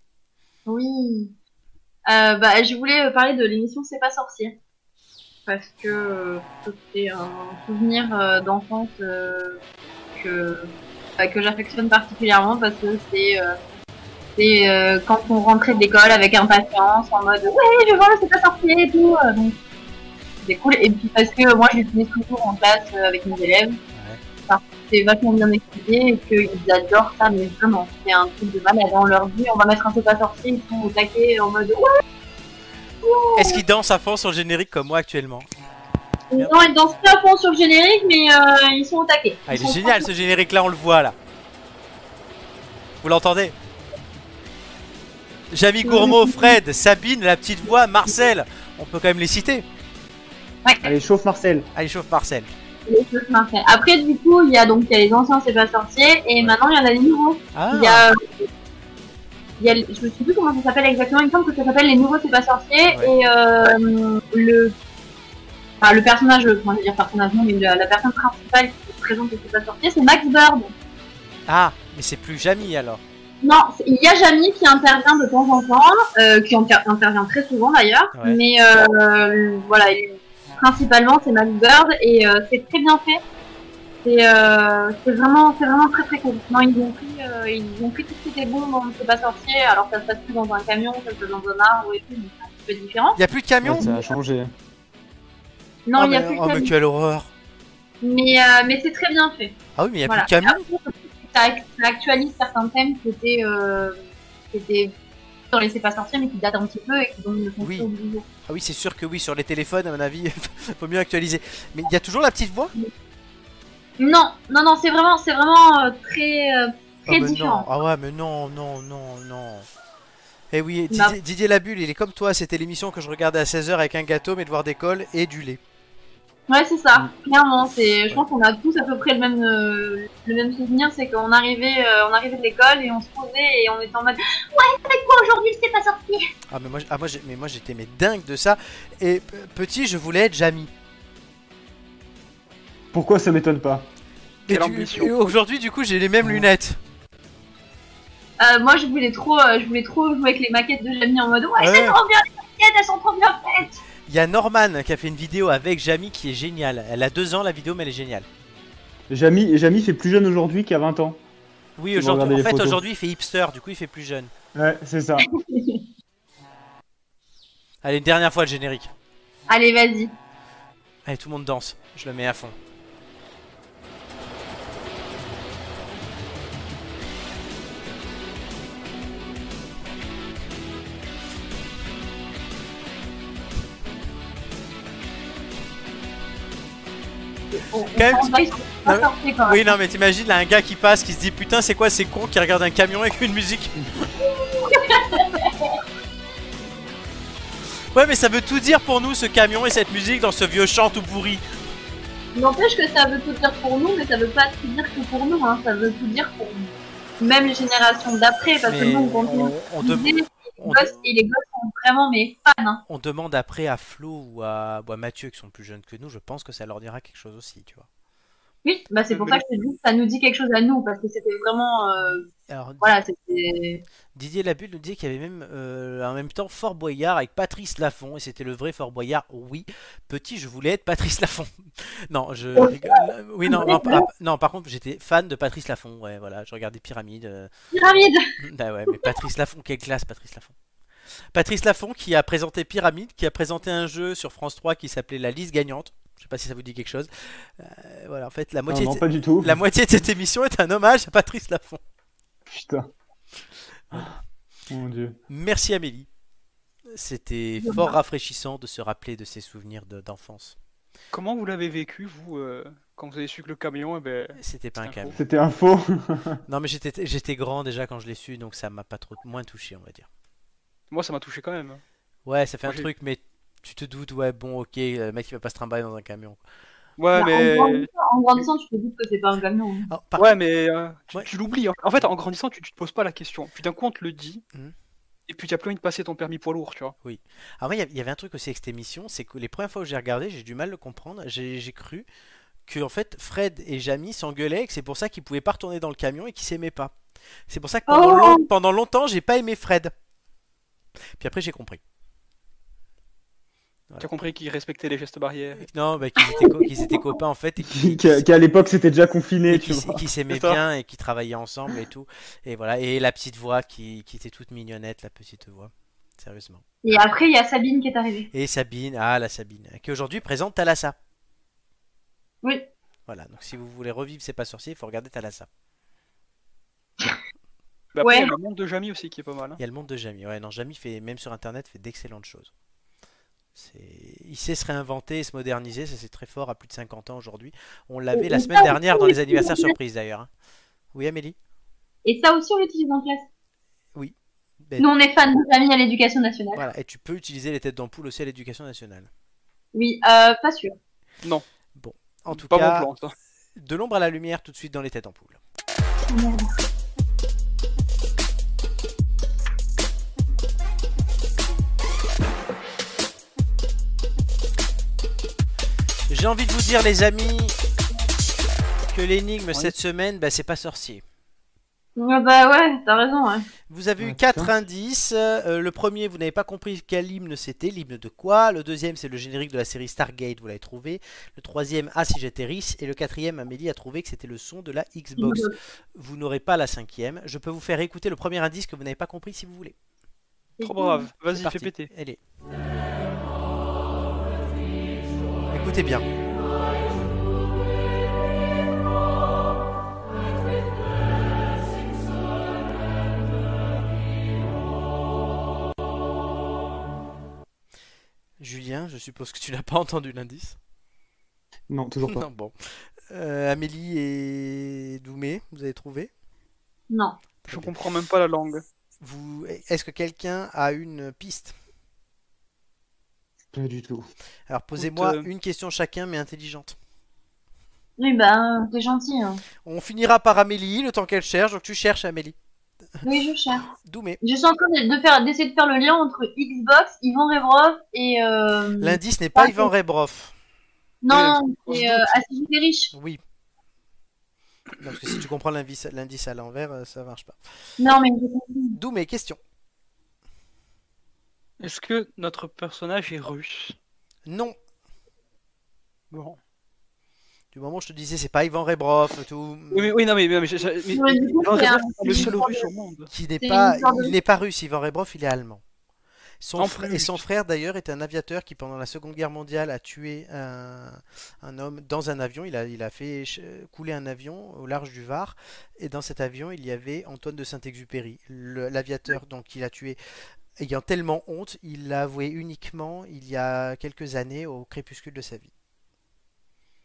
[SPEAKER 6] Oui. Euh, bah, je voulais euh, parler de l'émission C'est pas sorcier. Parce que euh, c'est un souvenir euh, d'enfance euh, que, bah, que j'affectionne particulièrement parce que c'est euh, c'est, euh, quand on rentrait d'école avec impatience en mode Ouais, je vois, c'est pas sorcier et tout. euh, Donc, c'était cool. Et puis parce que moi, je l'utilise toujours en classe euh, avec mes élèves. Parce que C'est vachement bien expliqué et qu'ils adorent ça, mais vraiment, c'est un truc de malade. On leur dit, on va mettre un peu pas sorcier, ils sont au taquet en mode ouais,
[SPEAKER 1] Est-ce qu'ils dansent à fond sur le générique comme moi actuellement Merde.
[SPEAKER 6] non, ils dansent pas à fond sur le générique, mais euh, ils sont au taquet.
[SPEAKER 1] Ah, il
[SPEAKER 6] Ils
[SPEAKER 1] est
[SPEAKER 6] sont
[SPEAKER 1] génial ce générique là, on le voit là. Vous l'entendez Jamie Gourmaud, Fred, Sabine, la petite voix, Marcel. On peut quand même les citer.
[SPEAKER 3] Allez, chauffe Marcel.
[SPEAKER 1] Allez, chauffe Marcel.
[SPEAKER 6] les feux de Marseille. Après, du coup, il y a donc il y a les anciens C'est pas sorcier et maintenant il y en a les nouveaux.
[SPEAKER 1] Ah,
[SPEAKER 6] Il y a. euh, il y a, le- je me sais plus comment ça s'appelle exactement, il me semble que ça s'appelle Les Nouveaux C'est pas sorcier
[SPEAKER 1] Ouais.
[SPEAKER 6] et euh, le, enfin, le personnage, comment je vais dire personnage, non, mais la, la personne principale qui se présente au C'est pas sorcier, c'est Max Bird.
[SPEAKER 1] Ah, mais c'est plus Jamie alors.
[SPEAKER 6] Non, c'est- il y a Jamie qui intervient de temps en temps, euh, qui inter- intervient très souvent d'ailleurs,
[SPEAKER 1] Ouais.
[SPEAKER 6] mais euh, voilà, il- principalement c'est Max Bird et euh, c'est très bien fait. C'est euh, c'est vraiment, c'est vraiment très très cool. Non, ils ont pris, euh, ils ont pris tout ce qui était bon dans C'est pas sorcier, alors ça se passe plus dans un camion, ça se passe dans un arbre et tout, donc c'est un petit peu différent.
[SPEAKER 1] Il y a plus de camion
[SPEAKER 3] Ouais, ça a changé.
[SPEAKER 6] Non,
[SPEAKER 1] Oh,
[SPEAKER 6] il y a
[SPEAKER 1] mais-
[SPEAKER 6] plus de
[SPEAKER 1] oh, mais
[SPEAKER 6] camion,
[SPEAKER 1] quelle horreur.
[SPEAKER 6] mais, euh, mais c'est très bien fait.
[SPEAKER 1] Ah oui, mais il y a
[SPEAKER 6] Voilà.
[SPEAKER 1] plus de camion.
[SPEAKER 6] Après, ça, ça actualise certains thèmes qui étaient, euh, qui étaient dans les C'est pas sorcier, mais qui datent un petit peu et qui donc ne sont
[SPEAKER 1] Oui.
[SPEAKER 6] plus au bout du jour.
[SPEAKER 1] Ah oui, c'est sûr que oui, sur les téléphones, à mon avis, faut mieux actualiser. Mais il y a toujours la petite voix
[SPEAKER 6] Non, non, non, c'est vraiment, c'est vraiment euh, très, euh,
[SPEAKER 1] Ah,
[SPEAKER 6] très
[SPEAKER 1] mais non.
[SPEAKER 6] différent.
[SPEAKER 1] Ah ouais, mais non, non, non, non. Eh oui,
[SPEAKER 6] Non.
[SPEAKER 1] Didier, Didier Labulle, il est comme toi, c'était l'émission que je regardais à 16h avec un gâteau, mes devoirs d'école et du lait.
[SPEAKER 6] Ouais, c'est ça.
[SPEAKER 1] Mm.
[SPEAKER 6] Clairement, c'est, je pense qu'on a tous à peu près le même, euh, le même souvenir, c'est qu'on arrivait, euh, on arrivait de l'école et on se posait et on était en mode, ouais, avec quoi aujourd'hui, c'est pas sorti.
[SPEAKER 1] Ah mais moi, j- ah, moi, j'ai- mais moi j'étais mais dingue de ça. Et p- petit, je voulais être Jamie.
[SPEAKER 3] Pourquoi ça m'étonne pas
[SPEAKER 1] Et tu-
[SPEAKER 2] Quelle ambition.
[SPEAKER 1] et Aujourd'hui, du coup, j'ai les mêmes lunettes.
[SPEAKER 6] Euh, moi, je voulais trop, euh, je voulais trop jouer avec les maquettes de Jamie en mode, ouais,
[SPEAKER 1] Ouais.
[SPEAKER 6] c'est trop bien les maquettes, elles sont trop bien faites.
[SPEAKER 1] Il y a Norman qui a fait une vidéo avec Jamie qui est géniale. Elle a deux ans la vidéo, mais elle est géniale.
[SPEAKER 3] Jamie, Jamie fait plus jeune aujourd'hui qu'à 20 ans.
[SPEAKER 1] Oui,
[SPEAKER 3] Faut
[SPEAKER 1] aujourd'hui.
[SPEAKER 3] regarder
[SPEAKER 1] En
[SPEAKER 3] les
[SPEAKER 1] fait,
[SPEAKER 3] photos.
[SPEAKER 1] aujourd'hui, il fait hipster, du coup, il fait plus jeune.
[SPEAKER 3] Ouais, c'est ça.
[SPEAKER 1] Allez, une dernière fois le générique.
[SPEAKER 6] Allez, vas-y.
[SPEAKER 1] Allez, tout le monde danse. Je le mets à fond.
[SPEAKER 6] On, on
[SPEAKER 1] même,
[SPEAKER 6] s'en va, ils sont pas
[SPEAKER 1] Non,
[SPEAKER 6] sortis, quoi.
[SPEAKER 1] Oui, non, mais t'imagines, là, un gars qui passe, qui se dit putain, c'est quoi, c'est con, qui regarde un camion avec une musique. ouais, mais ça veut tout dire pour nous, ce camion et cette musique dans ce vieux chant tout pourri.
[SPEAKER 6] N'empêche que ça veut tout dire pour nous, mais ça veut pas tout dire que pour nous, hein. ça veut tout dire pour même les générations d'après, parce que
[SPEAKER 1] Mais
[SPEAKER 6] nous, on
[SPEAKER 1] on,
[SPEAKER 6] continue
[SPEAKER 1] on
[SPEAKER 6] de
[SPEAKER 1] de-
[SPEAKER 6] utiliser les
[SPEAKER 1] on de-
[SPEAKER 6] gosses, et les gosses sont vraiment mes fans. Hein.
[SPEAKER 1] on demande après à Flo ou à, ou à Mathieu qui sont plus jeunes que nous, je pense que ça leur dira quelque chose aussi, tu vois.
[SPEAKER 6] Oui, bah c'est pour ça que je te dis que ça nous dit quelque chose à nous, parce que c'était vraiment euh,
[SPEAKER 1] Alors,
[SPEAKER 6] Voilà, c'était.
[SPEAKER 1] Didier Labulle nous disait qu'il y avait même euh, en même temps Fort Boyard avec Patrice Laffont et c'était le vrai Fort Boyard. Oui, petit, je voulais être Patrice Laffont. non, je
[SPEAKER 9] Oh, ah,
[SPEAKER 1] rigole. oui non non, par- non, par contre j'étais fan de Patrice Laffont. Ouais voilà, je regardais Pyramide. euh,
[SPEAKER 6] Pyramide
[SPEAKER 1] Bah ouais, mais Patrice Laffont, quelle classe Patrice Laffont. Patrice Laffont qui a présenté Pyramide, qui a présenté un jeu sur France 3 qui s'appelait La Liste gagnante. Je sais pas si ça vous dit quelque chose. Euh, voilà, en fait la
[SPEAKER 9] Non,
[SPEAKER 1] moitié
[SPEAKER 9] non,
[SPEAKER 1] de-
[SPEAKER 9] pas du tout.
[SPEAKER 1] la moitié de cette émission est un hommage à Patrice Laffont.
[SPEAKER 9] Putain.
[SPEAKER 3] Oh
[SPEAKER 9] Mon dieu.
[SPEAKER 1] Merci Amélie. C'était fort rafraîchissant de se rappeler de ses souvenirs de- d'enfance.
[SPEAKER 2] Comment vous l'avez vécu, vous, euh, quand vous avez su que le camion, eh ben,
[SPEAKER 1] C'était pas un
[SPEAKER 2] C'est un
[SPEAKER 1] camion.
[SPEAKER 9] C'était un faux.
[SPEAKER 1] Non mais j'étais j'étais grand déjà quand je l'ai su, donc ça m'a pas trop moins touché, on va dire.
[SPEAKER 2] moi, ça m'a touché quand même.
[SPEAKER 1] Ouais, ça fait un
[SPEAKER 2] Moi, j'ai-
[SPEAKER 1] truc, mais tu te doutes, ouais, bon, ok, le mec il va pas se trimballer dans un camion.
[SPEAKER 2] Ouais,
[SPEAKER 6] Bah,
[SPEAKER 2] mais,
[SPEAKER 6] en, grandissant, en grandissant, tu te doutes que c'est pas un camion.
[SPEAKER 1] Alors, par-
[SPEAKER 2] ouais, mais euh, tu,
[SPEAKER 1] Ouais.
[SPEAKER 2] tu l'oublies. hein. En fait, en grandissant, tu, tu te poses pas la question. Puis d'un coup, on te le dit.
[SPEAKER 1] Mhm.
[SPEAKER 2] Et puis, t'as plus envie de passer ton permis poids lourd, tu vois.
[SPEAKER 1] Alors, ah, moi, il y a- il y avait un truc aussi avec cette émission, c'est que les premières fois où j'ai regardé, j'ai eu du mal à le comprendre. J'ai j'ai cru que en fait Fred et Jamie s'engueulaient et que c'est pour ça qu'ils pouvaient pas retourner dans le camion et qu'ils s'aimaient pas. C'est pour ça que pendant,
[SPEAKER 6] Oh
[SPEAKER 1] long- pendant longtemps, j'ai pas aimé Fred. Puis après, j'ai compris.
[SPEAKER 2] T'as compris qu'ils respectaient les gestes barrières.
[SPEAKER 1] Non, bah, qu'ils étaient, co- qu'ils étaient copains en fait et
[SPEAKER 3] Qui,
[SPEAKER 1] qu'ils
[SPEAKER 3] qui- qui, à l'époque c'était déjà
[SPEAKER 1] et
[SPEAKER 3] confiné, tu
[SPEAKER 1] qu'ils-
[SPEAKER 3] vois.
[SPEAKER 1] qu'ils s'aimaient
[SPEAKER 2] C'est ça.
[SPEAKER 1] bien et qui travaillaient ensemble et tout. Et voilà, et la petite voix qui, qui était toute mignonnette, la petite voix. Sérieusement.
[SPEAKER 6] Et après, il y a Sabine qui est arrivée.
[SPEAKER 1] Et Sabine, ah la Sabine, qui aujourd'hui présente Talassa.
[SPEAKER 6] Oui.
[SPEAKER 1] Voilà, donc si vous voulez revivre C'est pas sorcier, il faut regarder Talassa.
[SPEAKER 2] Bah, après,
[SPEAKER 6] Ouais.
[SPEAKER 2] il y a le monde de Jamie aussi qui est pas mal. hein.
[SPEAKER 1] Il y a le monde de Jamie. Ouais, non, Jamie fait, même sur internet, fait d'excellentes choses. C'est... Il sait se réinventer et se moderniser, ça c'est très fort à plus de 50 ans aujourd'hui. On l'avait la
[SPEAKER 6] Et
[SPEAKER 1] semaine
[SPEAKER 6] ça,
[SPEAKER 1] dernière dans
[SPEAKER 6] oui,
[SPEAKER 1] les anniversaires
[SPEAKER 6] oui.
[SPEAKER 1] surprises d'ailleurs. hein. Oui, Amélie
[SPEAKER 6] Et ça aussi, on l'utilise en classe.
[SPEAKER 1] Ben,
[SPEAKER 6] Nous, on est fans de Famille à l'éducation nationale.
[SPEAKER 1] voilà. Et tu peux utiliser les têtes d'ampoule aussi à l'éducation nationale.
[SPEAKER 6] Oui, euh, pas sûr.
[SPEAKER 1] En tout
[SPEAKER 2] pas
[SPEAKER 1] cas,
[SPEAKER 2] mon plan, ça.
[SPEAKER 1] de l'ombre à la lumière tout de suite dans les têtes d'ampoule.
[SPEAKER 6] Merde.
[SPEAKER 1] J'ai envie de vous dire, les amis, que l'énigme
[SPEAKER 2] Oui.
[SPEAKER 1] cette semaine, bah, c'est pas sorcier.
[SPEAKER 6] Ouais, Bah ouais, t'as raison. hein.
[SPEAKER 1] Vous avez eu
[SPEAKER 9] Ouais,
[SPEAKER 1] quatre indices. Euh, le premier, vous n'avez pas compris quel hymne c'était, l'hymne de quoi. Le deuxième, c'est le générique de la série Stargate, vous l'avez trouvé. Le troisième, Ah si j'étais riche. Et le quatrième, Amélie a trouvé que c'était le son de la Xbox. Vous n'aurez pas la cinquième. Je peux vous faire écouter le premier indice que vous n'avez pas compris si vous voulez.
[SPEAKER 2] Trop brave.
[SPEAKER 1] C'est
[SPEAKER 2] Vas-y,
[SPEAKER 1] parti.
[SPEAKER 2] fais péter.
[SPEAKER 1] Allez. Écoutez bien. Julien, je suppose que tu n'as pas entendu l'indice.
[SPEAKER 3] Non, toujours pas.
[SPEAKER 1] Non, bon. Euh, Amélie et Doumé, vous avez trouvé
[SPEAKER 6] Non.
[SPEAKER 2] Je
[SPEAKER 1] Très bien.
[SPEAKER 2] comprends même pas la langue.
[SPEAKER 1] Vous... Est-ce que quelqu'un a une piste
[SPEAKER 3] Pas du tout.
[SPEAKER 1] Alors posez-moi
[SPEAKER 2] Écoute,
[SPEAKER 1] une question chacun, mais intelligente.
[SPEAKER 6] Oui, bah, t'es gentil. Hein.
[SPEAKER 1] On finira par Amélie, le temps qu'elle cherche, donc tu cherches Amélie.
[SPEAKER 6] Oui, je cherche.
[SPEAKER 1] Doumé.
[SPEAKER 6] Je suis en train de de faire, d'essayer de faire le lien entre Xbox, Yvan Rebrov et. Euh...
[SPEAKER 1] L'indice n'est pas
[SPEAKER 6] Ah,
[SPEAKER 1] Ivan Rebroff.
[SPEAKER 6] Non, non,
[SPEAKER 2] on se
[SPEAKER 6] c'est
[SPEAKER 2] doute.
[SPEAKER 6] euh, Assis des riches.
[SPEAKER 1] Oui. Non, parce que si tu comprends l'indice l'indice à l'envers, euh, ça marche pas.
[SPEAKER 6] Non, mais j'ai compris.
[SPEAKER 1] Doumé, question.
[SPEAKER 2] Est-ce que notre personnage est russe
[SPEAKER 1] Non.
[SPEAKER 2] Bon.
[SPEAKER 1] Du moment où je te disais, c'est pas Ivan Rebroff, tout.
[SPEAKER 2] Oui, mais- oui, non, mais, mais, mais- mais- mais-
[SPEAKER 6] Ouais, du coup,
[SPEAKER 2] Jean
[SPEAKER 6] c'est
[SPEAKER 2] Zébert,
[SPEAKER 6] un-
[SPEAKER 2] c'est le seul russe au monde.
[SPEAKER 1] Qui n'est
[SPEAKER 6] C'est
[SPEAKER 1] pas,
[SPEAKER 6] une sorte de-
[SPEAKER 1] il n'est pas russe, Ivan Rebroff, il est allemand. Son
[SPEAKER 2] En
[SPEAKER 1] frère,
[SPEAKER 2] plus.
[SPEAKER 1] et son frère d'ailleurs est un aviateur qui pendant la Seconde Guerre mondiale a tué un, un homme dans un avion. Il a, il a fait ch- couler un avion au large du Var et dans cet avion il y avait Antoine de Saint-Exupéry, le- l'aviateur donc qu'il a tué. Ayant tellement honte, il l'a avoué uniquement il y a quelques années au crépuscule de sa vie.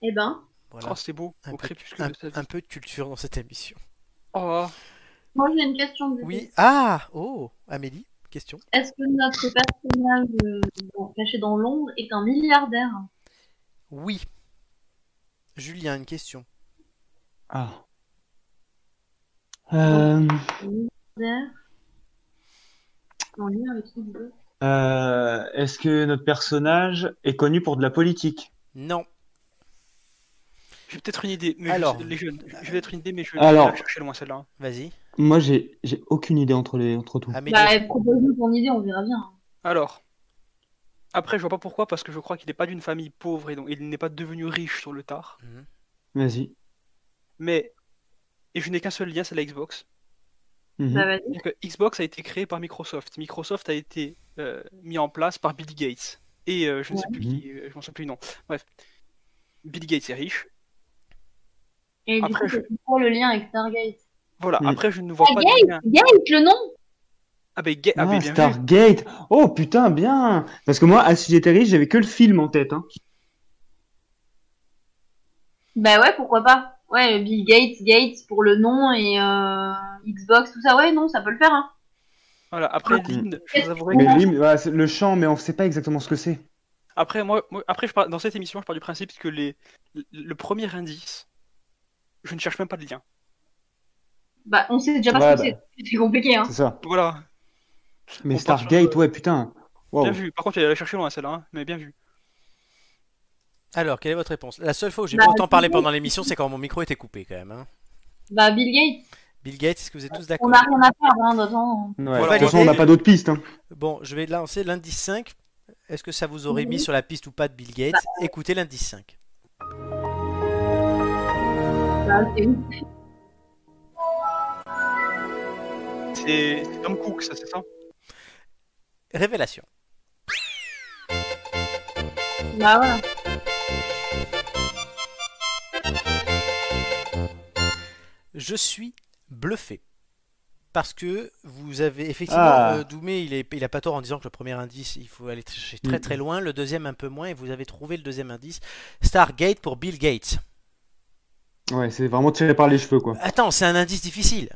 [SPEAKER 6] Eh ben,
[SPEAKER 1] Voilà,
[SPEAKER 2] Oh, c'est beau,
[SPEAKER 1] Un
[SPEAKER 2] au
[SPEAKER 1] peu-
[SPEAKER 2] crépuscule
[SPEAKER 1] un,
[SPEAKER 2] de sa vie.
[SPEAKER 1] un peu de culture dans cette émission.
[SPEAKER 2] Oh,
[SPEAKER 6] moi j'ai une question. de-
[SPEAKER 1] Oui, ah, oh, Amélie, question.
[SPEAKER 6] Est-ce que notre personnage euh, bon, caché dans l'ombre est un milliardaire
[SPEAKER 1] Oui. Julien, une question.
[SPEAKER 3] Ah. Euh,
[SPEAKER 6] Un milliardaire En lien avec Xbox.
[SPEAKER 9] Euh, Est-ce que notre personnage est connu pour de la politique
[SPEAKER 1] Non.
[SPEAKER 2] j'ai peut-être une idée, mais
[SPEAKER 1] Alors.
[SPEAKER 2] je, les jeunes, j'ai peut-être une idée, mais je je vais
[SPEAKER 3] Alors.
[SPEAKER 2] la chercher loin celle-là.
[SPEAKER 1] Vas-y.
[SPEAKER 9] Moi, j'ai j'ai aucune idée entre les entre tout.
[SPEAKER 1] Amélie,
[SPEAKER 6] Bah, propose-nous ton idée, on verra bien.
[SPEAKER 2] Alors, après, je vois pas pourquoi, parce que je crois qu'il n'est pas d'une famille pauvre et donc il n'est pas devenu riche sur le tard.
[SPEAKER 9] Vas-y.
[SPEAKER 2] Mais, et je n'ai qu'un seul lien, c'est la Xbox.
[SPEAKER 9] Mhm.
[SPEAKER 6] Bah, vas-y.
[SPEAKER 2] Donc, euh, Xbox a été créé par Microsoft. Microsoft a été euh, mis en place par Bill Gates. Et euh, je ne sais plus qui, euh, je m'en souviens plus, non. Bref. Bill Gates est riche.
[SPEAKER 6] Et du
[SPEAKER 2] Après,
[SPEAKER 6] coup,
[SPEAKER 2] je-
[SPEAKER 6] c'est pour le lien avec Stargate.
[SPEAKER 2] Voilà,
[SPEAKER 9] Mhm.
[SPEAKER 2] après, je ne vois
[SPEAKER 6] Ah,
[SPEAKER 2] pas de lien.
[SPEAKER 6] Gate, le nom
[SPEAKER 2] Ah, ben, Ga- ah,
[SPEAKER 9] Ah,
[SPEAKER 2] ben, bien vu.
[SPEAKER 9] Stargate. Oh putain, bien. Parce que moi, à si j'étais riche, j'avais que le film en tête. Hein.
[SPEAKER 6] Bah ouais, pourquoi pas. Ouais, Bill Gates, Gates pour le nom et euh, Xbox, tout ça. Ouais, non, ça peut le faire. Hein.
[SPEAKER 2] Voilà, après,
[SPEAKER 6] Ah,
[SPEAKER 2] l'hymne, je vous avouerai
[SPEAKER 9] Mais l'hymne, voilà, c'est le chant, mais on sait pas exactement ce que c'est.
[SPEAKER 2] Après, moi, moi- après je pars- dans cette émission, je pars du principe que les, le- le premier indice, je ne cherche même pas de lien.
[SPEAKER 6] Bah, on sait déjà pas
[SPEAKER 9] Ouais,
[SPEAKER 6] ce que c'est. C'est compliqué, hein.
[SPEAKER 9] C'est ça.
[SPEAKER 2] Voilà,
[SPEAKER 9] Mais
[SPEAKER 2] On part sur-
[SPEAKER 9] Stargate, ouais, putain. Wow.
[SPEAKER 2] bien vu. Par contre, il allait chercher loin celle-là, hein, mais bien vu.
[SPEAKER 1] Alors, quelle est votre réponse La seule fois où j'ai
[SPEAKER 6] Bah,
[SPEAKER 1] pas autant parlé
[SPEAKER 6] Bill Gates.
[SPEAKER 1] pendant l'émission, c'est quand mon micro était coupé quand même. hein.
[SPEAKER 6] Bah, Bill Gates,
[SPEAKER 1] Bill Gates, est-ce que vous êtes tous
[SPEAKER 6] on
[SPEAKER 1] d'accord
[SPEAKER 6] n'a rien à perdre, hein, d'autant.
[SPEAKER 9] Ouais,
[SPEAKER 2] Voilà,
[SPEAKER 9] de toute façon,
[SPEAKER 1] on
[SPEAKER 9] on
[SPEAKER 1] va-
[SPEAKER 9] n'a pas d'autre piste. Hein.
[SPEAKER 1] Bon, je vais lancer l'indice 5. Est-ce que ça vous aurait mis sur la piste ou pas de Bill Gates Écoutez l'indice 5.
[SPEAKER 6] Bah, c'est ouf.
[SPEAKER 2] C'est c'est Tom Cook, ça, c'est ça
[SPEAKER 1] Révélation.
[SPEAKER 6] Bah, voilà.
[SPEAKER 1] Je suis bluffé. Parce que vous avez effectivement
[SPEAKER 9] Ah.
[SPEAKER 1] euh, Doumé, il, est, il a pas tort en disant que le premier indice, il faut aller chercher très
[SPEAKER 9] Mm.
[SPEAKER 1] très loin, le deuxième un peu moins, et vous avez trouvé le deuxième indice, Stargate pour Bill Gates.
[SPEAKER 9] Ouais, c'est vraiment tiré par les cheveux, quoi.
[SPEAKER 1] Attends, c'est un indice difficile.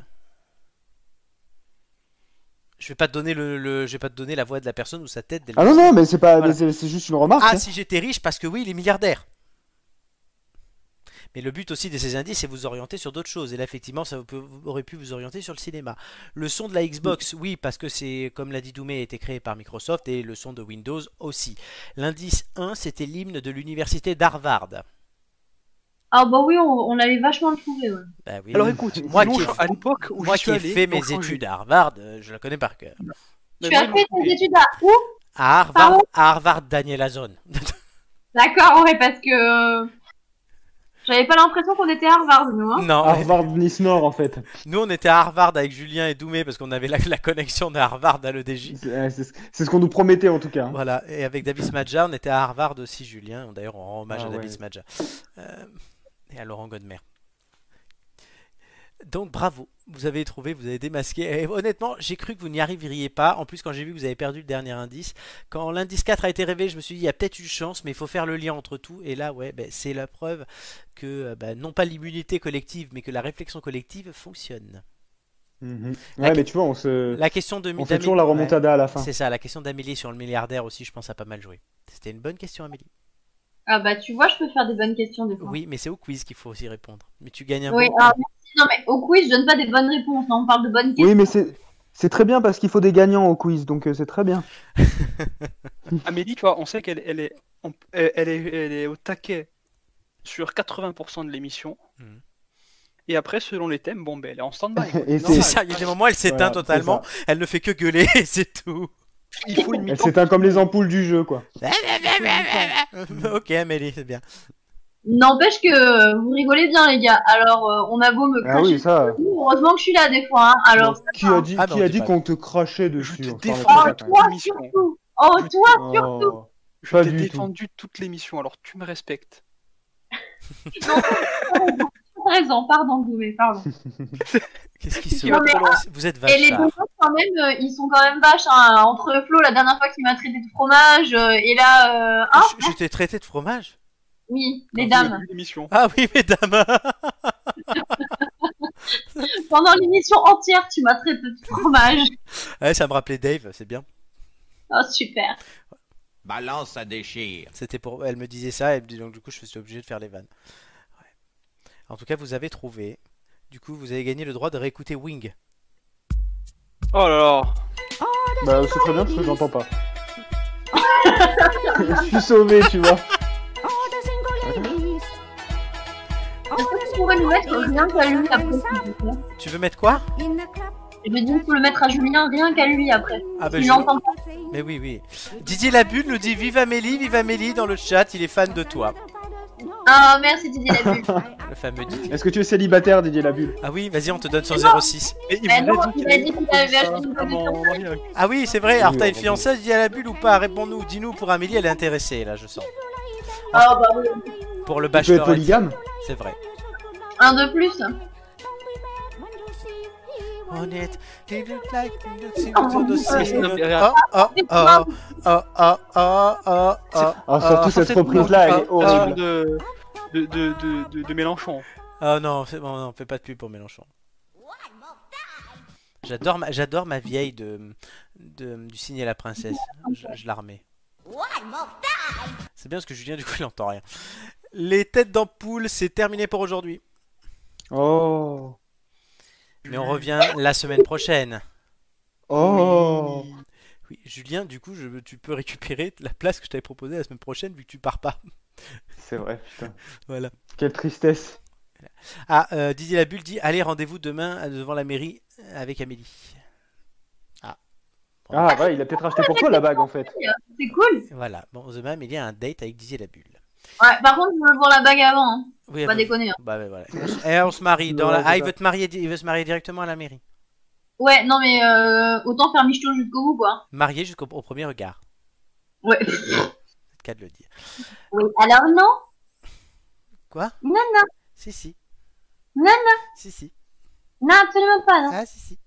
[SPEAKER 1] Je vais pas te donner le, le- je vais pas te donner la voix de la personne ou sa tête. dès le
[SPEAKER 9] Ah non,
[SPEAKER 1] début.
[SPEAKER 9] non, mais c'est pas,
[SPEAKER 1] Voilà.
[SPEAKER 9] c'est c'est juste une remarque.
[SPEAKER 1] Ah,
[SPEAKER 9] hein.
[SPEAKER 1] si j'étais riche, parce que oui, il est milliardaire. Mais le but aussi de ces indices, c'est vous orienter sur d'autres choses. Et là, effectivement, ça vous peut- vous aurait pu vous orienter sur le cinéma. Le son de la Xbox,
[SPEAKER 2] Mm.
[SPEAKER 1] oui, parce que c'est, comme l'a dit Doumé, a été créé par Microsoft et le son de Windows aussi. L'indice 1, c'était l'hymne de l'université d'Harvard.
[SPEAKER 6] Ah, bah oui, on, on l'avait vachement trouvé, ouais.
[SPEAKER 1] Bah oui.
[SPEAKER 2] Alors écoute,
[SPEAKER 1] Moi
[SPEAKER 2] sinon,
[SPEAKER 1] qui ai-
[SPEAKER 2] je- à l'époque où
[SPEAKER 1] moi
[SPEAKER 2] je suis
[SPEAKER 1] qui ai
[SPEAKER 2] allé,
[SPEAKER 1] fait
[SPEAKER 2] ils ont
[SPEAKER 1] mes
[SPEAKER 2] changé.
[SPEAKER 1] études à Harvard, euh, je la connais par cœur.
[SPEAKER 2] Mais
[SPEAKER 6] tu
[SPEAKER 2] moi,
[SPEAKER 6] as
[SPEAKER 2] ils
[SPEAKER 6] fait
[SPEAKER 2] l'ont
[SPEAKER 6] tes
[SPEAKER 2] changé.
[SPEAKER 6] études à où
[SPEAKER 1] À Harvard,
[SPEAKER 2] Ah
[SPEAKER 1] à Harvard Daniel Azon.
[SPEAKER 6] D'accord, ouais, parce que. euh, J'avais pas l'impression qu'on était à Harvard, nous, hein.
[SPEAKER 1] non,
[SPEAKER 2] Ah
[SPEAKER 1] mais-
[SPEAKER 9] Harvard Nice Nord, en fait.
[SPEAKER 1] nous on était à Harvard avec Julien et Doumé parce qu'on avait la, la connexion de Harvard à l'EDJ.
[SPEAKER 9] C'est euh, c'est ce c'est ce qu'on nous promettait, en tout cas. hein.
[SPEAKER 1] Voilà, et avec Davis Madja, on était à Harvard aussi, Julien. D'ailleurs, on rend hommage
[SPEAKER 9] Ah
[SPEAKER 1] à Davis
[SPEAKER 9] ouais.
[SPEAKER 1] Madja Euh, et à Laurent Godmer. Donc, bravo, vous avez trouvé, vous avez démasqué. Et honnêtement, j'ai cru que vous n'y arriveriez pas. En plus, quand j'ai vu que vous avez perdu le dernier indice, quand l'indice 4 a été révélé, je me suis dit, il y a peut-être une chance, mais il faut faire le lien entre tout. Et là, ouais, ben, c'est la preuve que, euh, ben, non pas l'immunité collective, mais que la réflexion collective fonctionne.
[SPEAKER 3] Mm-hmm.
[SPEAKER 9] Mhm.
[SPEAKER 1] La-
[SPEAKER 9] Ouais, mais tu vois, on se.
[SPEAKER 1] La question de
[SPEAKER 9] Euh, On fait toujours
[SPEAKER 1] d'Amélie-
[SPEAKER 9] la
[SPEAKER 1] ouais.
[SPEAKER 9] remontada à la fin.
[SPEAKER 1] C'est ça, la question d'Amélie sur le milliardaire aussi, je pense, a pas mal joué. C'était une bonne question, Amélie.
[SPEAKER 6] Ah, bah, tu vois, je peux faire des bonnes questions, des fois.
[SPEAKER 1] Oui, mais c'est au quiz qu'il faut aussi répondre. Mais tu gagnes un
[SPEAKER 6] Oui,
[SPEAKER 1] bon
[SPEAKER 6] alors merci. Non, mais au quiz, je donne pas des bonnes réponses. hein, On parle de bonnes questions.
[SPEAKER 9] Oui, mais c'est c'est très bien parce qu'il faut des gagnants au quiz, donc euh, c'est très bien.
[SPEAKER 2] Amélie, tu vois, on sait qu'elle elle est, on- elle elle est, elle est au taquet sur 80% de l'émission.
[SPEAKER 6] Mm.
[SPEAKER 1] Mhm.
[SPEAKER 2] Et après, selon les thèmes, bon, ben, elle est en stand-by. quoi.
[SPEAKER 9] Et
[SPEAKER 1] C'est
[SPEAKER 9] Ouais.
[SPEAKER 1] ça, il y a des moments où elle s'éteint
[SPEAKER 9] Voilà,
[SPEAKER 1] totalement,
[SPEAKER 9] c'est ça.
[SPEAKER 1] elle ne fait que gueuler, et c'est tout.
[SPEAKER 2] Il faut une
[SPEAKER 9] Elle
[SPEAKER 2] mi-temps.
[SPEAKER 9] s'éteint comme les ampoules du jeu, quoi.
[SPEAKER 1] ok, Amélie, c'est bien.
[SPEAKER 6] N'empêche que euh, vous rigolez bien, les gars. Alors, euh, on a beau me
[SPEAKER 9] Ah
[SPEAKER 6] cracher.
[SPEAKER 9] oui, ça.
[SPEAKER 6] dessus, Heureusement que je suis là, des fois. hein. Alors,
[SPEAKER 9] Non, qui a dit,
[SPEAKER 1] Ah, non,
[SPEAKER 9] qui a
[SPEAKER 1] dis
[SPEAKER 9] dit
[SPEAKER 1] pas.
[SPEAKER 9] qu'on te crachait dessus
[SPEAKER 2] te
[SPEAKER 9] on s'en
[SPEAKER 2] défends.
[SPEAKER 9] rappelle
[SPEAKER 6] oh,
[SPEAKER 9] pas, quand même.
[SPEAKER 6] toi,
[SPEAKER 2] émission.
[SPEAKER 6] surtout. Oh,
[SPEAKER 2] Je-
[SPEAKER 6] toi,
[SPEAKER 9] Oh.
[SPEAKER 2] Je
[SPEAKER 9] Pas
[SPEAKER 2] t'ai
[SPEAKER 9] du tout.
[SPEAKER 2] défendu toute l'émission, alors tu me respectes.
[SPEAKER 6] raison. Pardon, Doumé, pardon.
[SPEAKER 1] Qu'est-ce qui se
[SPEAKER 6] Non, mais,
[SPEAKER 1] Vous êtes
[SPEAKER 6] Et les deux
[SPEAKER 1] vache.
[SPEAKER 6] autres, quand même, euh, ils sont quand même vaches. hein. Entre Flo, la dernière fois qu'il m'a traité de fromage, euh, et là, euh, hein
[SPEAKER 1] Je t'ai traité de fromage
[SPEAKER 6] Oui, les
[SPEAKER 2] Quand vous
[SPEAKER 6] dames.
[SPEAKER 2] avez vu l'émission.
[SPEAKER 1] Ah oui, mesdames
[SPEAKER 6] Pendant l'émission entière, tu m'as traité de fromage.
[SPEAKER 1] Ouais, Ça me rappelait Dave, c'est bien.
[SPEAKER 6] Oh, super.
[SPEAKER 8] Balance à déchire.
[SPEAKER 1] C'était pour... Elle me disait ça, elle me dit, donc du coup, je suis obligé de faire les vannes. Ouais. En tout cas, vous avez trouvé. Du coup, vous avez gagné le droit de réécouter Wing.
[SPEAKER 2] Oh là là.
[SPEAKER 9] Bah, c'est très bien parce que j'entends pas. je suis sauvé, tu vois.
[SPEAKER 10] Oh, the single ladies. Oh, the
[SPEAKER 6] pourrait nous mettre rien qu'à lui après. s'il vous plaît.
[SPEAKER 1] Tu veux mettre quoi
[SPEAKER 6] Je vais dire qu'on le mettre à Julien rien qu'à lui après.
[SPEAKER 1] Ah ben,
[SPEAKER 6] Il
[SPEAKER 1] je-
[SPEAKER 6] l'entend pas.
[SPEAKER 1] Mais oui, oui. Didier Labulle nous dit Vive Amélie, vive Amélie dans le chat, il est fan de toi.
[SPEAKER 6] Ah merci Didier Labulle.
[SPEAKER 1] Le fameux Didier.
[SPEAKER 3] Est-ce que tu es célibataire, Didier Labulle
[SPEAKER 1] Ah oui, vas-y, on te donne sur 06.
[SPEAKER 2] Et il
[SPEAKER 6] Mais
[SPEAKER 2] vous
[SPEAKER 6] Ben non,
[SPEAKER 2] l'a dit
[SPEAKER 6] il
[SPEAKER 2] qu'il
[SPEAKER 6] a dit qu'il avait
[SPEAKER 2] ça,
[SPEAKER 6] acheté une
[SPEAKER 2] comme
[SPEAKER 6] position.
[SPEAKER 2] en mariage.
[SPEAKER 1] Ah oui, c'est vrai. Alors, t'as une
[SPEAKER 3] Oui,
[SPEAKER 1] fiancée, Didier Labulle ou pas Réponds-nous, dis-nous pour Amélie, elle est intéressée là, je sens.
[SPEAKER 6] Ah bah oui.
[SPEAKER 1] Pour le
[SPEAKER 3] Tu peux être
[SPEAKER 1] bachelor,
[SPEAKER 3] polygame
[SPEAKER 1] c'est vrai.
[SPEAKER 6] Un de plus.
[SPEAKER 1] On est. They look like-
[SPEAKER 2] non, mais
[SPEAKER 1] Oh,
[SPEAKER 2] regarde.
[SPEAKER 1] oh, oh, oh, oh, oh, oh, oh.
[SPEAKER 3] Ah, surtout
[SPEAKER 1] Ah,
[SPEAKER 3] cette
[SPEAKER 2] Censé être
[SPEAKER 3] reprise-là, elle est
[SPEAKER 2] dans la chanson
[SPEAKER 3] horrible.
[SPEAKER 2] ah, de, de, de, de, de- de Mélenchon.
[SPEAKER 1] Ah non, c'est bon, non, fais pas de pub pour Mélenchon. J'adore ma, j'adore ma vieille de, de- du signe à la princesse. Je, je la remets. C'est bien parce que Julien, du coup, il entend rien. Les têtes d'ampoule, c'est terminé pour aujourd'hui.
[SPEAKER 3] Oh.
[SPEAKER 1] Mais on revient la semaine prochaine.
[SPEAKER 3] Oh.
[SPEAKER 1] Oui, Julien, du coup, je, tu peux récupérer la place que je t'avais proposée la semaine prochaine vu que tu pars pas.
[SPEAKER 3] C'est vrai, putain.
[SPEAKER 1] Voilà.
[SPEAKER 3] Quelle tristesse.
[SPEAKER 1] Ah, euh, Didier Labulle dit Allez, rendez-vous demain euh, devant la mairie euh, avec Amélie.
[SPEAKER 3] Ah,
[SPEAKER 9] bah,
[SPEAKER 3] ouais, il a peut-être acheté pour toi la bague en fait.
[SPEAKER 6] C'est cool.
[SPEAKER 1] Voilà. Bon, demain, Amélie a un date avec Didier Labulle.
[SPEAKER 6] Ouais, par contre, je veux voir la bague avant. hein.
[SPEAKER 1] Oui,
[SPEAKER 6] Pas
[SPEAKER 1] elle veut-
[SPEAKER 6] déconner. hein.
[SPEAKER 1] Bah ouais, voilà. On se- Eh, on se marie. Dans la...
[SPEAKER 3] Ouais, c'est
[SPEAKER 1] Ah, il
[SPEAKER 3] ça.
[SPEAKER 1] veut, te marier, di- il veut se marier directement à la mairie.
[SPEAKER 6] Ouais, non mais euh, autant faire michto jusqu'au bout quoi.
[SPEAKER 1] Marié jusqu'au au premier regard.
[SPEAKER 6] Ouais.
[SPEAKER 1] C'est le cas de le dire.
[SPEAKER 6] Oui, Alors non,
[SPEAKER 1] Quoi
[SPEAKER 6] non, non,
[SPEAKER 1] Si, si.
[SPEAKER 6] Non, non.
[SPEAKER 1] Si, si.
[SPEAKER 6] non, absolument pas. Non.
[SPEAKER 1] Ah, si, si.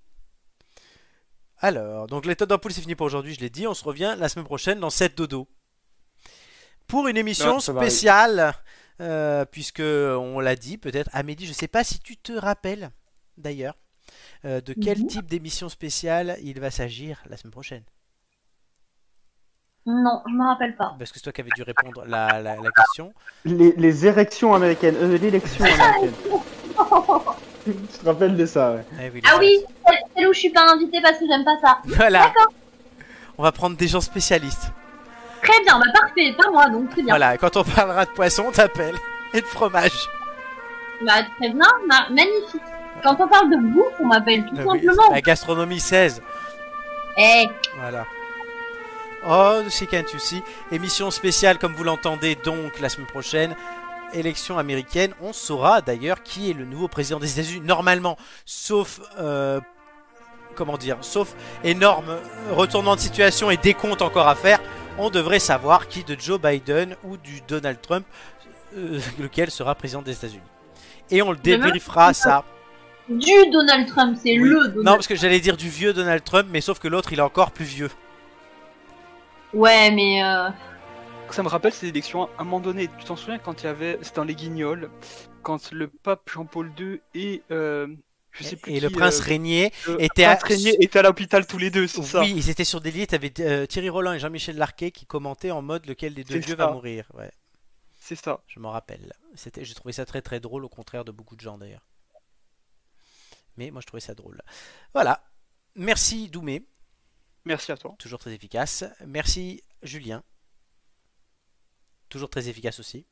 [SPEAKER 1] Alors, donc l'état d'ampoule, c'est fini pour aujourd'hui, je l'ai dit. On se revient la semaine prochaine dans 7 dodo. Pour une émission
[SPEAKER 3] Non, ça va, oui.
[SPEAKER 1] spéciale, euh, puisque on l'a dit peut-être, Amélie, je sais pas si tu te rappelles d'ailleurs euh, de
[SPEAKER 6] Mhm.
[SPEAKER 1] quel type d'émission spéciale il va s'agir la semaine prochaine.
[SPEAKER 6] Non, je me rappelle pas.
[SPEAKER 1] Parce que c'est toi qui avais dû répondre la, la, la question.
[SPEAKER 3] Les, les érections américaines, euh, l'élection américaine. Je te rappelle de ça, ouais.
[SPEAKER 1] Eh oui, les
[SPEAKER 6] Ah
[SPEAKER 1] gens.
[SPEAKER 6] oui, celle- celle où je suis pas invitée parce que j'aime pas ça.
[SPEAKER 1] Voilà. On va prendre des gens spécialistes.
[SPEAKER 6] Très bien, bah parfait, pas moi donc très bien.
[SPEAKER 1] Voilà, quand on parlera de poisson, on t'appelle. Et de fromage.
[SPEAKER 6] Bah, très bien, ma- magnifique. Quand on parle de bouffe, on m'appelle tout
[SPEAKER 1] Euh, oui,
[SPEAKER 6] simplement.
[SPEAKER 1] La gastronomie 16.
[SPEAKER 6] Eh,
[SPEAKER 1] Voilà. Oh, c'est qu'un souci. Émission spéciale, comme vous l'entendez, donc la semaine prochaine. Élection américaine. On saura d'ailleurs qui est le nouveau président des États-Unis. Normalement, sauf. euh, comment dire Sauf énorme retournement de situation et décompte encore à faire, on devrait savoir qui de Joe Biden ou du Donald Trump, euh, lequel sera président des États-Unis. Et on le
[SPEAKER 6] Demain
[SPEAKER 1] débriefera, ça.
[SPEAKER 6] du Donald Trump, c'est
[SPEAKER 1] Oui.
[SPEAKER 6] le
[SPEAKER 1] Non,
[SPEAKER 6] Donald
[SPEAKER 1] parce que j'allais dire du vieux Donald Trump, mais sauf que l'autre, il est encore plus vieux.
[SPEAKER 6] Ouais, mais euh,
[SPEAKER 2] Ça me rappelle ces élections. À un moment donné, tu t'en souviens quand il y avait. C'était dans les Guignols. Quand le pape Jean-Paul II et. euh, je sais plus.
[SPEAKER 1] et
[SPEAKER 2] qui,
[SPEAKER 1] le prince
[SPEAKER 2] euh,
[SPEAKER 1] Régnier
[SPEAKER 2] le
[SPEAKER 1] était à-
[SPEAKER 2] prince Régnier était à l'hôpital tous les deux, c'est ça
[SPEAKER 1] Oui, ils étaient sur des lits. T'avais euh, Thierry Roland et Jean-Michel Larquet qui commentaient en mode lequel des deux
[SPEAKER 2] C'est
[SPEAKER 1] vieux
[SPEAKER 2] ça.
[SPEAKER 1] va mourir. Ouais,
[SPEAKER 2] C'est ça.
[SPEAKER 1] je m'en rappelle. C'était, j'ai trouvé ça très très drôle, au contraire de beaucoup de gens d'ailleurs. Mais moi, je trouvais ça drôle. Voilà. Merci Doumé,
[SPEAKER 2] Merci à toi.
[SPEAKER 1] toujours très efficace. Merci Julien, toujours très efficace aussi.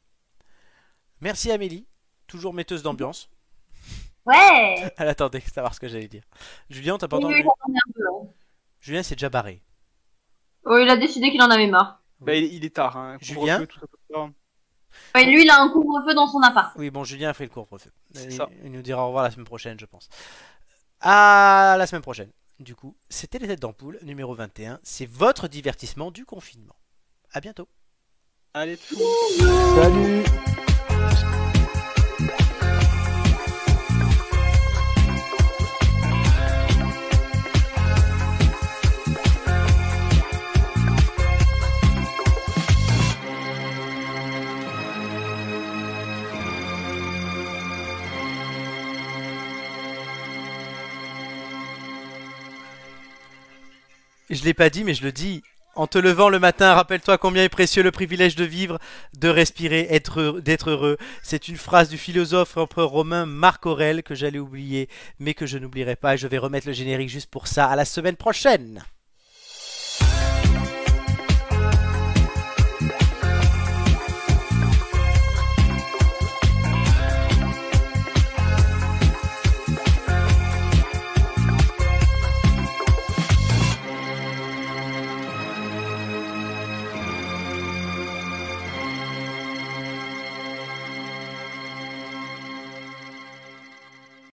[SPEAKER 1] Merci Amélie, toujours metteuse d'ambiance.
[SPEAKER 6] ouais.
[SPEAKER 1] Elle attendait de savoir ce que j'allais dire. Julien, t'as pas
[SPEAKER 6] Oui,
[SPEAKER 1] entendu
[SPEAKER 6] il a tourné un peu, hein.
[SPEAKER 1] Julien s'est déjà barré.
[SPEAKER 6] Oh, il a décidé qu'il en avait marre.
[SPEAKER 2] Bah, il, il est tard. Hein.
[SPEAKER 1] Julien
[SPEAKER 2] Couvre-feu, tout ça, tout ça.
[SPEAKER 6] Ouais, lui, il a un couvre-feu dans son appart.
[SPEAKER 1] Oui, bon, Julien a fait le couvre-feu.
[SPEAKER 2] C'est
[SPEAKER 1] Il,
[SPEAKER 2] ça.
[SPEAKER 1] il nous dira au revoir la semaine prochaine, je pense. À la semaine prochaine. Du coup, c'était les têtes d'ampoule numéro 21. C'est votre divertissement du confinement. À bientôt.
[SPEAKER 2] Allez, tout.
[SPEAKER 3] Salut
[SPEAKER 1] Je l'ai pas dit, mais je le dis. En te levant le matin, rappelle-toi combien est précieux le privilège de vivre, de respirer, être heureux- d'être heureux. C'est une phrase du philosophe et empereur romain Marc Aurèle que j'allais oublier, mais que je n'oublierai pas. Et je vais remettre le générique juste pour ça. À la semaine prochaine.